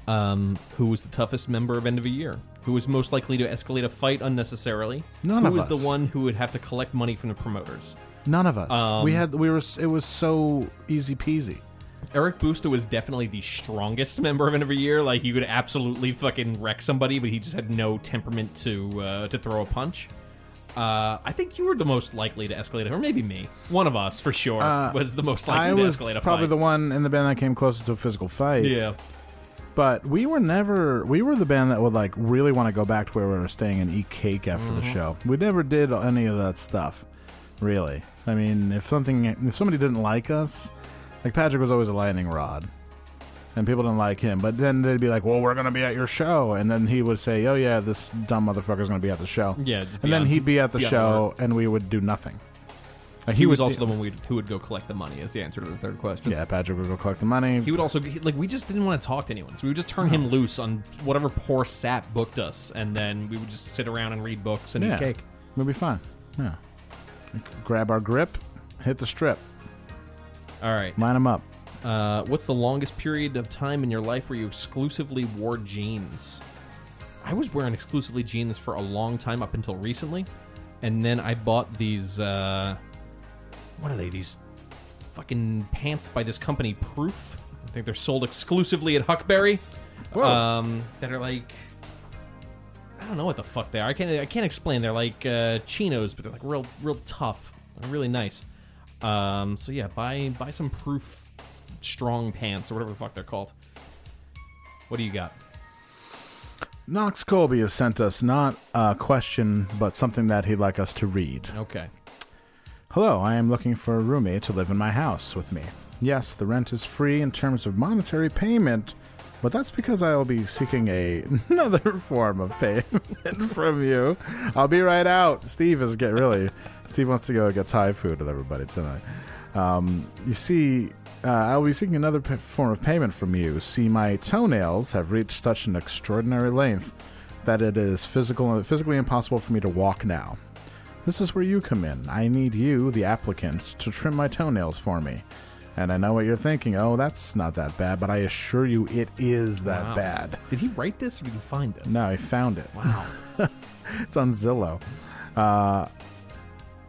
Speaker 1: Um, who was the toughest member of end of a year? Who was most likely to escalate a fight unnecessarily?
Speaker 2: None
Speaker 1: who
Speaker 2: of
Speaker 1: was
Speaker 2: us.
Speaker 1: the one who would have to collect money from the promoters?
Speaker 2: None of us.
Speaker 1: Um,
Speaker 2: we had we were. It was so easy peasy.
Speaker 1: Eric Busta was definitely the strongest member of every year. Like he could absolutely fucking wreck somebody, but he just had no temperament to uh, to throw a punch. Uh, I think you were the most likely to escalate, it, or maybe me. One of us for sure
Speaker 2: Uh,
Speaker 1: was the most
Speaker 2: I
Speaker 1: likely to
Speaker 2: was
Speaker 1: escalate a
Speaker 2: probably
Speaker 1: fight.
Speaker 2: the one in the band that came closest to a physical fight.
Speaker 1: Yeah.
Speaker 2: But we were never. We were the band that would like really want to go back to where we were staying and eat cake after the
Speaker 1: Mhm.
Speaker 2: show. We never did any of that stuff. Really. I mean, if something, if somebody didn't like us, like Patrick was always a lightning rod. And people didn't like him, but then they'd be like, "Well, we're gonna be at your show," and then he would say, "Oh yeah, this dumb motherfucker's gonna be at the show."
Speaker 1: Yeah, just
Speaker 2: and then
Speaker 1: beyond-
Speaker 2: he'd be at the
Speaker 1: beyond
Speaker 2: show, and we would do nothing. Like,
Speaker 1: Uh, he was
Speaker 2: would-
Speaker 1: also the one we'd, who would go collect the money. Is the answer to the third question?
Speaker 2: Yeah, Patrick would go collect the money.
Speaker 1: He would also he- like we just didn't want to talk to anyone, so we would just turn him loose on whatever poor sap booked us, and then we would just sit around and read books and
Speaker 2: yeah.
Speaker 1: eat cake.
Speaker 2: It'll be fine. Yeah. We c- Grab our grip, hit the strip,
Speaker 1: All right.
Speaker 2: line them up.
Speaker 1: Uh, what's the longest period of time in your life where you exclusively wore jeans? I was wearing exclusively jeans for a long time up until recently, and then I bought these. Uh, what are they? These fucking pants by this company, Proof. I think they're sold exclusively at Huckberry.
Speaker 3: Whoa.
Speaker 1: Um, that are like. I don't know what the fuck they are. I can't. I can't explain. They're like uh, chinos, but they're like real, real tough. really nice. Um, so yeah, buy buy some proof strong pants or whatever the fuck they're called. What do you got?
Speaker 2: Knox Colby has sent us not a question, but something that he'd like us to read.
Speaker 1: Okay.
Speaker 2: Hello, I am looking for a roommate to live in my house with me. Yes, the rent is free in terms of monetary payment, but that's because I will be seeking a, another form of payment from you. I'll be right out. Steve is get really. Steve wants to go get Thai food with everybody tonight. Um, you see, uh, I'll be seeking another p- form of payment from you. See, my toenails have reached such an extraordinary length that it is physical, physically impossible for me to walk now. This is where you come in. I need you, the applicant, to trim my toenails for me. And I know what you're thinking. Oh, that's not that bad, but I assure you it is that
Speaker 1: Wow.
Speaker 2: bad.
Speaker 1: Did he write this or did he find this?
Speaker 2: No, I found it. Wow. it's on Zillow. Uh,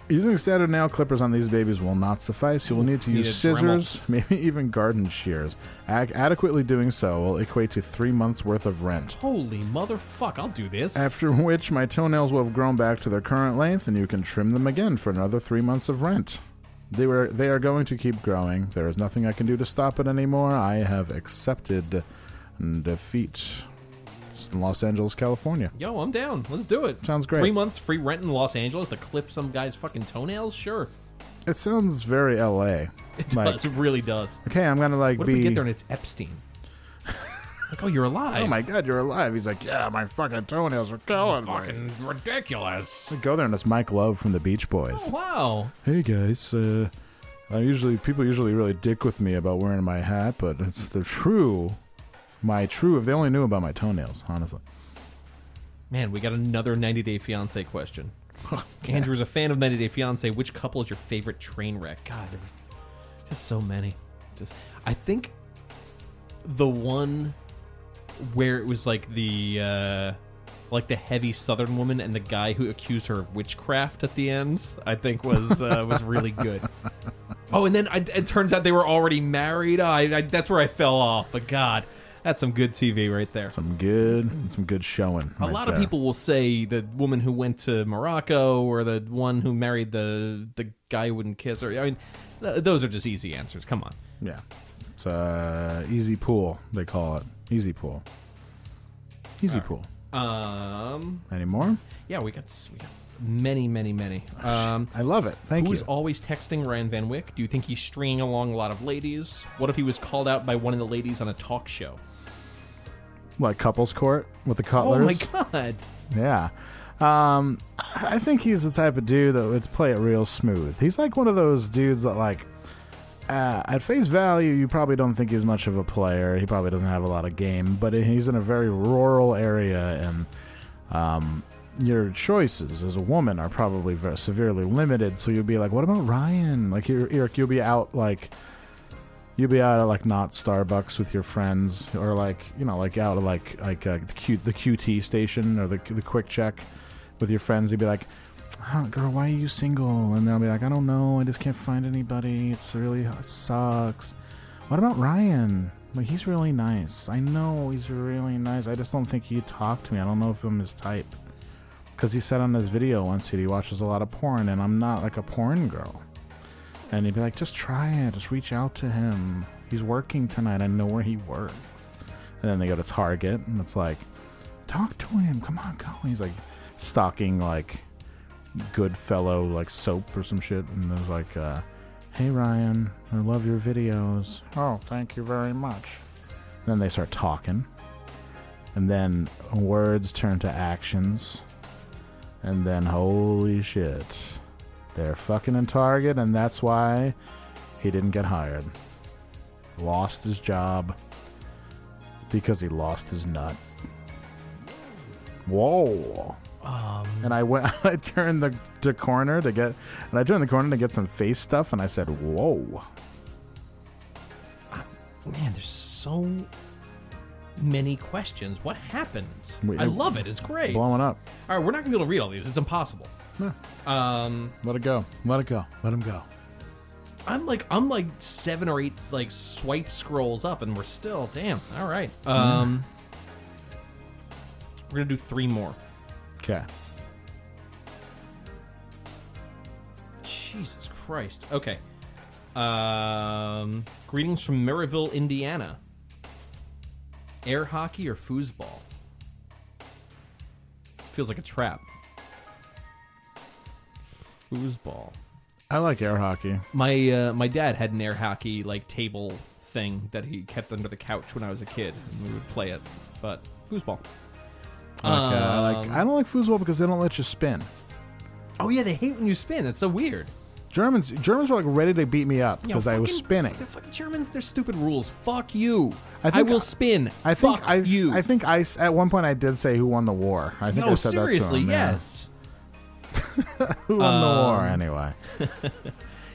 Speaker 2: using standard nail clippers on these babies will not suffice. You will need to
Speaker 1: need
Speaker 2: use
Speaker 1: a Dremel.
Speaker 2: scissors, maybe even garden shears. Ac- adequately doing so will equate to three months' worth of rent.
Speaker 1: Holy motherfuck! I'll do this.
Speaker 2: After which, my toenails will have grown back to their current length, and you can trim them again for another three months of rent. They were they are going to keep growing. There is nothing I can do to stop it anymore. I have accepted defeat. It's in Los Angeles, California.
Speaker 1: Yo, I'm down. Let's do it.
Speaker 2: Sounds great.
Speaker 1: Three months free rent in Los Angeles to clip some guy's fucking toenails? Sure.
Speaker 2: It sounds very L.A. It
Speaker 1: does. It really does.
Speaker 2: Okay, I'm gonna like
Speaker 1: What
Speaker 2: be.
Speaker 1: if we get there and it's Epstein? like, oh, you're alive.
Speaker 2: oh my god, you're alive! He's like, yeah, my fucking toenails are going.
Speaker 1: Fucking ridiculous.
Speaker 2: Go there and it's Mike Love from the Beach Boys.
Speaker 1: Oh, wow.
Speaker 2: Hey guys, uh, I usually people usually really dick with me about wearing my hat, but it's the true, my true. If they only knew about my toenails, honestly.
Speaker 1: Man, we got another 90 Day Fiance question. Andrew's a fan of 90 Day Fiance. Which couple is your favorite train wreck? God, there was just so many. Just, I think the one where it was like the uh, like the heavy Southern woman and the guy who accused her of witchcraft at the end, I think was uh, was really good. Oh, and then I, it turns out they were already married. I, I that's where I fell off. But God, that's some good TV right there.
Speaker 2: Some good, some good showing.
Speaker 1: A lot of people will say the woman who went to Morocco or the one who married the the guy who wouldn't kiss her. I mean, th- those are just easy answers. Come on.
Speaker 2: Yeah, it's uh, easy pool they call it. Easy pool. Easy pool.
Speaker 1: Um,
Speaker 2: Any more?
Speaker 1: yeah, we got, we got many, many, many. Um,
Speaker 2: I love it. Thank
Speaker 1: Who
Speaker 2: you.
Speaker 1: is always texting Ryan Van Wick? Do you think he's stringing along a lot of ladies? What if he was called out by one of the ladies on a talk show?
Speaker 2: Like couples court with the cutlers.
Speaker 1: Oh my god!
Speaker 2: Yeah. Um, I think he's the type of dude that would play it real smooth. He's like one of those dudes that, like, uh, at face value, you probably don't think he's much of a player. He probably doesn't have a lot of game, but he's in a very rural area, and um, your choices as a woman are probably very severely limited. So you'll be like, "What about Ryan?" Like, you're, you're- you'll be out like you'll be out at like not Starbucks with your friends, or like you know, like out at like like uh, the Q the QT station or the the Quick Check with your friends. You'd be like, "Huh, "Girl, why are you single?" And they'll be like, "I don't know. I just can't find anybody. It's really it sucks." What about Ryan? Like he's really nice. I know he's really nice. I just don't think he'd talk to me. I don't know if I'm his type. Because he said on his video once that he watches a lot of porn, and I'm not like a porn girl. And he'd be like, just try it. Just reach out to him. He's working tonight. I know where he works. And then they go to Target, and it's like, talk to Oh, him. Come on, go. And he's like stocking like Goodfellow like soap or some shit. And there's like, uh, hey Ryan, I love your videos. Oh, thank you very much. Then they start talking. And then words turn to actions. And then holy shit. They're fucking in Target and that's why he didn't get hired. Lost his job because he lost his nut. Whoa. and I went I turned the, the corner to get and I turned the corner to get some face stuff and I said, Whoa.
Speaker 1: Man, there's so many questions. What happened?
Speaker 2: We-
Speaker 1: I love it. It's great.
Speaker 2: Blowing up.
Speaker 1: All right, we're not going to be able to read all these. It's impossible. Um,
Speaker 2: Let it go. Let it go. Let him go.
Speaker 1: I'm like I'm like seven or eight like swipe scrolls up, and we're still damn. All right.
Speaker 2: Yeah.
Speaker 1: Um, we're gonna do three more.
Speaker 2: Okay.
Speaker 1: Jesus Christ. Okay. Um, greetings from Maryville, Indiana. Air hockey or foosball? Feels like a trap. Foosball.
Speaker 2: I like air hockey.
Speaker 1: My uh, my dad had an air hockey like table thing that he kept under the couch when I was a kid, and we would play it. But foosball.
Speaker 2: I like, uh, I like.
Speaker 1: Um,
Speaker 2: I don't like foosball because they don't let you spin.
Speaker 1: Oh yeah, they hate when you spin. That's so weird.
Speaker 2: Germans Germans were like ready to beat me up because I was spinning.
Speaker 1: The fucking Germans, their stupid rules. Fuck you. I,
Speaker 2: think-
Speaker 1: will spin.
Speaker 2: I think
Speaker 1: Fuck
Speaker 2: I
Speaker 1: you.
Speaker 2: I think I s- at one point I did say who won the war. I think
Speaker 1: no,
Speaker 2: I said
Speaker 1: seriously,
Speaker 2: that to him, yeah.
Speaker 1: yes.
Speaker 2: Who won the war
Speaker 1: Um,
Speaker 2: anyway?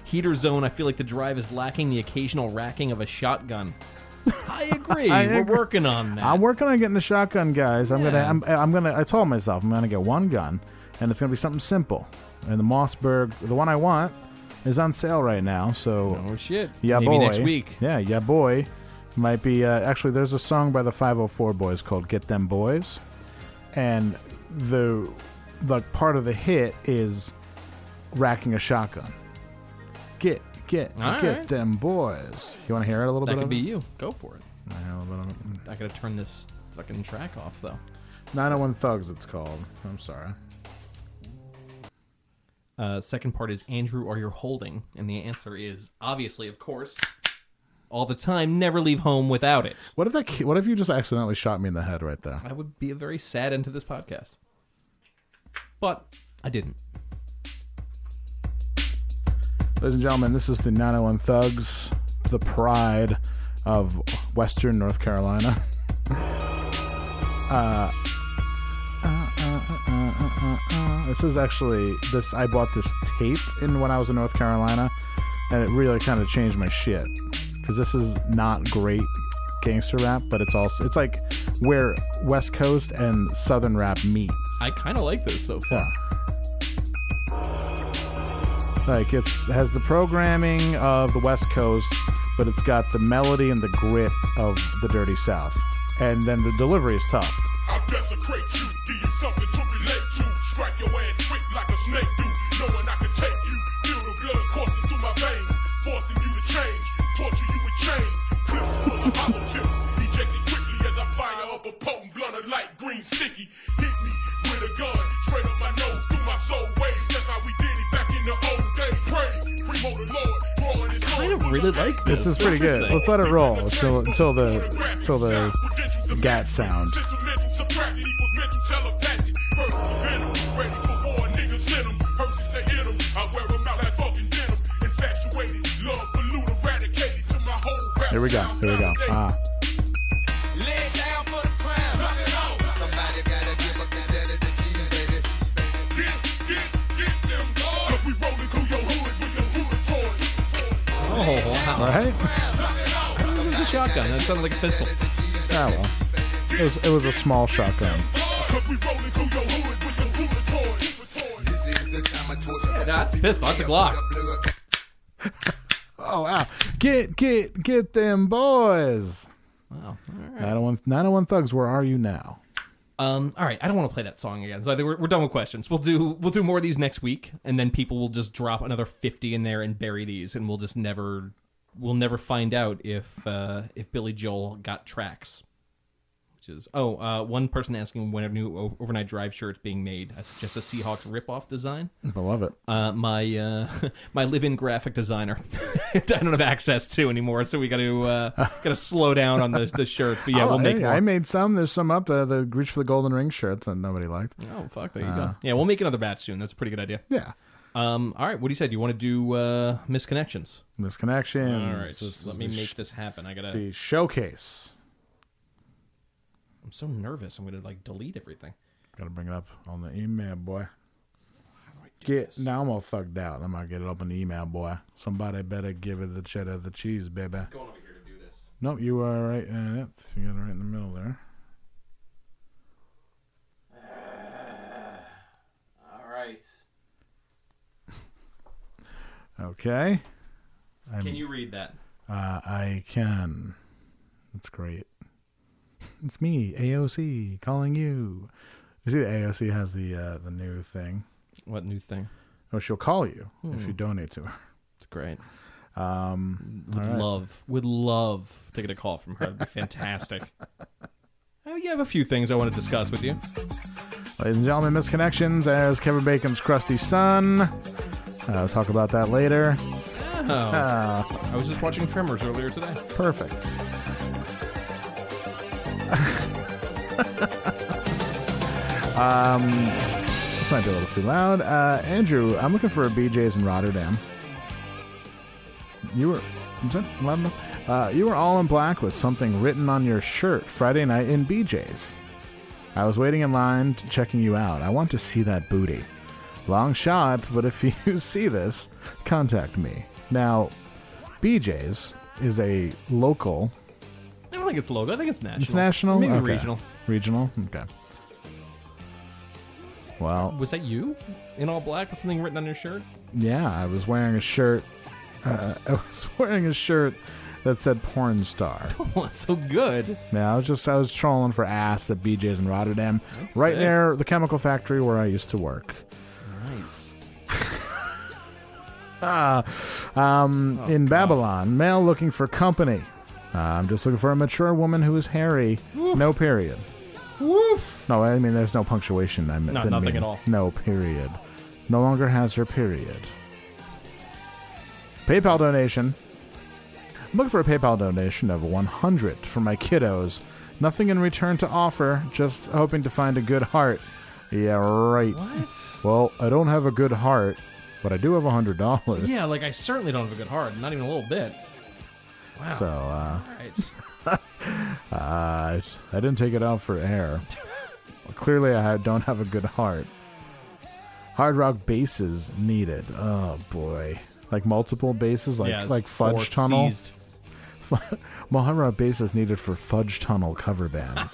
Speaker 1: Heater zone. I feel like the drive is lacking the occasional racking of a shotgun. I agree.
Speaker 2: I
Speaker 1: We're
Speaker 2: agree.
Speaker 1: working on that.
Speaker 2: I'm working on getting a shotgun, guys. I'm gonna
Speaker 1: Yeah.
Speaker 2: I'm, I'm gonna I told myself I'm gonna get one gun, and it's gonna be something simple. And the Mossberg, the one I want, is on sale right now. So
Speaker 1: oh shit,
Speaker 2: yeah,
Speaker 1: Maybe
Speaker 2: boy.
Speaker 1: next week.
Speaker 2: Yeah, yeah, boy. Might be uh, actually. There's a song by the 504 Boys called "Get Them Boys," and the like part of the hit is racking a shotgun. Get get
Speaker 1: All
Speaker 2: get
Speaker 1: right.
Speaker 2: them boys. You want to hear it a little
Speaker 1: that
Speaker 2: bit?
Speaker 1: could
Speaker 2: of
Speaker 1: be
Speaker 2: it?
Speaker 1: you. Go for it.
Speaker 2: Wanna hear a little bit of it?
Speaker 1: I gotta turn this fucking track off though.
Speaker 2: 901 Thugs, it's called. I'm sorry.
Speaker 1: Uh, second part is Andrew, are you holding? And the answer is obviously, of course, all the time. Never leave home without it.
Speaker 2: What if that? ki- What if you just accidentally shot me in the head right there?
Speaker 1: I would be a very sad end to this podcast, but I didn't.
Speaker 2: Ladies and gentlemen, this is the 901 Thugs, the pride of Western North Carolina. uh, uh, uh, uh, uh, uh, uh. this is actually this. I bought this tape in when I was in North Carolina, and it really kind of changed my shit because this is not great gangster rap, but it's also it's like where West Coast and Southern rap meet.
Speaker 1: I kind of like this so far.
Speaker 2: Yeah. Like it's has the programming of the West Coast, but it's got the melody and the grit of the Dirty South, and then the delivery is tough.
Speaker 15: I desecrate you, give you something to relate to. Strike your ass quick like a snake do, knowing I can take you. Feel the blood coursing through my veins, forcing you to change, torture you with chains. Clips full of hollow tips, ejected quickly as I fire up a potent blunt of light green sticky. Hit me with a gun, straight up my nose, through my soul waves. That's how we did it back in the old days. Praise, primo the Lord, drawing his sword.
Speaker 1: Really like
Speaker 2: This is pretty good. Let's let it roll until until the until the gat sound. Here we go. Here we go. Ah.
Speaker 1: Oh wow!
Speaker 2: All right.
Speaker 1: I don't think it was a shotgun. That sounded like a pistol.
Speaker 2: Ah, well. It was, it was a small shotgun.
Speaker 1: Yeah, that's a pistol. That's a Glock.
Speaker 2: Oh wow! Get get get them boys.
Speaker 1: Wow. All right.
Speaker 2: 901 901 Thugs, where are you now?
Speaker 1: Um, all right, I don't want to play that song again. So I think we're, we're done with questions. We'll do we'll do more of these next week, and then people will just drop another fifty in there and bury these, and we'll just never we'll never find out if uh, if Billy Joel got tracks. Which is oh, uh, one person asking when a new o- overnight drive shirt's being made. I suggest a Seahawks ripoff design.
Speaker 2: I love it.
Speaker 1: Uh, my uh, my live-in graphic designer, I don't have access to anymore, so we got to uh, got to slow down on the the shirts. But yeah,
Speaker 2: Oh,
Speaker 1: we'll make
Speaker 2: hey,
Speaker 1: more.
Speaker 2: I made some. There's some up. Uh, the Reach for the Golden Ring shirts that nobody liked.
Speaker 1: Oh fuck! There you
Speaker 2: Uh,
Speaker 1: go. Yeah, we'll make another batch soon. That's a pretty good idea.
Speaker 2: Yeah.
Speaker 1: Um. All right. What do you say? Do you want to do uh, misconnections?
Speaker 2: Misconnection.
Speaker 1: All right.
Speaker 2: This is
Speaker 1: let me
Speaker 2: the
Speaker 1: make
Speaker 2: sh-
Speaker 1: this happen. I gotta.
Speaker 2: The showcase.
Speaker 1: I'm so nervous. I'm gonna like delete everything.
Speaker 2: Gotta bring it up on the email, boy. Get now I'm all fucked out. I'm gonna get it up on the email, boy. Somebody better give it the cheddar, the cheese, baby.
Speaker 1: Going over here to do this.
Speaker 2: Nope, you are right at it. You got it right in the middle there.
Speaker 1: All right.
Speaker 2: Okay. I'm-
Speaker 1: Can you read that?
Speaker 2: Uh, I can. That's great. It's me, AOC, calling you. You see, the AOC has the uh, the new thing.
Speaker 1: What new thing?
Speaker 2: Oh, she'll call you if
Speaker 1: Hmm.
Speaker 2: you donate to her.
Speaker 1: It's great.
Speaker 2: Um,
Speaker 1: Would
Speaker 2: all right.
Speaker 1: love, would love to get a call from her. That'd be fantastic. I you have a few things I want to discuss with you.
Speaker 2: Ladies and gentlemen, Misconnections as Kevin Bacon's crusty son. Uh, we'll talk about that later. Uh, Ah.
Speaker 1: Oh. I was just watching Tremors earlier today.
Speaker 2: Perfect. Um, this might be a little too loud. Uh, Andrew, I'm looking for a BJ's in Rotterdam. You were, I'm sorry, loud enough? Uh, you were all in black with something written on your shirt Friday night in BJ's. I was waiting in line, t- checking you out. I want to see that booty. Long shot, but if you see this, contact me. Now, BJ's is a local
Speaker 1: I don't think it's local. I think it's national.
Speaker 2: it's national.
Speaker 1: Maybe
Speaker 2: Okay.
Speaker 1: regional.
Speaker 2: Regional. Okay. Well,
Speaker 1: Was that you in all black with something written on your shirt?
Speaker 2: yeah, I was wearing a shirt. Uh, I was wearing a shirt that said porn star.
Speaker 1: so good.
Speaker 2: Yeah, I was just I was trolling for ass at BJ's in Rotterdam,
Speaker 1: That's
Speaker 2: right
Speaker 1: sick.
Speaker 2: near the chemical factory where I used to work.
Speaker 1: Nice.
Speaker 2: Ah, um,
Speaker 1: Oh,
Speaker 2: in Babylon, male looking for company. Uh, I'm just looking for a mature woman who is hairy. No period.
Speaker 1: Woof.
Speaker 2: No, I mean there's no punctuation. I meant
Speaker 1: No,
Speaker 2: didn't
Speaker 1: nothing
Speaker 2: mean-
Speaker 1: at all.
Speaker 2: No period. No longer has her period. PayPal donation. I'm looking for a PayPal donation of 100 for my kiddos. Nothing in return to offer. Just hoping to find a good heart. Yeah, right.
Speaker 1: What?
Speaker 2: Well, I don't have a good heart, but I do have $100.
Speaker 1: Yeah, like I certainly don't have a good heart. Not even a little bit. Wow.
Speaker 2: So, uh,
Speaker 1: All right.
Speaker 2: Uh, it's- I didn't take it out for air. Well, clearly, I ha- don't have a good heart. Hard rock bases needed. Oh boy, like multiple bases, like
Speaker 1: Yeah,
Speaker 2: like
Speaker 1: it's
Speaker 2: Fudge
Speaker 1: four
Speaker 2: Tunnel.
Speaker 1: seized.
Speaker 2: well, hard rock bases needed for Fudge Tunnel cover band.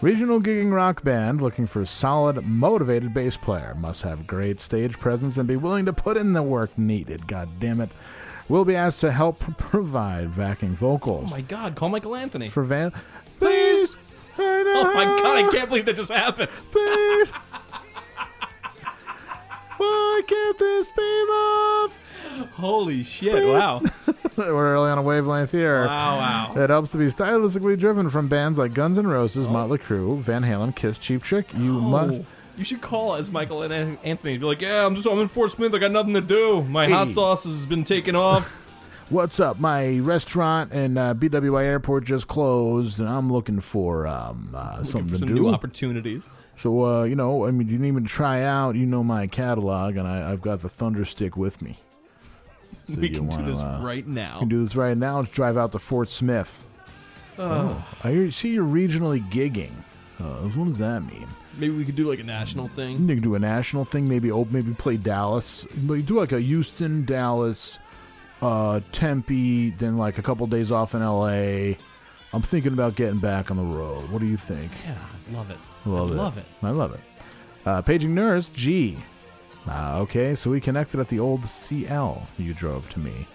Speaker 2: Regional gigging rock band looking for solid, motivated bass player. Must have great stage presence and be willing to put in the work needed. God damn it. Will be asked to help provide backing
Speaker 1: Oh
Speaker 2: vocals
Speaker 1: my God! Call Michael Anthony.
Speaker 2: for Van.
Speaker 1: Please. Oh my God! I can't believe that just happened.
Speaker 2: Please. Why can't this be love?
Speaker 1: Holy shit! Wow.
Speaker 2: We're early on a wavelength here.
Speaker 1: Wow,
Speaker 2: It helps to be stylistically driven from bands like Guns N' Roses, Motley Crue, Van Halen, Kiss, Cheap Trick. You must.
Speaker 1: Oh, You should call as Michael and An- Anthony. Be like, yeah, I'm just I'm in Fort Smith. I got nothing to do. My hot
Speaker 2: Hey.
Speaker 1: sauce has been taken off.
Speaker 2: What's up? My restaurant in uh, BWI Airport just closed, and I'm looking for um, uh, something
Speaker 1: Looking for
Speaker 2: to
Speaker 1: some
Speaker 2: do.
Speaker 1: new opportunities.
Speaker 2: so, uh, you know, I mean, you need me to try out. You know my catalog, and I, I've got the Thunder Stick with me. So
Speaker 1: we
Speaker 2: you
Speaker 1: can do
Speaker 2: wanna,
Speaker 1: this
Speaker 2: uh,
Speaker 1: right now.
Speaker 2: You can do this right now. Let's drive out to Fort Smith.
Speaker 1: Oh.
Speaker 2: I hear, see you're regionally gigging. Uh, what does that mean?
Speaker 1: Maybe we could do like a national thing.
Speaker 2: You can do a national thing, maybe oh, maybe play Dallas. But you do like a Houston, Dallas, uh, Tempe, then like a couple days off in L.A. I'm thinking about getting back on the road. What do you think?
Speaker 1: Yeah, I love it.
Speaker 2: Love
Speaker 1: I
Speaker 2: it.
Speaker 1: love it.
Speaker 2: I love it. Uh, paging nurse G. Ah, okay, so we connected at the old CL you drove to me.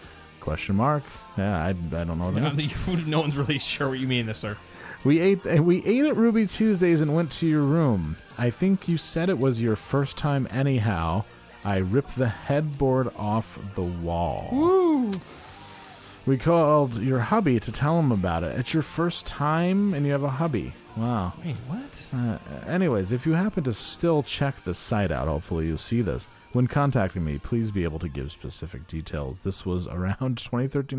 Speaker 2: Question mark? Yeah, I, I don't know that.
Speaker 1: No, you- no one's really sure what you mean, this sir.
Speaker 2: We ate and we ate at Ruby Tuesdays and went to your room. I think you said it was your first time anyhow. I ripped the headboard off the wall.
Speaker 1: Woo!
Speaker 2: We called your hubby to tell him about it. It's your first time and you have a hubby. Wow.
Speaker 1: Wait, what?
Speaker 2: Uh, anyways, if you happen to still check the site out, hopefully you see this. When contacting me, please be able to give specific details. This was around 2013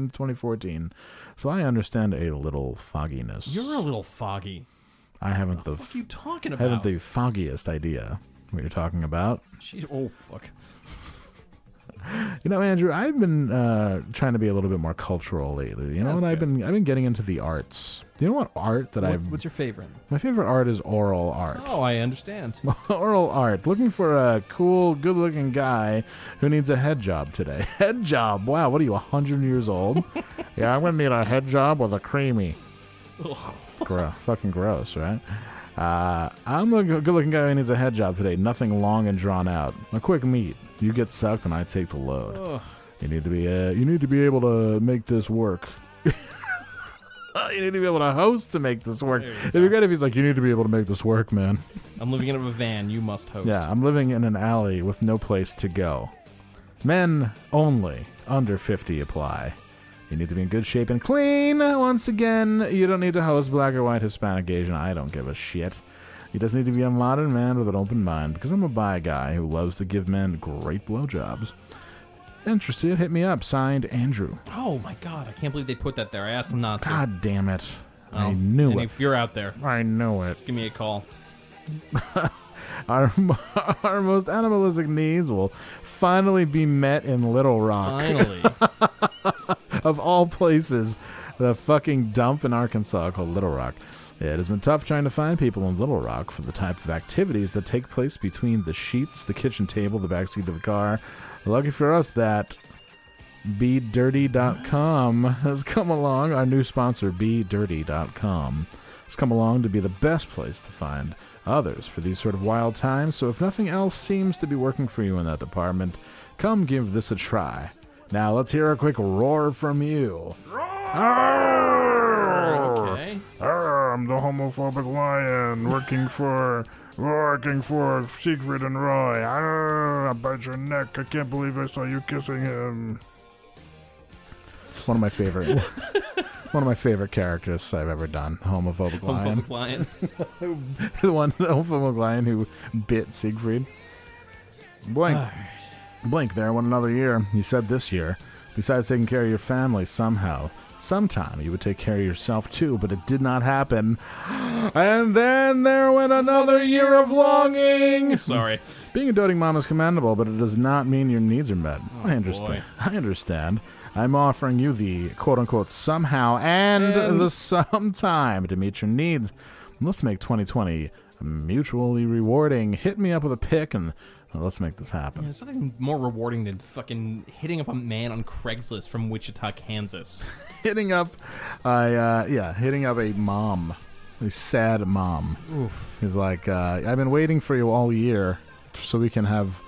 Speaker 2: to 2014, so I understand a little fogginess.
Speaker 1: You're a little foggy.
Speaker 2: I haven't the,
Speaker 1: What are you talking
Speaker 2: I haven't
Speaker 1: about?
Speaker 2: the foggiest idea what you're talking about.
Speaker 1: Jeez, oh, fuck.
Speaker 2: You know, Andrew, I've been uh, trying to be a little bit more cultural lately. You know,
Speaker 1: That's
Speaker 2: and I've been I've been getting into the arts. Do you know what art that
Speaker 1: What-
Speaker 2: I've
Speaker 1: what's your favorite?
Speaker 2: my favorite art is oral art.
Speaker 1: Oh, I understand.
Speaker 2: Oral art. Looking for a cool, good-looking guy who needs a head job today. Head job. Wow, what are you, 100 years old? yeah, I'm going to need a head job with a creamy. Gross. Fucking gross, right? Uh, I'm a good looking guy who needs a head job today. Nothing long and drawn out. A quick meet. You get sucked and I take the load.
Speaker 1: Ugh.
Speaker 2: You need to be uh, you need to be able to make this work. you need to be able to host to make this work. It'd be great if he's like, you need to be able to make this work, man.
Speaker 1: I'm living in a van. You must host.
Speaker 2: Yeah, I'm living in an alley with no place to go. Men only under 50 apply. You need to be in good shape and clean. Once again, you don't need to host black or white, Hispanic, Asian. I don't give a shit. You just need to be a modern man with an open mind because I'm a bi guy who loves to give men great blowjobs. Interested? Hit me up. Signed, Andrew.
Speaker 1: Oh my god! I can't believe they put that there. I asked them not to.
Speaker 2: God damn it. I
Speaker 1: Oh,
Speaker 2: knew
Speaker 1: and
Speaker 2: it.
Speaker 1: If you're out there,
Speaker 2: I know it.
Speaker 1: give me a call.
Speaker 2: Our, our most animalistic needs will finally be met in Little Rock.
Speaker 1: Finally.
Speaker 2: of all places, the fucking dump in Arkansas called Little Rock. It has been tough trying to find people in Little Rock for the type of activities that take place between the sheets, the kitchen table, the backseat of the car. Lucky for us that BeDirty.com has come along. Our new sponsor, BeDirty.com, has come along to be the best place to find others for these sort of wild times. So if nothing else seems to be working for you in that department, come give this a try. Now let's hear a quick roar from you.
Speaker 15: Okay.
Speaker 2: Arr, Ah, I'm the homophobic lion working for working for Siegfried and Roy. Arr, I bite your neck. I can't believe I saw you kissing him. It's one of my favorite one of my favorite characters I've ever done. Homophobic lion.
Speaker 1: Homophobic lion.
Speaker 2: the one the homophobic lion who bit Siegfried. Blank. Blank there went another year. You said this year, besides taking care of your family somehow, sometime you would take care of yourself too, but it did not happen. And then there went another year of longing.
Speaker 1: Sorry.
Speaker 2: Being a doting mom is commendable, but it does not mean your needs are met. I understand. I understand. I'm offering you the quote unquote somehow and,
Speaker 15: And-
Speaker 2: the sometime to meet your needs. Let's make 2020 mutually rewarding. Hit me up with a pick and let's make this happen.
Speaker 1: Yeah, There's nothing more rewarding than fucking hitting up a man on Craigslist from Wichita, Kansas.
Speaker 2: hitting up, I uh, yeah, hitting up a mom, a sad mom. Oof. He's like, uh, I've been waiting for you all year, t- so we can have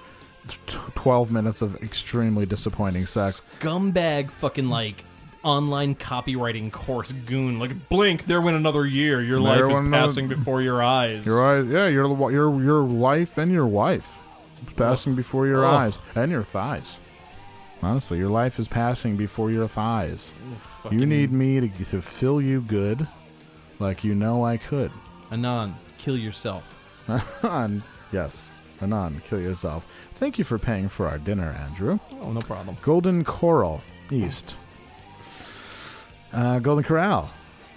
Speaker 2: t- t- twelve minutes of extremely disappointing sex.
Speaker 1: Gumbag fucking like online copywriting course goon. Like blink, there went another year. Your
Speaker 2: There
Speaker 1: life
Speaker 2: went
Speaker 1: is
Speaker 2: another-
Speaker 1: passing before your eyes.
Speaker 2: Your eyes, yeah, your li- your your life and your wife is passing before your
Speaker 1: Ugh.
Speaker 2: eyes and your thighs. Honestly, your life is passing before your thighs.
Speaker 1: fucking-
Speaker 2: You need me to, to fill you good, like you know I could.
Speaker 1: Anon, kill yourself.
Speaker 2: Anon, yes, Anon, kill yourself. Thank you for paying for our dinner, Andrew.
Speaker 1: Oh, no problem.
Speaker 2: Golden Coral East. Uh, Golden Corral,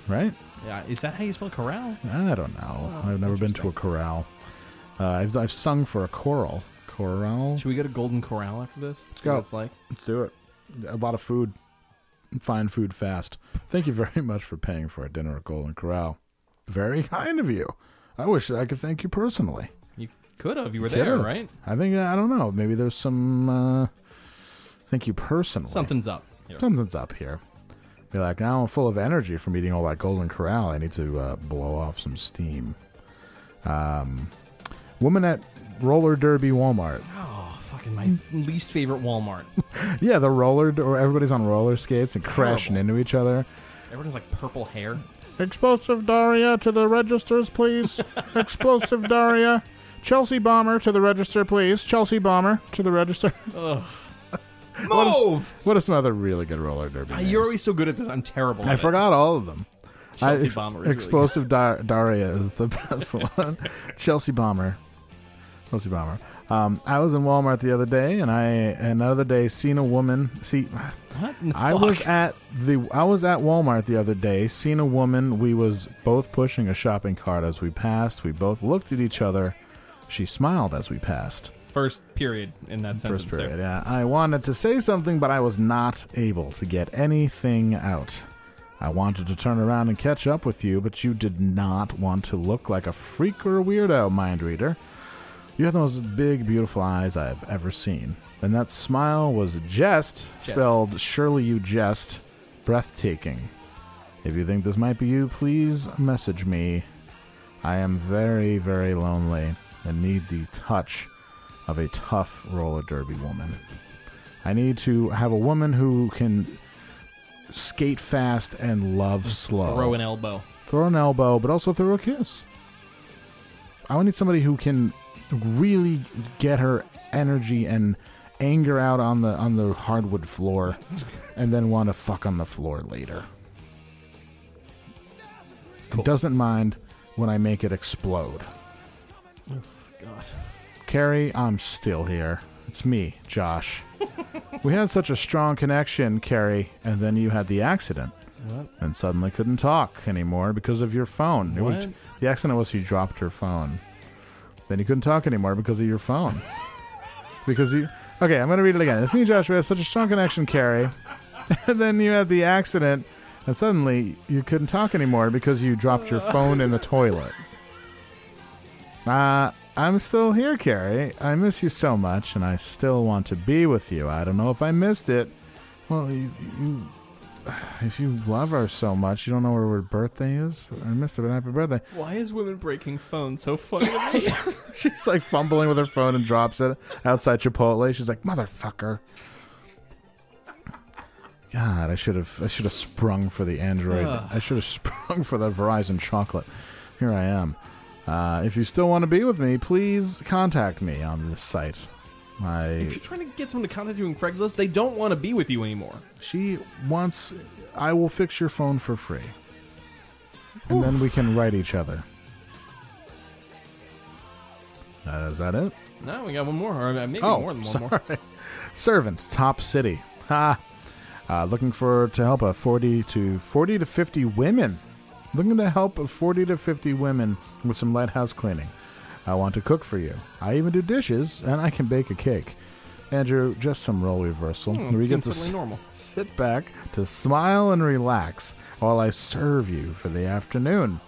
Speaker 2: right?
Speaker 1: Yeah, is that how you spell corral?
Speaker 2: I don't know. I've never been to a corral. Uh, I've, I've sung for a choral. Corral.
Speaker 1: Should we go to Golden Corral after this?
Speaker 2: Let's
Speaker 1: See what it's like.
Speaker 2: Let's do it. A lot of food. Find food fast. Thank you very much for paying for a dinner at Golden Corral. Very kind of you. I wish I could thank you personally.
Speaker 1: You could have. You were
Speaker 2: Should've.
Speaker 1: there, right?
Speaker 2: I think uh, I don't know. Maybe there's some. Uh, thank you personally.
Speaker 1: Something's up. here.
Speaker 2: Something's up here. Be like, now I'm full of energy from eating all that Golden Corral. I need to uh, blow off some steam. Um, woman at roller derby Walmart.
Speaker 1: Oh, fucking my least favorite Walmart.
Speaker 2: yeah, the roller or everybody's on roller skates and crashing into each other.
Speaker 1: Everyone's like purple hair.
Speaker 2: Explosive Daria to the registers, please. Explosive Daria. Uh, Chelsea Bomber to the register, please. Chelsea Bomber to the register.
Speaker 1: Ugh. Ah,
Speaker 2: Move! What are some other really good roller derby?
Speaker 1: Ah,
Speaker 2: names?
Speaker 1: You're always so good at this. I'm terrible.
Speaker 2: I
Speaker 1: at it.
Speaker 2: forgot all of them.
Speaker 1: Chelsea
Speaker 2: I- ex-
Speaker 1: Bomber is really
Speaker 2: Explosive Dar- Daria is the best one. Chelsea Bomber. Chelsea Bomber. Um, I was in Walmart the other day, and I another day seen a woman. See, I was at the I was at Walmart the other day, seen a woman. We was both pushing a shopping cart as we passed. We both looked at each other. She smiled as we passed.
Speaker 1: First period in that sentence.
Speaker 2: First
Speaker 1: there.
Speaker 2: period. Yeah, I wanted to say something, but I was not able to get anything out. I wanted to turn around and catch up with you, but you did not want to look like a freak or a weirdo, mind reader. You have the most big, beautiful eyes I've ever seen. And that smile was jest, spelled surely you jest, breathtaking. If you think this might be you, please message me. I am very, very lonely and need the touch of a tough roller derby woman. I need to have a woman who can skate fast and love slow.
Speaker 1: Throw an elbow.
Speaker 2: Throw an elbow, but also throw a kiss. I need somebody who can really get her energy and anger out on the on the hardwood floor, and then want to fuck on the floor later. Who Doesn't mind when I make it explode.
Speaker 1: God.
Speaker 2: Carrie, I'm still here. It's me, Josh. we had such a strong connection, Carrie, and then you had the accident.
Speaker 1: What?
Speaker 2: And suddenly couldn't talk anymore because of your phone. It was-
Speaker 1: What?
Speaker 2: the accident was you dropped your phone. Then you couldn't talk anymore because of your phone. because you. Okay, I'm going to read it again. It's me, Josh. We had such a strong connection, Carrie. and then you had the accident, and suddenly you couldn't talk anymore because you dropped your phone in the toilet. Uh, I'm still here, Carrie. I miss you so much, and I still want to be with you. I don't know if I missed it. Well, you, you, if you love her so much, you don't know where her birthday is. I missed it, but happy birthday.
Speaker 1: Why is women breaking phones so funny?
Speaker 2: She's like fumbling with her phone and drops it outside Chipotle. She's like, "Motherfucker!" God, I should have, I should have sprung for the Android.
Speaker 15: Ugh.
Speaker 2: I should have sprung for the Verizon chocolate. Here I am. Uh, if you still want to be with me, please contact me on this site. My
Speaker 1: if you're trying to get someone to contact you on Craigslist, they don't want to be with you anymore.
Speaker 2: she wants, I will fix your phone for free, and then we can write each other. Uh, is that it?
Speaker 1: No, we got one more. Or uh, maybe
Speaker 2: oh,
Speaker 1: more than one
Speaker 2: sorry.
Speaker 1: more.
Speaker 2: Servant, top city. Ha. Uh, looking for to help a 40 to 40 to 50 women. Looking to help a 40 to 50 women with some light house cleaning. I want to cook for you. I even do dishes and I can bake a cake. Andrew, just some role reversal.
Speaker 1: Hmm,
Speaker 2: we get
Speaker 1: seems
Speaker 2: to
Speaker 1: totally
Speaker 2: s-
Speaker 1: normal.
Speaker 2: sit back to smile and relax while I serve you for the afternoon.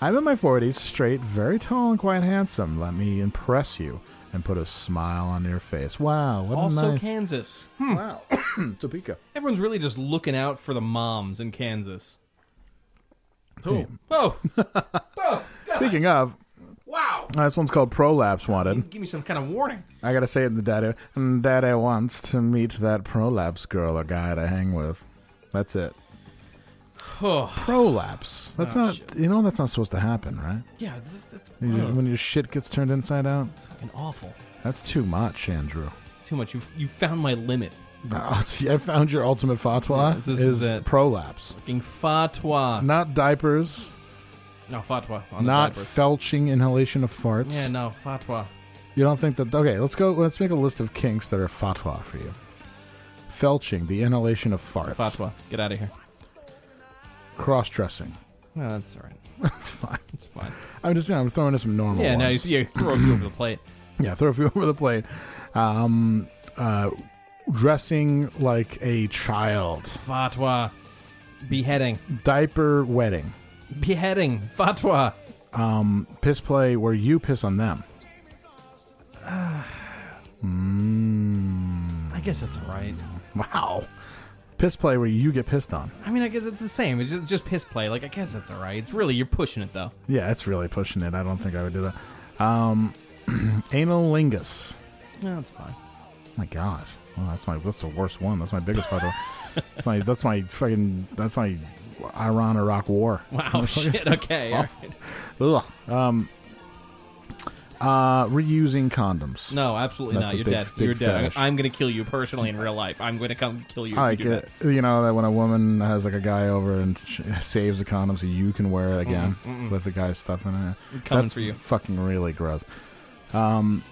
Speaker 2: I'm in my 40s, straight, very tall, and quite handsome. Let me impress you and put a smile on your face. Wow, what
Speaker 1: also,
Speaker 2: a nice
Speaker 1: Kansas.
Speaker 2: Wow. Topeka.
Speaker 1: Everyone's really just looking out for the moms in Kansas. Oh, oh, oh!
Speaker 2: Speaking of,
Speaker 1: Wow!
Speaker 2: uh, this one's called Prolapse Wanted.
Speaker 1: Give me some kind of warning.
Speaker 2: I gotta say it in the daddy. And daddy wants to meet that prolapse girl or guy to hang with. That's it. Prolapse. That's
Speaker 1: Oh,
Speaker 2: not. You know that's not supposed to happen, right?
Speaker 1: Yeah, that's, that's
Speaker 2: You-
Speaker 1: ugh,
Speaker 2: When your shit gets turned inside out,
Speaker 1: fucking awful.
Speaker 2: that's too much, Andrew.
Speaker 1: It's too much. You've you found my limit.
Speaker 2: I found your ultimate fatwa
Speaker 1: Yeah, this is
Speaker 2: is,
Speaker 1: it.
Speaker 2: prolapse,
Speaker 1: Fucking fatwa.
Speaker 2: not diapers,
Speaker 1: No fatwa. On
Speaker 2: not
Speaker 1: The diapers.
Speaker 2: felching inhalation of farts.
Speaker 1: yeah, no fatwa.
Speaker 2: You don't think that? Okay, let's go. Let's make a list of kinks that are fatwa for you. Felching, the inhalation of farts.
Speaker 1: Fatwa. Get out of here.
Speaker 2: Cross dressing.
Speaker 1: No, that's all right.
Speaker 2: That's fine.
Speaker 1: It's fine.
Speaker 2: I'm just I'm throwing in some normal.
Speaker 1: yeah, no, you,
Speaker 2: ones.
Speaker 1: you throw a few over the plate.
Speaker 2: Yeah, throw a few over the plate. Um, uh, dressing like a child.
Speaker 1: Fatwa. Beheading.
Speaker 2: Diaper wedding.
Speaker 1: Beheading. Fatwa.
Speaker 2: Um, piss play where you piss on them. Mm.
Speaker 1: I guess that's all right.
Speaker 2: Wow. Piss play where you get pissed on.
Speaker 1: I mean, I guess it's the same. It's just, just piss play. Like, I guess that's all right. It's really, you're pushing it, though.
Speaker 2: Yeah, it's really pushing it. I don't think I would do that. Um, anal lingus.
Speaker 1: No, it's fine.
Speaker 2: My God, well, that's my that's the worst one. That's my biggest fight. that's my that's my fucking that's my Iran Iraq war.
Speaker 1: Wow, shit, okay, all right.
Speaker 2: Ugh. Um. Uh, reusing condoms.
Speaker 1: No, absolutely
Speaker 2: That's
Speaker 1: not.
Speaker 2: a
Speaker 1: You're
Speaker 2: big-
Speaker 1: dead.
Speaker 2: big
Speaker 1: you're dead.
Speaker 2: fetish.
Speaker 1: I'm, going to kill you personally in real life. I'm going to come kill you if
Speaker 2: I
Speaker 1: you
Speaker 2: like
Speaker 1: do that.
Speaker 2: it. You know that when a woman has like a guy over and sh- saves a condom so you can wear it again
Speaker 1: Mm-mm, mm-mm.
Speaker 2: with the guy's stuff in it.
Speaker 1: I'm coming
Speaker 2: That's
Speaker 1: for you.
Speaker 2: Fucking really gross. Um,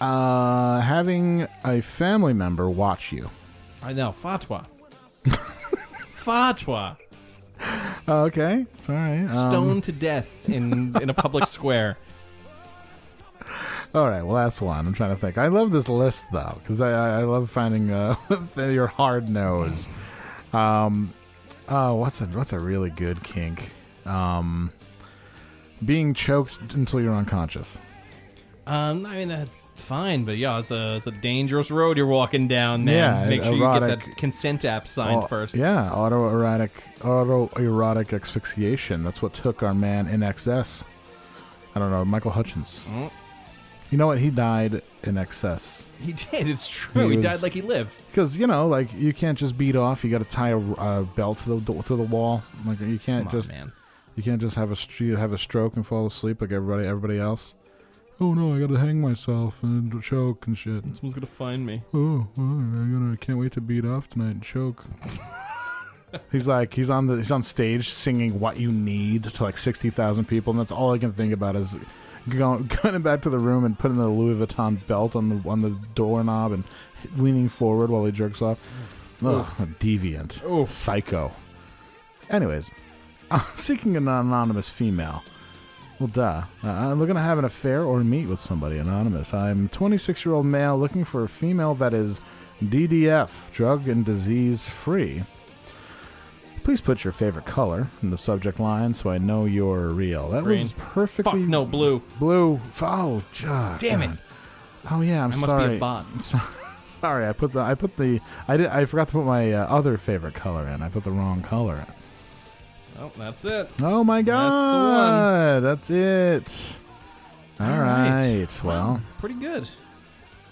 Speaker 2: uh, having a family member watch you.
Speaker 1: I know. Fatwa. Fatwa.
Speaker 2: Okay, it's all right. Um,
Speaker 1: Stoned to death in, in a public square.
Speaker 2: All right, last one. I'm trying to think. I love this list though, because I, I I love finding uh, your hard nose. Um, oh, what's a what's a really good kink? Um, being choked until you're unconscious.
Speaker 1: Um, I mean, that's fine, but yeah, it's a, it's a dangerous road you're walking down, man.
Speaker 2: Yeah,
Speaker 1: Make sure you
Speaker 2: erotic-
Speaker 1: get that consent app signed
Speaker 2: Oh,
Speaker 1: first.
Speaker 2: Yeah, autoerotic autoerotic asphyxiation. That's what took our man in excess. I don't know, Michael Hutchins.
Speaker 1: Mm.
Speaker 2: You know what? He died in excess.
Speaker 1: He did. It's true. He, died like he lived.
Speaker 2: Because you know, like you can't just beat off. You got to tie a uh, belt to the to the wall. Like you can't
Speaker 1: Come on,
Speaker 2: just you can't just have a str- have a stroke and fall asleep like everybody everybody else. Oh no, I got to hang myself and choke and shit.
Speaker 1: Someone's gonna find me.
Speaker 2: Oh, oh, I gotta, I can't wait to beat off tonight and choke. he's like, he's on the, he's on stage singing "What You Need" to like sixty thousand people, and that's all I can think about is going, going back to the room and putting the Louis Vuitton belt on the on the doorknob and leaning forward while he jerks off. Ugh,
Speaker 15: Oof.
Speaker 2: deviant, psycho. Anyways, I'm seeking an anonymous female. Well, duh. Uh, I'm looking to have an affair or meet with somebody anonymous. I'm 26 year old male looking for a female that is DDF, drug and disease free. Please put your favorite color in the subject line so I know you're real. That
Speaker 1: Green.
Speaker 2: was perfectly.
Speaker 1: Fuck, no, blue.
Speaker 2: Blue. Oh, God.
Speaker 1: Damn it.
Speaker 2: Oh yeah, I'm
Speaker 1: I must be a
Speaker 2: sorry.
Speaker 1: bot.
Speaker 2: I'm so- Sorry, I put the I put the I did I forgot to put my uh, other favorite color in. I put the wrong color in.
Speaker 1: Oh, that's it.
Speaker 2: Oh my
Speaker 1: one.
Speaker 2: god. That's, it. All
Speaker 1: All
Speaker 2: right.
Speaker 1: right.
Speaker 2: Well,
Speaker 1: Pretty good.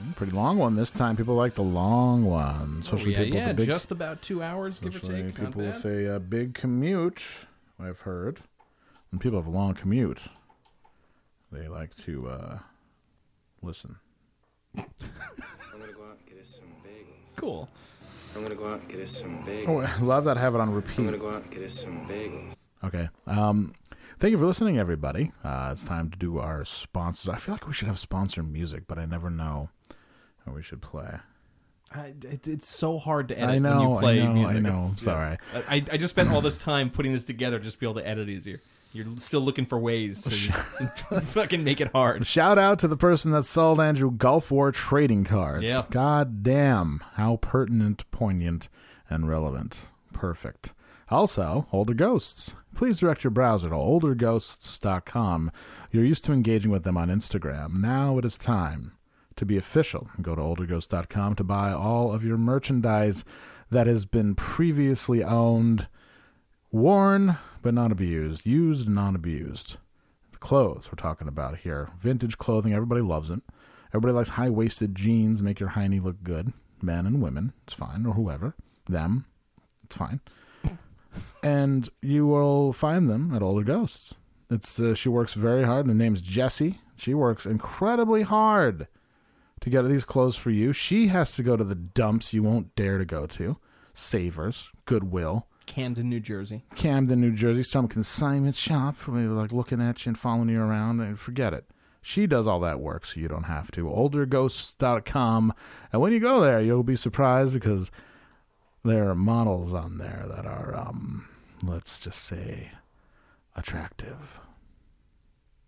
Speaker 2: Hmm, pretty long one this time. People like the long one, especially
Speaker 1: Oh, yeah,
Speaker 2: people with
Speaker 1: yeah.
Speaker 2: a big
Speaker 1: just about two hours, give or
Speaker 2: especially
Speaker 1: take. Not
Speaker 2: people
Speaker 1: bad.
Speaker 2: with a uh, big commute, I've heard. When people have a long commute, they like to uh, listen.
Speaker 22: I'm gonna go out and get us some bagels.
Speaker 1: Cool.
Speaker 22: I'm gonna go out and get us some bagels.
Speaker 2: Oh, I love that I have it on repeat.
Speaker 22: I'm gonna go out and get us some bagels.
Speaker 2: Okay. Um, thank you for listening, everybody. Uh, it's time to do our sponsors. I feel like we should have sponsor music, but I never know how we should play.
Speaker 1: I, it, it's so hard to edit
Speaker 2: I know,
Speaker 1: when you play
Speaker 2: I know,
Speaker 1: music.
Speaker 2: I know.
Speaker 1: It's-
Speaker 2: I'm sorry.
Speaker 1: yeah. I, I just spent all this time putting this together just to be able to edit easier. You're still looking for ways to to fucking make it hard.
Speaker 2: Shout out to the person that sold Andrew Gulf War trading cards.
Speaker 1: Yeah.
Speaker 2: God damn, how pertinent, poignant, and relevant. Perfect. Also, Older Ghosts. Please direct your browser to olderghosts.com. You're used to engaging with them on Instagram. Now it is time to be official. Go to olderghosts.com to buy all of your merchandise that has been previously owned worn but not abused, used not abused. The clothes we're talking about here, vintage clothing, everybody loves it. Everybody likes high waisted jeans, make your hiney look good. Men and women, it's fine, or whoever, them, it's fine. And you will find them at Older Ghosts. It's uh, she works very hard. Her name's Jessie. She works incredibly hard to get these clothes for you. She has to go to the dumps you won't dare to go to. Savers, Goodwill,
Speaker 1: Camden, New Jersey.
Speaker 2: Camden, New Jersey, some consignment shop, where they're, like looking at you and following you around, and forget it. She does all that work, so you don't have to. Olderghosts.com. And when you go there, you'll be surprised because there are models on there that are, um, let's just say, attractive.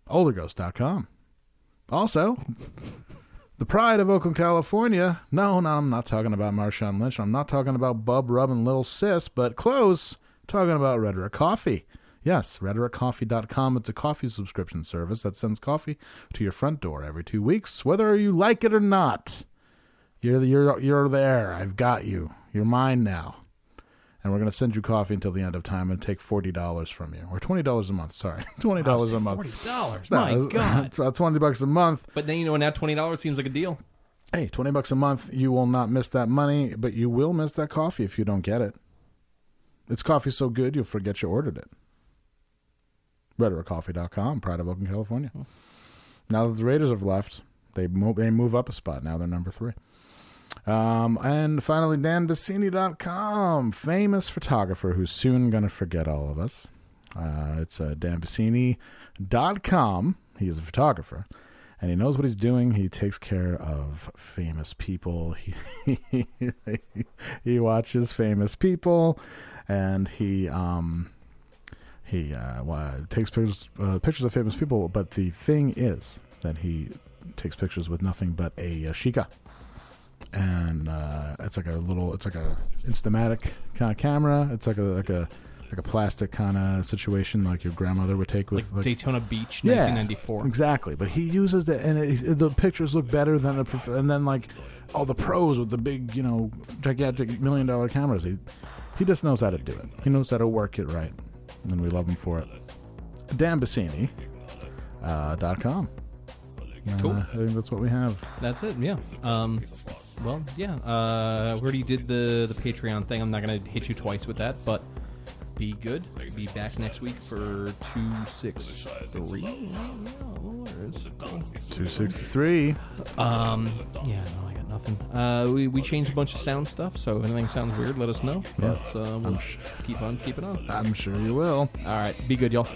Speaker 2: Olderghost.com. Also, the pride of Oakland, California. No, no, I'm not talking about Marshawn Lynch. I'm not talking about Bub Rub and Little Sis, but close. Talking about Rhetoric Coffee. Yes, rhetoriccoffee.com. It's a coffee subscription service that sends coffee to your front door every two weeks, whether you like it or not. You're you're you're there. I've got you. You're mine now. And we're gonna send you coffee until the end of time and take forty dollars from you, or twenty dollars a month. Sorry, twenty dollars a month.
Speaker 1: $40.
Speaker 2: No,
Speaker 1: My
Speaker 2: it's-
Speaker 1: God.
Speaker 2: it's about twenty bucks a month.
Speaker 1: But then you know now twenty dollars seems like a deal.
Speaker 2: Hey, twenty bucks a month. You will not miss that money, but you will miss that coffee if you don't get it. It's coffee so good you'll forget you ordered it. RhetoricCoffee.com, Pride of Oakland, California. Now that the Raiders have left, they move, they move up a spot. Now they're number three. Um, and finally, danbassini.com, famous photographer who's soon going to forget all of us. Uh, it's uh, danbassini.com. He is a photographer and he knows what he's doing. He takes care of famous people. He, he watches famous people and he, um, he uh, wa- takes pictures, uh, pictures of famous people, but the thing is that he takes pictures with nothing but a, uh Sheikah, and uh, it's like a little, it's like a instamatic kind of camera. It's like a like a like a plastic kind of situation, like your grandmother would take with
Speaker 1: Like, Daytona Beach,
Speaker 2: Yeah,
Speaker 1: nineteen ninety four.
Speaker 2: exactly. But he uses it, and it, the pictures look better than a prof- and then like all the pros with the big, you know, gigantic million dollar cameras. He he just knows how to do it. He knows how to work it right, and we love him for it. Dan Bassini, uh, dot com.
Speaker 1: Cool.
Speaker 2: I think that's what we have.
Speaker 1: That's it. Yeah. Um, well, yeah. Uh, we already did the the Patreon thing. I'm not gonna hit you twice with that, but be good. Be back next week for two six three.
Speaker 2: Two sixty three.
Speaker 1: Um, yeah. No, I got nothing. Uh, we we changed a bunch of sound stuff, so if anything sounds weird, let us know.
Speaker 2: Yeah.
Speaker 1: But uh, we'll keep on keeping on.
Speaker 2: I'm sure you will.
Speaker 1: All right. Be good, y'all.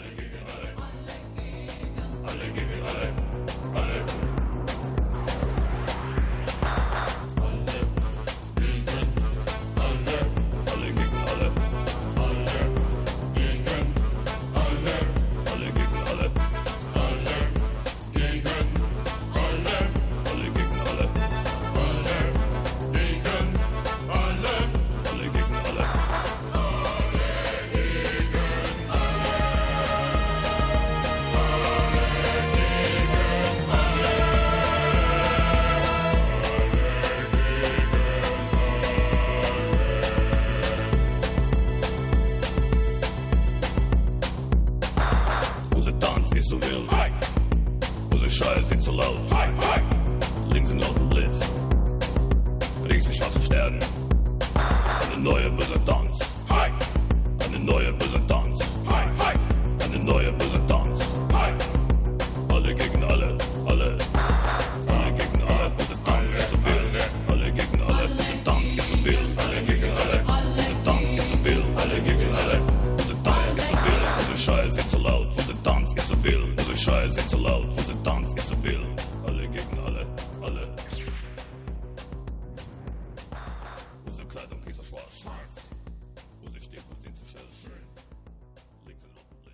Speaker 11: Musikant, wie es du willst. Hi. Unsere Scheiße sind zu laut. Hi, hi. Links sind laut und blitz. Rechts sind schwarze Sterne. Eine neue böse Tanz. Hi. Eine neue böse Tanz. Hi, hi. Eine neue böse Tanz. Hi. Alle gegen alle. Alle. Alle gegen alle. Böse Tanz, wie es du willst. Alle gegen alle. Böse Tanz, wie es du willst. Alle gegen alle. Böse Tanz, wie es du willst. Alle gegen alle. Böse Tanz, wie es du willst. Unsere Scheiße sind zu laut. Unsere Tanz ist zu wild. Unsere Scheiße sind zu laut. Unsere Tanz ist zu wild. Alle gegen alle. Alle. Unsere Kleidung ist so schwarz. Unsere Stiefel sind zu schön. Links und